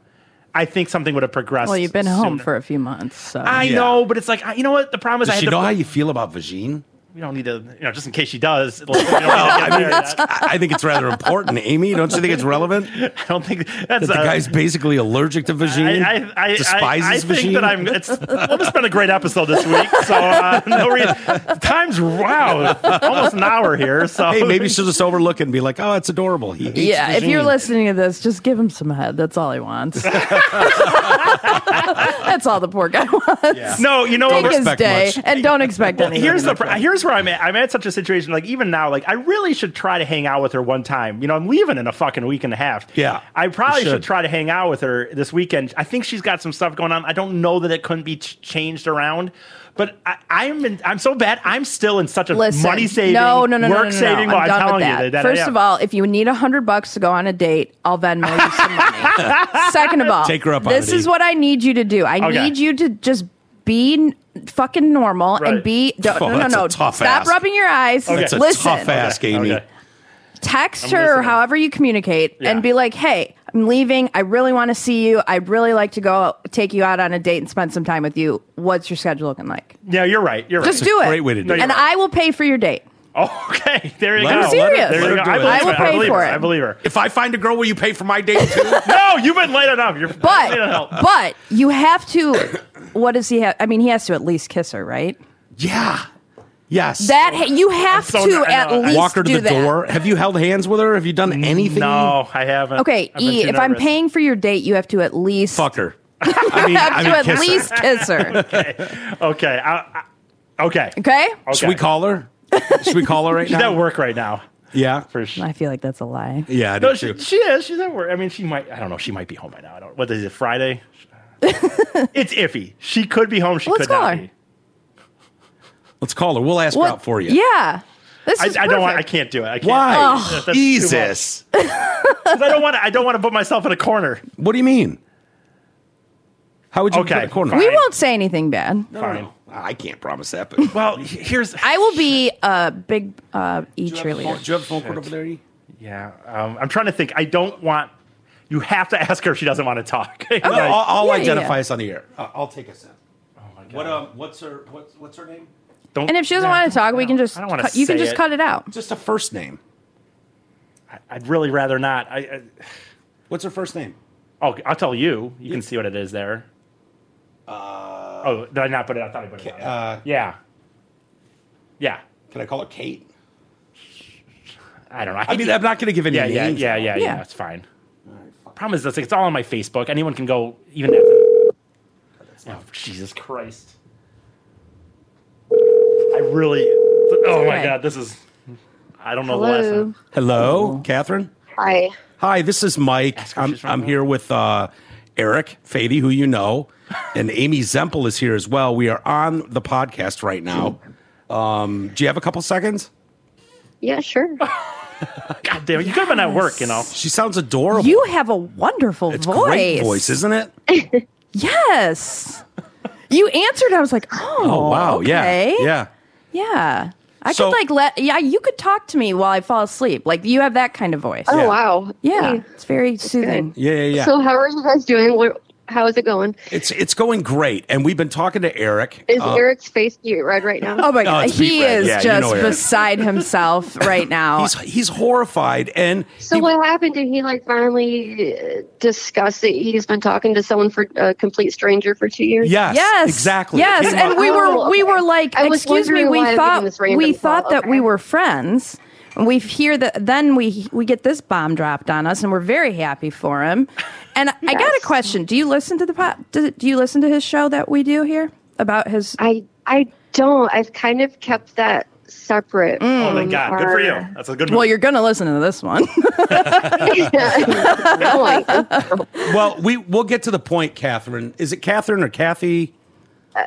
[SPEAKER 2] I think something would have progressed.
[SPEAKER 3] well, you've been home
[SPEAKER 2] sooner.
[SPEAKER 3] for a few months, so
[SPEAKER 2] I
[SPEAKER 4] Yeah.
[SPEAKER 2] know, but it's like I- you know what the problem is. I
[SPEAKER 4] Does
[SPEAKER 2] had
[SPEAKER 4] she
[SPEAKER 2] to,
[SPEAKER 4] know how you feel about vagine?
[SPEAKER 2] we don't need to you know just in case she does. (laughs) Like, we don't need to get married. I
[SPEAKER 4] I I think it's rather important, Amy. Don't you think it's relevant that
[SPEAKER 2] don't think that's
[SPEAKER 4] the
[SPEAKER 2] a-
[SPEAKER 4] guy's basically allergic to vagine?
[SPEAKER 2] Uh, I, I, I,
[SPEAKER 4] despises
[SPEAKER 2] I, I
[SPEAKER 4] vagine?
[SPEAKER 2] think that I'm. It's, well, it's been a great episode this week, so uh, no reason. Time's wow, almost an hour here. So
[SPEAKER 4] hey, maybe she'll just overlook it and be like, "Oh, it's adorable." He hates
[SPEAKER 3] yeah. If you're
[SPEAKER 4] vagine."
[SPEAKER 3] listening to this, just give him some head. That's all he
[SPEAKER 2] (laughs)
[SPEAKER 3] wants. (laughs) That's all the poor guy wants.
[SPEAKER 2] no, you know
[SPEAKER 3] Take
[SPEAKER 2] what?
[SPEAKER 3] his
[SPEAKER 4] expect
[SPEAKER 3] day
[SPEAKER 4] much.
[SPEAKER 3] and don't expect anything.
[SPEAKER 2] Here's the pr- here's where I'm at. I'm at such a situation like even now, like I really should try to hang out with her one time. You know, I'm leaving in a fucking week and a half.
[SPEAKER 4] Yeah,
[SPEAKER 2] I probably
[SPEAKER 4] you
[SPEAKER 2] should.
[SPEAKER 4] should.
[SPEAKER 2] try to hang out with her this weekend. I think she's got some stuff going on. I don't know that it couldn't be ch- changed around. But I, I'm in, I'm so bad. I'm still in such a
[SPEAKER 3] Listen,
[SPEAKER 2] money saving,
[SPEAKER 3] no, no, no, no,
[SPEAKER 2] work
[SPEAKER 3] no, no,
[SPEAKER 2] saving.
[SPEAKER 3] no.
[SPEAKER 2] Well,
[SPEAKER 3] I'm done
[SPEAKER 2] I'm, telling
[SPEAKER 3] with that.
[SPEAKER 2] you that, that I
[SPEAKER 3] First
[SPEAKER 2] am.
[SPEAKER 3] of all, if you need a hundred bucks to go on a date, I'll Venmo you some
[SPEAKER 2] (laughs)
[SPEAKER 3] money. Second of all,
[SPEAKER 4] Take her up on
[SPEAKER 3] This
[SPEAKER 4] it,
[SPEAKER 3] is
[SPEAKER 4] E.
[SPEAKER 3] what I need you to do. I
[SPEAKER 2] Okay.
[SPEAKER 3] need you to just be n- fucking normal and
[SPEAKER 2] Right.
[SPEAKER 3] be don't,
[SPEAKER 4] Oh,
[SPEAKER 3] no, no,
[SPEAKER 4] that's a
[SPEAKER 3] no.
[SPEAKER 4] tough
[SPEAKER 3] Stop
[SPEAKER 4] ask.
[SPEAKER 3] rubbing your eyes.
[SPEAKER 4] That's a
[SPEAKER 3] Listen,
[SPEAKER 4] tough ask, Amy.
[SPEAKER 2] Okay.
[SPEAKER 3] text
[SPEAKER 2] I'm
[SPEAKER 3] her or
[SPEAKER 2] listening.
[SPEAKER 3] however you communicate
[SPEAKER 2] Yeah.
[SPEAKER 3] and be like, hey, I'm leaving. I really want to see you. I'd really like to go take you out on a date and spend some time with you. What's your schedule looking like?
[SPEAKER 2] Yeah, you're right. You're
[SPEAKER 3] Just
[SPEAKER 2] right.
[SPEAKER 3] do it.
[SPEAKER 4] great way to do
[SPEAKER 2] No, it. you're
[SPEAKER 3] And
[SPEAKER 2] right.
[SPEAKER 3] I will pay for your date.
[SPEAKER 2] (laughs) Okay, there you
[SPEAKER 4] Let
[SPEAKER 2] go.
[SPEAKER 4] her-
[SPEAKER 3] I'm serious.
[SPEAKER 2] There
[SPEAKER 4] Let
[SPEAKER 2] you
[SPEAKER 4] her
[SPEAKER 2] go.
[SPEAKER 4] do
[SPEAKER 2] I
[SPEAKER 4] it.
[SPEAKER 2] believe
[SPEAKER 4] I
[SPEAKER 2] it.
[SPEAKER 3] will
[SPEAKER 2] I
[SPEAKER 3] pay
[SPEAKER 2] believe
[SPEAKER 3] for
[SPEAKER 2] her.
[SPEAKER 3] it.
[SPEAKER 2] I believe her. (laughs)
[SPEAKER 4] If I find a girl, will you pay for my date too?
[SPEAKER 2] No, you've been late enough. You're late
[SPEAKER 3] But
[SPEAKER 2] enough.
[SPEAKER 3] but you have to. What does he have? I mean, he has to at least kiss her, right?
[SPEAKER 4] yeah. Yes.
[SPEAKER 3] That ha- you have
[SPEAKER 2] so
[SPEAKER 3] to
[SPEAKER 2] not- I
[SPEAKER 3] at
[SPEAKER 2] know.
[SPEAKER 3] least
[SPEAKER 4] Walk her to
[SPEAKER 3] do
[SPEAKER 4] the
[SPEAKER 3] that.
[SPEAKER 4] door. Have you held hands with her? Have you done anything?
[SPEAKER 2] no, I haven't.
[SPEAKER 3] Okay,
[SPEAKER 2] I've been
[SPEAKER 3] E.
[SPEAKER 2] too
[SPEAKER 3] If I'm
[SPEAKER 2] nervous.
[SPEAKER 3] paying for your date, you have to at least
[SPEAKER 4] Fuck her. I
[SPEAKER 3] (laughs)
[SPEAKER 4] mean,
[SPEAKER 3] have
[SPEAKER 4] I
[SPEAKER 3] to
[SPEAKER 4] mean,
[SPEAKER 3] at
[SPEAKER 4] kiss her.
[SPEAKER 3] least kiss her.
[SPEAKER 2] okay, I, I, okay, (laughs)
[SPEAKER 3] Okay.
[SPEAKER 4] Should we
[SPEAKER 2] Okay.
[SPEAKER 4] call her? Should we call her
[SPEAKER 2] (laughs)
[SPEAKER 4] right
[SPEAKER 2] She's
[SPEAKER 4] now?
[SPEAKER 2] at work right now.
[SPEAKER 4] Yeah.
[SPEAKER 2] For sure.
[SPEAKER 3] I feel like that's a lie.
[SPEAKER 4] Yeah. I do
[SPEAKER 2] No,
[SPEAKER 4] too.
[SPEAKER 2] she, she is. She's at work. I mean, she might. I don't know. She might be home by now. I don't. What is
[SPEAKER 3] (laughs)
[SPEAKER 2] it? Friday. it's iffy. She could be home. She
[SPEAKER 3] Let's
[SPEAKER 2] could not
[SPEAKER 3] call her.
[SPEAKER 2] be.
[SPEAKER 4] Let's call her. We'll ask her out for you.
[SPEAKER 3] Yeah. Oh. This
[SPEAKER 2] I,
[SPEAKER 3] is
[SPEAKER 2] I don't. want- I
[SPEAKER 3] perfect.
[SPEAKER 2] can't do it. I can't.
[SPEAKER 4] Why?
[SPEAKER 2] That's too much.
[SPEAKER 4] Jesus.
[SPEAKER 2] (laughs) 'Cause I don't want. to. I don't want to put myself in a corner.
[SPEAKER 4] What do you mean? How would you
[SPEAKER 2] Okay,
[SPEAKER 4] put a corner?
[SPEAKER 2] fine.
[SPEAKER 3] We won't say anything bad.
[SPEAKER 4] No,
[SPEAKER 2] Fine.
[SPEAKER 4] no, no. I can't promise that. But do
[SPEAKER 2] Well, he- here's.
[SPEAKER 3] I will be a big uh, E
[SPEAKER 4] you have a phone-
[SPEAKER 3] cheerleader.
[SPEAKER 4] do you have a phone cord over there? E?
[SPEAKER 2] Yeah, um, I'm trying to think. I don't want. You have to ask her if she doesn't want to talk. (laughs)
[SPEAKER 4] No, I'll, I'll
[SPEAKER 3] Yeah, yeah,
[SPEAKER 4] identify
[SPEAKER 3] yeah.
[SPEAKER 4] us on the air. I'll, I'll take us in.
[SPEAKER 2] Oh
[SPEAKER 4] What um? What's her what's what's her name?
[SPEAKER 2] Don't-
[SPEAKER 3] And if she doesn't
[SPEAKER 2] yeah,
[SPEAKER 3] want to talk, we
[SPEAKER 2] I
[SPEAKER 3] can
[SPEAKER 2] don't-
[SPEAKER 3] just
[SPEAKER 2] I don't wanna
[SPEAKER 3] cut, you can
[SPEAKER 2] say
[SPEAKER 3] just cut it out.
[SPEAKER 4] Just a first name.
[SPEAKER 2] I- I'd really rather not. I, I
[SPEAKER 4] What's her first name?
[SPEAKER 2] oh, I'll tell you. You can see what it is there. Uh, oh, did I not put it? I thought I put it. out.
[SPEAKER 4] Uh,
[SPEAKER 2] yeah, yeah.
[SPEAKER 4] can I call her Kate?
[SPEAKER 2] I don't know.
[SPEAKER 4] I mean, I'm not going to give any
[SPEAKER 2] yeah, yeah,
[SPEAKER 4] names.
[SPEAKER 2] yeah, yeah, yeah,
[SPEAKER 3] Yeah.
[SPEAKER 2] It's fine. Problem is, it's, it's all on my Facebook. Anyone can go. Even. After, oh Jesus Christ! I really. Oh my
[SPEAKER 3] okay.
[SPEAKER 2] God! This is. I don't know the last
[SPEAKER 3] Hello.
[SPEAKER 2] time.
[SPEAKER 4] Hello, Catherine.
[SPEAKER 5] Hi.
[SPEAKER 4] Hi, this is Mike.
[SPEAKER 2] Ask her if
[SPEAKER 4] I'm,
[SPEAKER 2] she's from
[SPEAKER 4] I'm
[SPEAKER 2] there.
[SPEAKER 4] here with uh, Eric Fady, who you know, and Amy Zempel is here as well. We are on the podcast right now. Um, do you have a couple seconds?
[SPEAKER 5] Yeah, sure.
[SPEAKER 2] God damn it! You could have been at work, you know.
[SPEAKER 4] She sounds adorable.
[SPEAKER 3] You have a wonderful
[SPEAKER 4] it's
[SPEAKER 3] voice.
[SPEAKER 4] great voice, isn't it?
[SPEAKER 3] Yes. You answered. I was like, oh,
[SPEAKER 4] Oh wow,
[SPEAKER 3] okay.
[SPEAKER 4] yeah, yeah.
[SPEAKER 3] yeah. I
[SPEAKER 4] So-
[SPEAKER 3] could like let yeah, you could talk to me while I fall asleep. Like you have that kind of voice.
[SPEAKER 5] Oh
[SPEAKER 4] Yeah.
[SPEAKER 5] wow.
[SPEAKER 3] yeah,
[SPEAKER 5] Hey.
[SPEAKER 3] it's very soothing.
[SPEAKER 4] Yeah, yeah, yeah.
[SPEAKER 5] So how are you guys doing? Where, how is it going?
[SPEAKER 4] it's it's going great, and we've been talking to Eric.
[SPEAKER 5] Is
[SPEAKER 4] Uh,
[SPEAKER 5] Eric's face beat red right now?
[SPEAKER 3] Oh my god,
[SPEAKER 4] it's beat
[SPEAKER 3] he
[SPEAKER 4] red.
[SPEAKER 3] is
[SPEAKER 4] Yeah, you
[SPEAKER 3] just
[SPEAKER 4] know it.
[SPEAKER 3] beside himself
[SPEAKER 4] (laughs)
[SPEAKER 3] right now.
[SPEAKER 4] he's he's horrified, and
[SPEAKER 5] So
[SPEAKER 4] he-
[SPEAKER 5] what happened? Did he like finally uh, discuss that he's been talking to someone for a complete stranger for two years?
[SPEAKER 4] yes,
[SPEAKER 3] yes,
[SPEAKER 4] exactly. It
[SPEAKER 3] Yes,
[SPEAKER 4] came
[SPEAKER 3] and
[SPEAKER 4] up-
[SPEAKER 3] we were
[SPEAKER 5] Oh,
[SPEAKER 3] we
[SPEAKER 5] okay.
[SPEAKER 3] were like,
[SPEAKER 5] I was
[SPEAKER 3] excuse me,
[SPEAKER 5] wondering
[SPEAKER 3] we
[SPEAKER 5] why I'm
[SPEAKER 3] thought
[SPEAKER 5] getting this random
[SPEAKER 3] we
[SPEAKER 5] call.
[SPEAKER 3] thought that we
[SPEAKER 5] Okay.
[SPEAKER 3] were friends. And we hear that then we we get this bomb dropped on us, and we're very happy for him. And I got a
[SPEAKER 5] Yes.
[SPEAKER 3] question: Do you listen to the pop? Do, do you listen to his show that we do here about his?
[SPEAKER 5] I I don't. I've kind of kept that separate.
[SPEAKER 2] Oh my
[SPEAKER 5] from
[SPEAKER 2] god, good for you.
[SPEAKER 5] our-
[SPEAKER 2] That's a good.
[SPEAKER 3] Well,
[SPEAKER 2] move.
[SPEAKER 3] you're gonna listen to this one.
[SPEAKER 5] No, (laughs) I-
[SPEAKER 4] well, we we'll get to the point, Catherine. Is it Catherine or Kathy?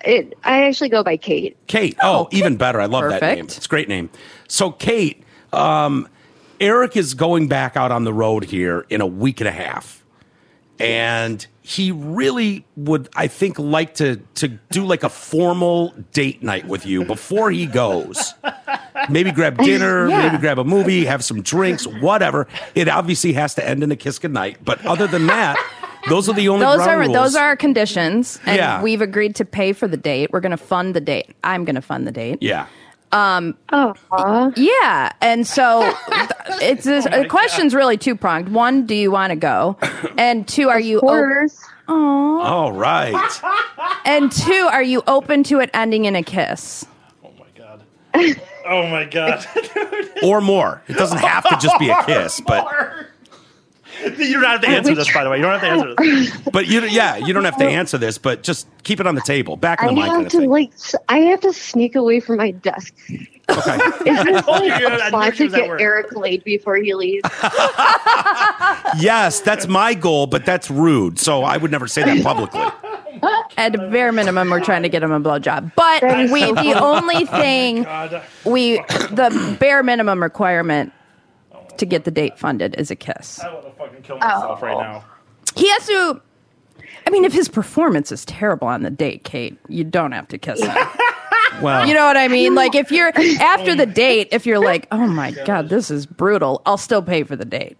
[SPEAKER 5] it, I actually go by Kate.
[SPEAKER 4] Kate. Oh, even better. I love that name.
[SPEAKER 3] Perfect.
[SPEAKER 4] It's a great name. So, Kate, um, Eric is going back out on the road here in a week and a half, and he really would, I think, like to to do like a formal date night with you before he goes. Maybe grab dinner,
[SPEAKER 3] Yeah.
[SPEAKER 4] maybe grab a movie, have some drinks, whatever. It obviously has to end in a kiss goodnight, but other than that, those are (laughs) the only
[SPEAKER 3] those
[SPEAKER 4] ground
[SPEAKER 3] are
[SPEAKER 4] rules.
[SPEAKER 3] those are our conditions, and
[SPEAKER 4] Yeah.
[SPEAKER 3] we've agreed to pay for the date. We're gonna fund the date. I'm gonna fund the date.
[SPEAKER 4] yeah.
[SPEAKER 5] Oh,
[SPEAKER 3] Yeah, and so th- it's this, the question's really two pronged. One, do you want to go? And two, are you oh, o-
[SPEAKER 5] horrors.
[SPEAKER 4] All right.
[SPEAKER 3] and two, are you open to it ending in a kiss?
[SPEAKER 2] oh my god. Oh my god.
[SPEAKER 4] or more. It doesn't have to just
[SPEAKER 2] (laughs)
[SPEAKER 4] be a kiss, but
[SPEAKER 2] you don't have to answer this, by the way. You don't have to answer this.
[SPEAKER 4] but you yeah, you don't have to answer this, but just keep it on the table. Back in
[SPEAKER 5] I
[SPEAKER 4] the mic kind
[SPEAKER 5] have
[SPEAKER 4] of
[SPEAKER 5] to
[SPEAKER 4] thing.
[SPEAKER 5] like. s- I have to sneak away from my desk. Is this
[SPEAKER 2] told
[SPEAKER 5] like
[SPEAKER 2] (laughs) you, I
[SPEAKER 5] a
[SPEAKER 2] knew
[SPEAKER 5] plot
[SPEAKER 2] she
[SPEAKER 5] to
[SPEAKER 2] was at
[SPEAKER 5] get
[SPEAKER 2] work.
[SPEAKER 5] Eric laid before he leaves?
[SPEAKER 4] yes, that's my goal, but that's rude. So I would never say that publicly.
[SPEAKER 3] At a bare minimum, we're trying to get him a blowjob. But
[SPEAKER 5] That is
[SPEAKER 3] we
[SPEAKER 5] so Oh
[SPEAKER 3] the only thing
[SPEAKER 2] God.
[SPEAKER 3] we the bare minimum requirement to get the date funded is a kiss.
[SPEAKER 2] I want to fucking kill myself right now. (laughs)
[SPEAKER 3] He has to. I mean, if his performance is terrible on the date, Kate, you don't have to kiss him.
[SPEAKER 4] Well,
[SPEAKER 3] You know what I mean? Like if you're after the date, if you're like, "Oh my god, this is brutal," I'll still pay for the date.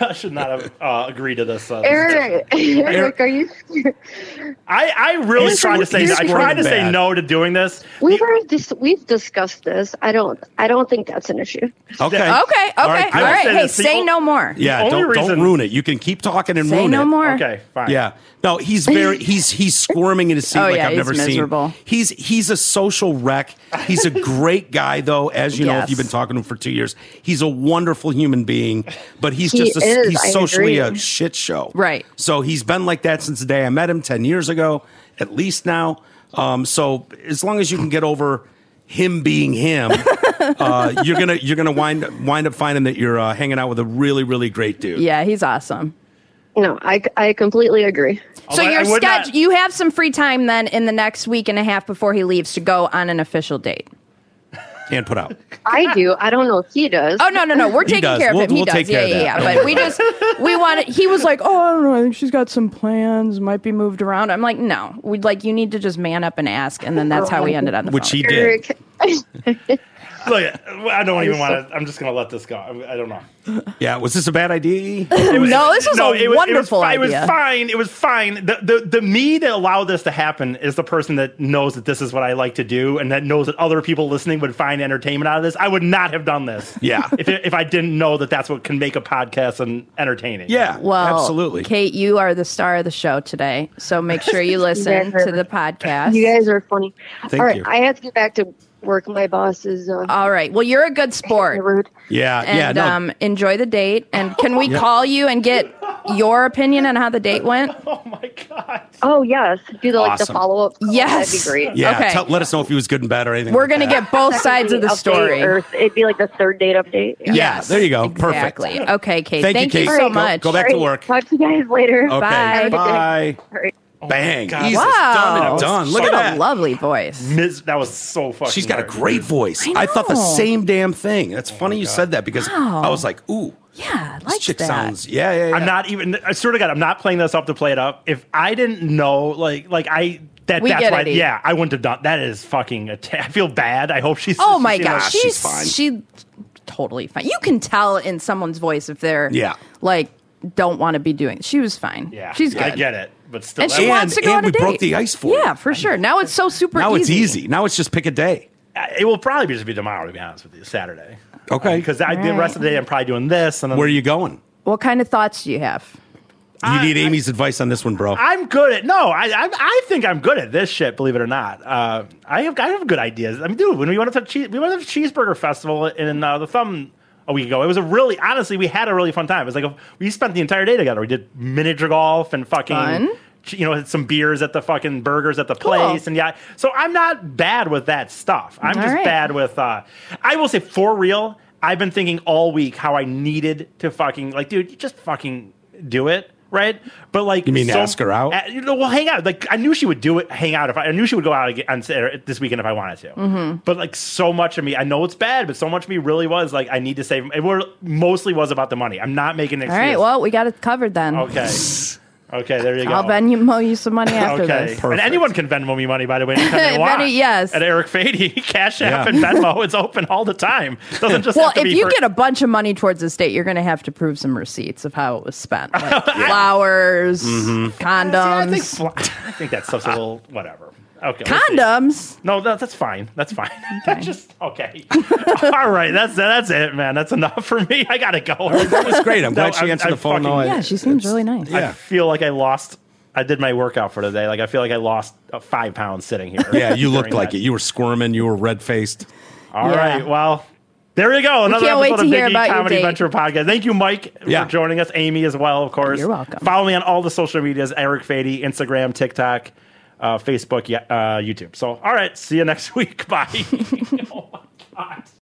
[SPEAKER 2] I should not have uh, agreed to this. Uh,
[SPEAKER 5] Eric, Eric, are you? (laughs) scared?
[SPEAKER 2] I, I really
[SPEAKER 4] He's
[SPEAKER 2] tried to say
[SPEAKER 4] he's
[SPEAKER 2] I tried to say
[SPEAKER 4] bad.
[SPEAKER 2] no to doing this.
[SPEAKER 5] We've already dis- we've discussed this. I don't. I don't think that's an issue.
[SPEAKER 4] okay.
[SPEAKER 3] Okay, okay, all right.
[SPEAKER 4] good.
[SPEAKER 2] said
[SPEAKER 3] Hey,
[SPEAKER 2] it's the
[SPEAKER 3] say
[SPEAKER 2] o-
[SPEAKER 3] no more.
[SPEAKER 2] The
[SPEAKER 4] Yeah, don't,
[SPEAKER 2] only
[SPEAKER 4] don't
[SPEAKER 2] reason-
[SPEAKER 4] ruin it. You can keep talking and
[SPEAKER 3] say
[SPEAKER 4] ruin
[SPEAKER 3] no
[SPEAKER 4] it.
[SPEAKER 3] more.
[SPEAKER 2] Okay, fine.
[SPEAKER 4] Yeah. No,
[SPEAKER 3] (laughs)
[SPEAKER 4] he's very he's he's squirming in his seat
[SPEAKER 3] Oh,
[SPEAKER 4] like
[SPEAKER 3] yeah,
[SPEAKER 4] I've
[SPEAKER 3] he's
[SPEAKER 4] never
[SPEAKER 3] miserable.
[SPEAKER 4] seen. He's he's a social wreck. He's a great guy though, as you know, if
[SPEAKER 3] Yes.
[SPEAKER 4] you've been talking to him for two years. He's a wonderful human being, but he's
[SPEAKER 5] He
[SPEAKER 4] just a,
[SPEAKER 5] is,
[SPEAKER 4] he's
[SPEAKER 5] I
[SPEAKER 4] socially a
[SPEAKER 5] agree.
[SPEAKER 4] shit show.
[SPEAKER 3] Right.
[SPEAKER 4] So he's been like that since the day I met him ten years ago, at least now. Um, so as long as you can get over him
[SPEAKER 3] (laughs)
[SPEAKER 4] being him, uh, you're gonna you're gonna wind wind up finding that you're uh, hanging out with a really really great dude.
[SPEAKER 3] Yeah, he's awesome.
[SPEAKER 5] No, I, I completely agree.
[SPEAKER 3] So
[SPEAKER 2] Although I-
[SPEAKER 3] your
[SPEAKER 2] I would
[SPEAKER 3] schedule,
[SPEAKER 2] not-
[SPEAKER 3] you have some free time then in the next week and a half before he leaves to go on an official date.
[SPEAKER 4] Can't put out.
[SPEAKER 5] I do. I don't know if he does.
[SPEAKER 3] Oh no, no, no, we're taking
[SPEAKER 4] does.
[SPEAKER 3] care of
[SPEAKER 4] We'll-
[SPEAKER 3] him. He
[SPEAKER 4] we'll
[SPEAKER 3] does.
[SPEAKER 4] take
[SPEAKER 3] yeah,
[SPEAKER 4] care of
[SPEAKER 3] yeah,
[SPEAKER 4] that.
[SPEAKER 3] yeah.
[SPEAKER 4] Don't
[SPEAKER 3] But we just we wanted. He was like, "Oh, I don't know. I think she's got some plans. Might be moved around." I'm like, "No, we'd like you need to just man up and ask." And then that's how we ended on the
[SPEAKER 4] Which
[SPEAKER 3] phone.
[SPEAKER 4] he did.
[SPEAKER 5] Eric, (laughs)
[SPEAKER 2] Look, I don't even want to. I'm just gonna let this go. I, I don't know.
[SPEAKER 4] Yeah, was this a bad idea?
[SPEAKER 2] It
[SPEAKER 3] (laughs)
[SPEAKER 2] was-
[SPEAKER 3] No, this was a
[SPEAKER 2] it
[SPEAKER 3] wonderful
[SPEAKER 2] it was, fi-
[SPEAKER 3] idea.
[SPEAKER 2] It was fine. It was fine. The, the the me that allowed this to happen is the person that knows that this is what I like to do and that knows that other people listening would find entertainment out of this. I would not have done this.
[SPEAKER 4] Yeah.
[SPEAKER 2] (laughs) if it, if I didn't know that that's what can make a podcast and entertaining.
[SPEAKER 4] Yeah,
[SPEAKER 3] Well,
[SPEAKER 4] absolutely.
[SPEAKER 3] Kate, you are the star of the show today, so make sure
[SPEAKER 5] (laughs)
[SPEAKER 3] you listen
[SPEAKER 5] guys are-
[SPEAKER 3] to the podcast.
[SPEAKER 5] you guys are funny.
[SPEAKER 4] Thank
[SPEAKER 5] All right,
[SPEAKER 4] you.
[SPEAKER 5] I have to get back to work. My boss is uh,
[SPEAKER 3] All right. Well, you're a good
[SPEAKER 5] (laughs)
[SPEAKER 3] sport,
[SPEAKER 5] rude.
[SPEAKER 4] yeah, yeah.
[SPEAKER 3] and
[SPEAKER 4] No,
[SPEAKER 3] um, enjoy the date. And can
[SPEAKER 4] (laughs)
[SPEAKER 3] we call you and get your opinion on how the date went?
[SPEAKER 2] Oh my god.
[SPEAKER 5] Oh yes, do the like the
[SPEAKER 4] Awesome.
[SPEAKER 5] follow up.
[SPEAKER 3] Yes.
[SPEAKER 5] that'd be great.
[SPEAKER 4] yeah.
[SPEAKER 3] okay.
[SPEAKER 4] tell- let us know if he was good and bad or anything.
[SPEAKER 3] We're
[SPEAKER 4] like
[SPEAKER 3] gonna
[SPEAKER 4] that.
[SPEAKER 3] get
[SPEAKER 5] (laughs)
[SPEAKER 3] both sides of the
[SPEAKER 5] Update,
[SPEAKER 3] story.
[SPEAKER 5] or it'd be like the third date update. Yeah.
[SPEAKER 4] Yeah, there you go. Perfect.
[SPEAKER 3] Exactly. Okay, Kate.
[SPEAKER 4] Thank
[SPEAKER 3] Thank,
[SPEAKER 4] you,
[SPEAKER 3] you,
[SPEAKER 4] Kate.
[SPEAKER 3] so
[SPEAKER 4] Go-
[SPEAKER 3] much.
[SPEAKER 4] go back to
[SPEAKER 5] All right,
[SPEAKER 4] work.
[SPEAKER 5] Talk to you guys later.
[SPEAKER 4] Okay.
[SPEAKER 3] Bye. Oh
[SPEAKER 4] Bye.
[SPEAKER 5] All right.
[SPEAKER 4] Bang.
[SPEAKER 2] God.
[SPEAKER 4] Jesus, done
[SPEAKER 3] Wow.
[SPEAKER 4] and done. Look
[SPEAKER 3] She
[SPEAKER 4] at
[SPEAKER 3] had
[SPEAKER 4] that.
[SPEAKER 3] a lovely voice.
[SPEAKER 2] Mis- that was so fucking.
[SPEAKER 4] She's got a
[SPEAKER 2] hard.
[SPEAKER 4] great voice. I, thought the
[SPEAKER 3] know. Oh
[SPEAKER 4] same damn thing. That's funny you said that because
[SPEAKER 3] Wow.
[SPEAKER 4] I was like, ooh,
[SPEAKER 3] Yeah, I
[SPEAKER 4] this
[SPEAKER 3] like
[SPEAKER 4] chick
[SPEAKER 3] that.
[SPEAKER 4] sounds. Yeah, yeah, yeah.
[SPEAKER 2] I'm not even. I swear to God, I'm not playing this up to play it up. If I didn't know, like, like I That
[SPEAKER 3] We
[SPEAKER 2] that's
[SPEAKER 3] get
[SPEAKER 2] why.
[SPEAKER 3] it, E.
[SPEAKER 2] Yeah, I wouldn't have done. That is fucking. a ta- I feel bad. I hope she's. (laughs)
[SPEAKER 3] Oh my
[SPEAKER 2] you know,
[SPEAKER 3] gosh,
[SPEAKER 4] she's
[SPEAKER 3] she's,
[SPEAKER 4] fine.
[SPEAKER 3] she totally fine. You can tell in someone's voice if they're
[SPEAKER 4] Yeah.
[SPEAKER 3] like don't want to be doing. She was fine.
[SPEAKER 2] Yeah,
[SPEAKER 3] she's good.
[SPEAKER 2] I get it, but still,
[SPEAKER 3] And
[SPEAKER 2] that
[SPEAKER 3] she
[SPEAKER 2] was-
[SPEAKER 3] wants to go
[SPEAKER 4] and
[SPEAKER 3] on a
[SPEAKER 4] we
[SPEAKER 3] date.
[SPEAKER 4] broke the ice for
[SPEAKER 3] Yeah,
[SPEAKER 4] it.
[SPEAKER 3] for sure. Now it's so super.
[SPEAKER 4] Now
[SPEAKER 3] easy.
[SPEAKER 4] it's easy. Now it's just pick a day.
[SPEAKER 2] it will probably just be tomorrow. To be honest with you, Saturday.
[SPEAKER 4] Okay.
[SPEAKER 2] Because I the rest of the day I'm probably doing this, and then
[SPEAKER 4] Where are you going?
[SPEAKER 3] What kind of thoughts do you have?
[SPEAKER 4] You need Amy's advice on this one, bro.
[SPEAKER 2] I'm good at no. I, I I think I'm good at this shit. Believe it or not, uh, I have I have good ideas. I mean, dude, when we went to the cheese, we went to the cheeseburger festival in uh, the thumb a week ago. It was a really honestly, we had a really fun time. It was like a, we spent the entire day together. We did miniature golf and fucking.
[SPEAKER 3] Fun.
[SPEAKER 2] You know, had some beers at the fucking burgers at the place, and yeah. So I'm not bad with that stuff. I'm
[SPEAKER 3] All
[SPEAKER 2] just
[SPEAKER 3] right.
[SPEAKER 2] bad with. uh I will say for real, I've been thinking all week how I needed to fucking like, dude, you just fucking do it, right? But like,
[SPEAKER 4] You mean ask her out?
[SPEAKER 2] uh, you know, well, hang out. Like I knew she would do it. Hang out if I, I knew she would go out again on Saturday, this weekend if I wanted to.
[SPEAKER 3] Mm-hmm.
[SPEAKER 2] But like so much of me, I know it's bad, but so much of me really was like, I need to save. It were, mostly was about the money. I'm not making an
[SPEAKER 3] All
[SPEAKER 2] excuse.
[SPEAKER 3] right. Well, we got it covered then.
[SPEAKER 2] okay, okay, there you go.
[SPEAKER 3] I'll Venmo you
[SPEAKER 2] (laughs)
[SPEAKER 3] some money after
[SPEAKER 2] Okay,
[SPEAKER 3] this.
[SPEAKER 2] and anyone can Venmo me money by the way. anytime they
[SPEAKER 3] (laughs) Venmo,
[SPEAKER 2] want.
[SPEAKER 3] yes.
[SPEAKER 2] at Eric Fady, (laughs) Cash App
[SPEAKER 4] Yeah.
[SPEAKER 2] and Venmo, it's open all the time. Doesn't just
[SPEAKER 3] Well,
[SPEAKER 2] have to
[SPEAKER 3] if
[SPEAKER 2] be
[SPEAKER 3] you
[SPEAKER 2] for-
[SPEAKER 3] get a bunch of money towards the state, you're going to have to prove some receipts of how it was spent, like
[SPEAKER 2] (laughs)
[SPEAKER 3] flowers,
[SPEAKER 4] Mm-hmm.
[SPEAKER 2] See, I think,
[SPEAKER 3] condoms,
[SPEAKER 2] fl- I think that stuff's a little whatever. Okay, we'll see.
[SPEAKER 3] condoms.
[SPEAKER 2] No, that, that's fine. That's fine. (laughs) that's just okay. (laughs) All right, that's that's it, man. That's enough for me. I gotta go.
[SPEAKER 4] that was great. I'm
[SPEAKER 3] (laughs)
[SPEAKER 2] No,
[SPEAKER 4] glad she
[SPEAKER 2] I'm-
[SPEAKER 4] answered
[SPEAKER 2] I'm
[SPEAKER 4] the phone.
[SPEAKER 2] fucking-
[SPEAKER 4] No, I-
[SPEAKER 3] Yeah, she seems
[SPEAKER 4] it's-
[SPEAKER 3] really nice.
[SPEAKER 2] I feel like I lost. I did my workout for today. Like I feel like I lost uh, five pounds sitting here.
[SPEAKER 4] Yeah, you looked
[SPEAKER 2] during
[SPEAKER 4] like
[SPEAKER 2] that.
[SPEAKER 4] it. You were squirming. You were red faced.
[SPEAKER 2] All right.
[SPEAKER 3] Yeah.
[SPEAKER 2] Well, there you go. Another
[SPEAKER 3] can't wait
[SPEAKER 2] episode of
[SPEAKER 3] to hear
[SPEAKER 2] Big E
[SPEAKER 3] about your
[SPEAKER 2] Comedy
[SPEAKER 3] date.
[SPEAKER 2] Venture Podcast. Thank you, Mike,
[SPEAKER 4] Yeah.
[SPEAKER 2] for joining us. Amy as well, of course.
[SPEAKER 3] You're welcome.
[SPEAKER 2] Follow me on all the social medias: Eric Fady, Instagram, TikTok,
[SPEAKER 3] (laughs)
[SPEAKER 2] uh, (laughs) Facebook, yeah, uh, YouTube. So, all right. See you next week. Bye. oh my god.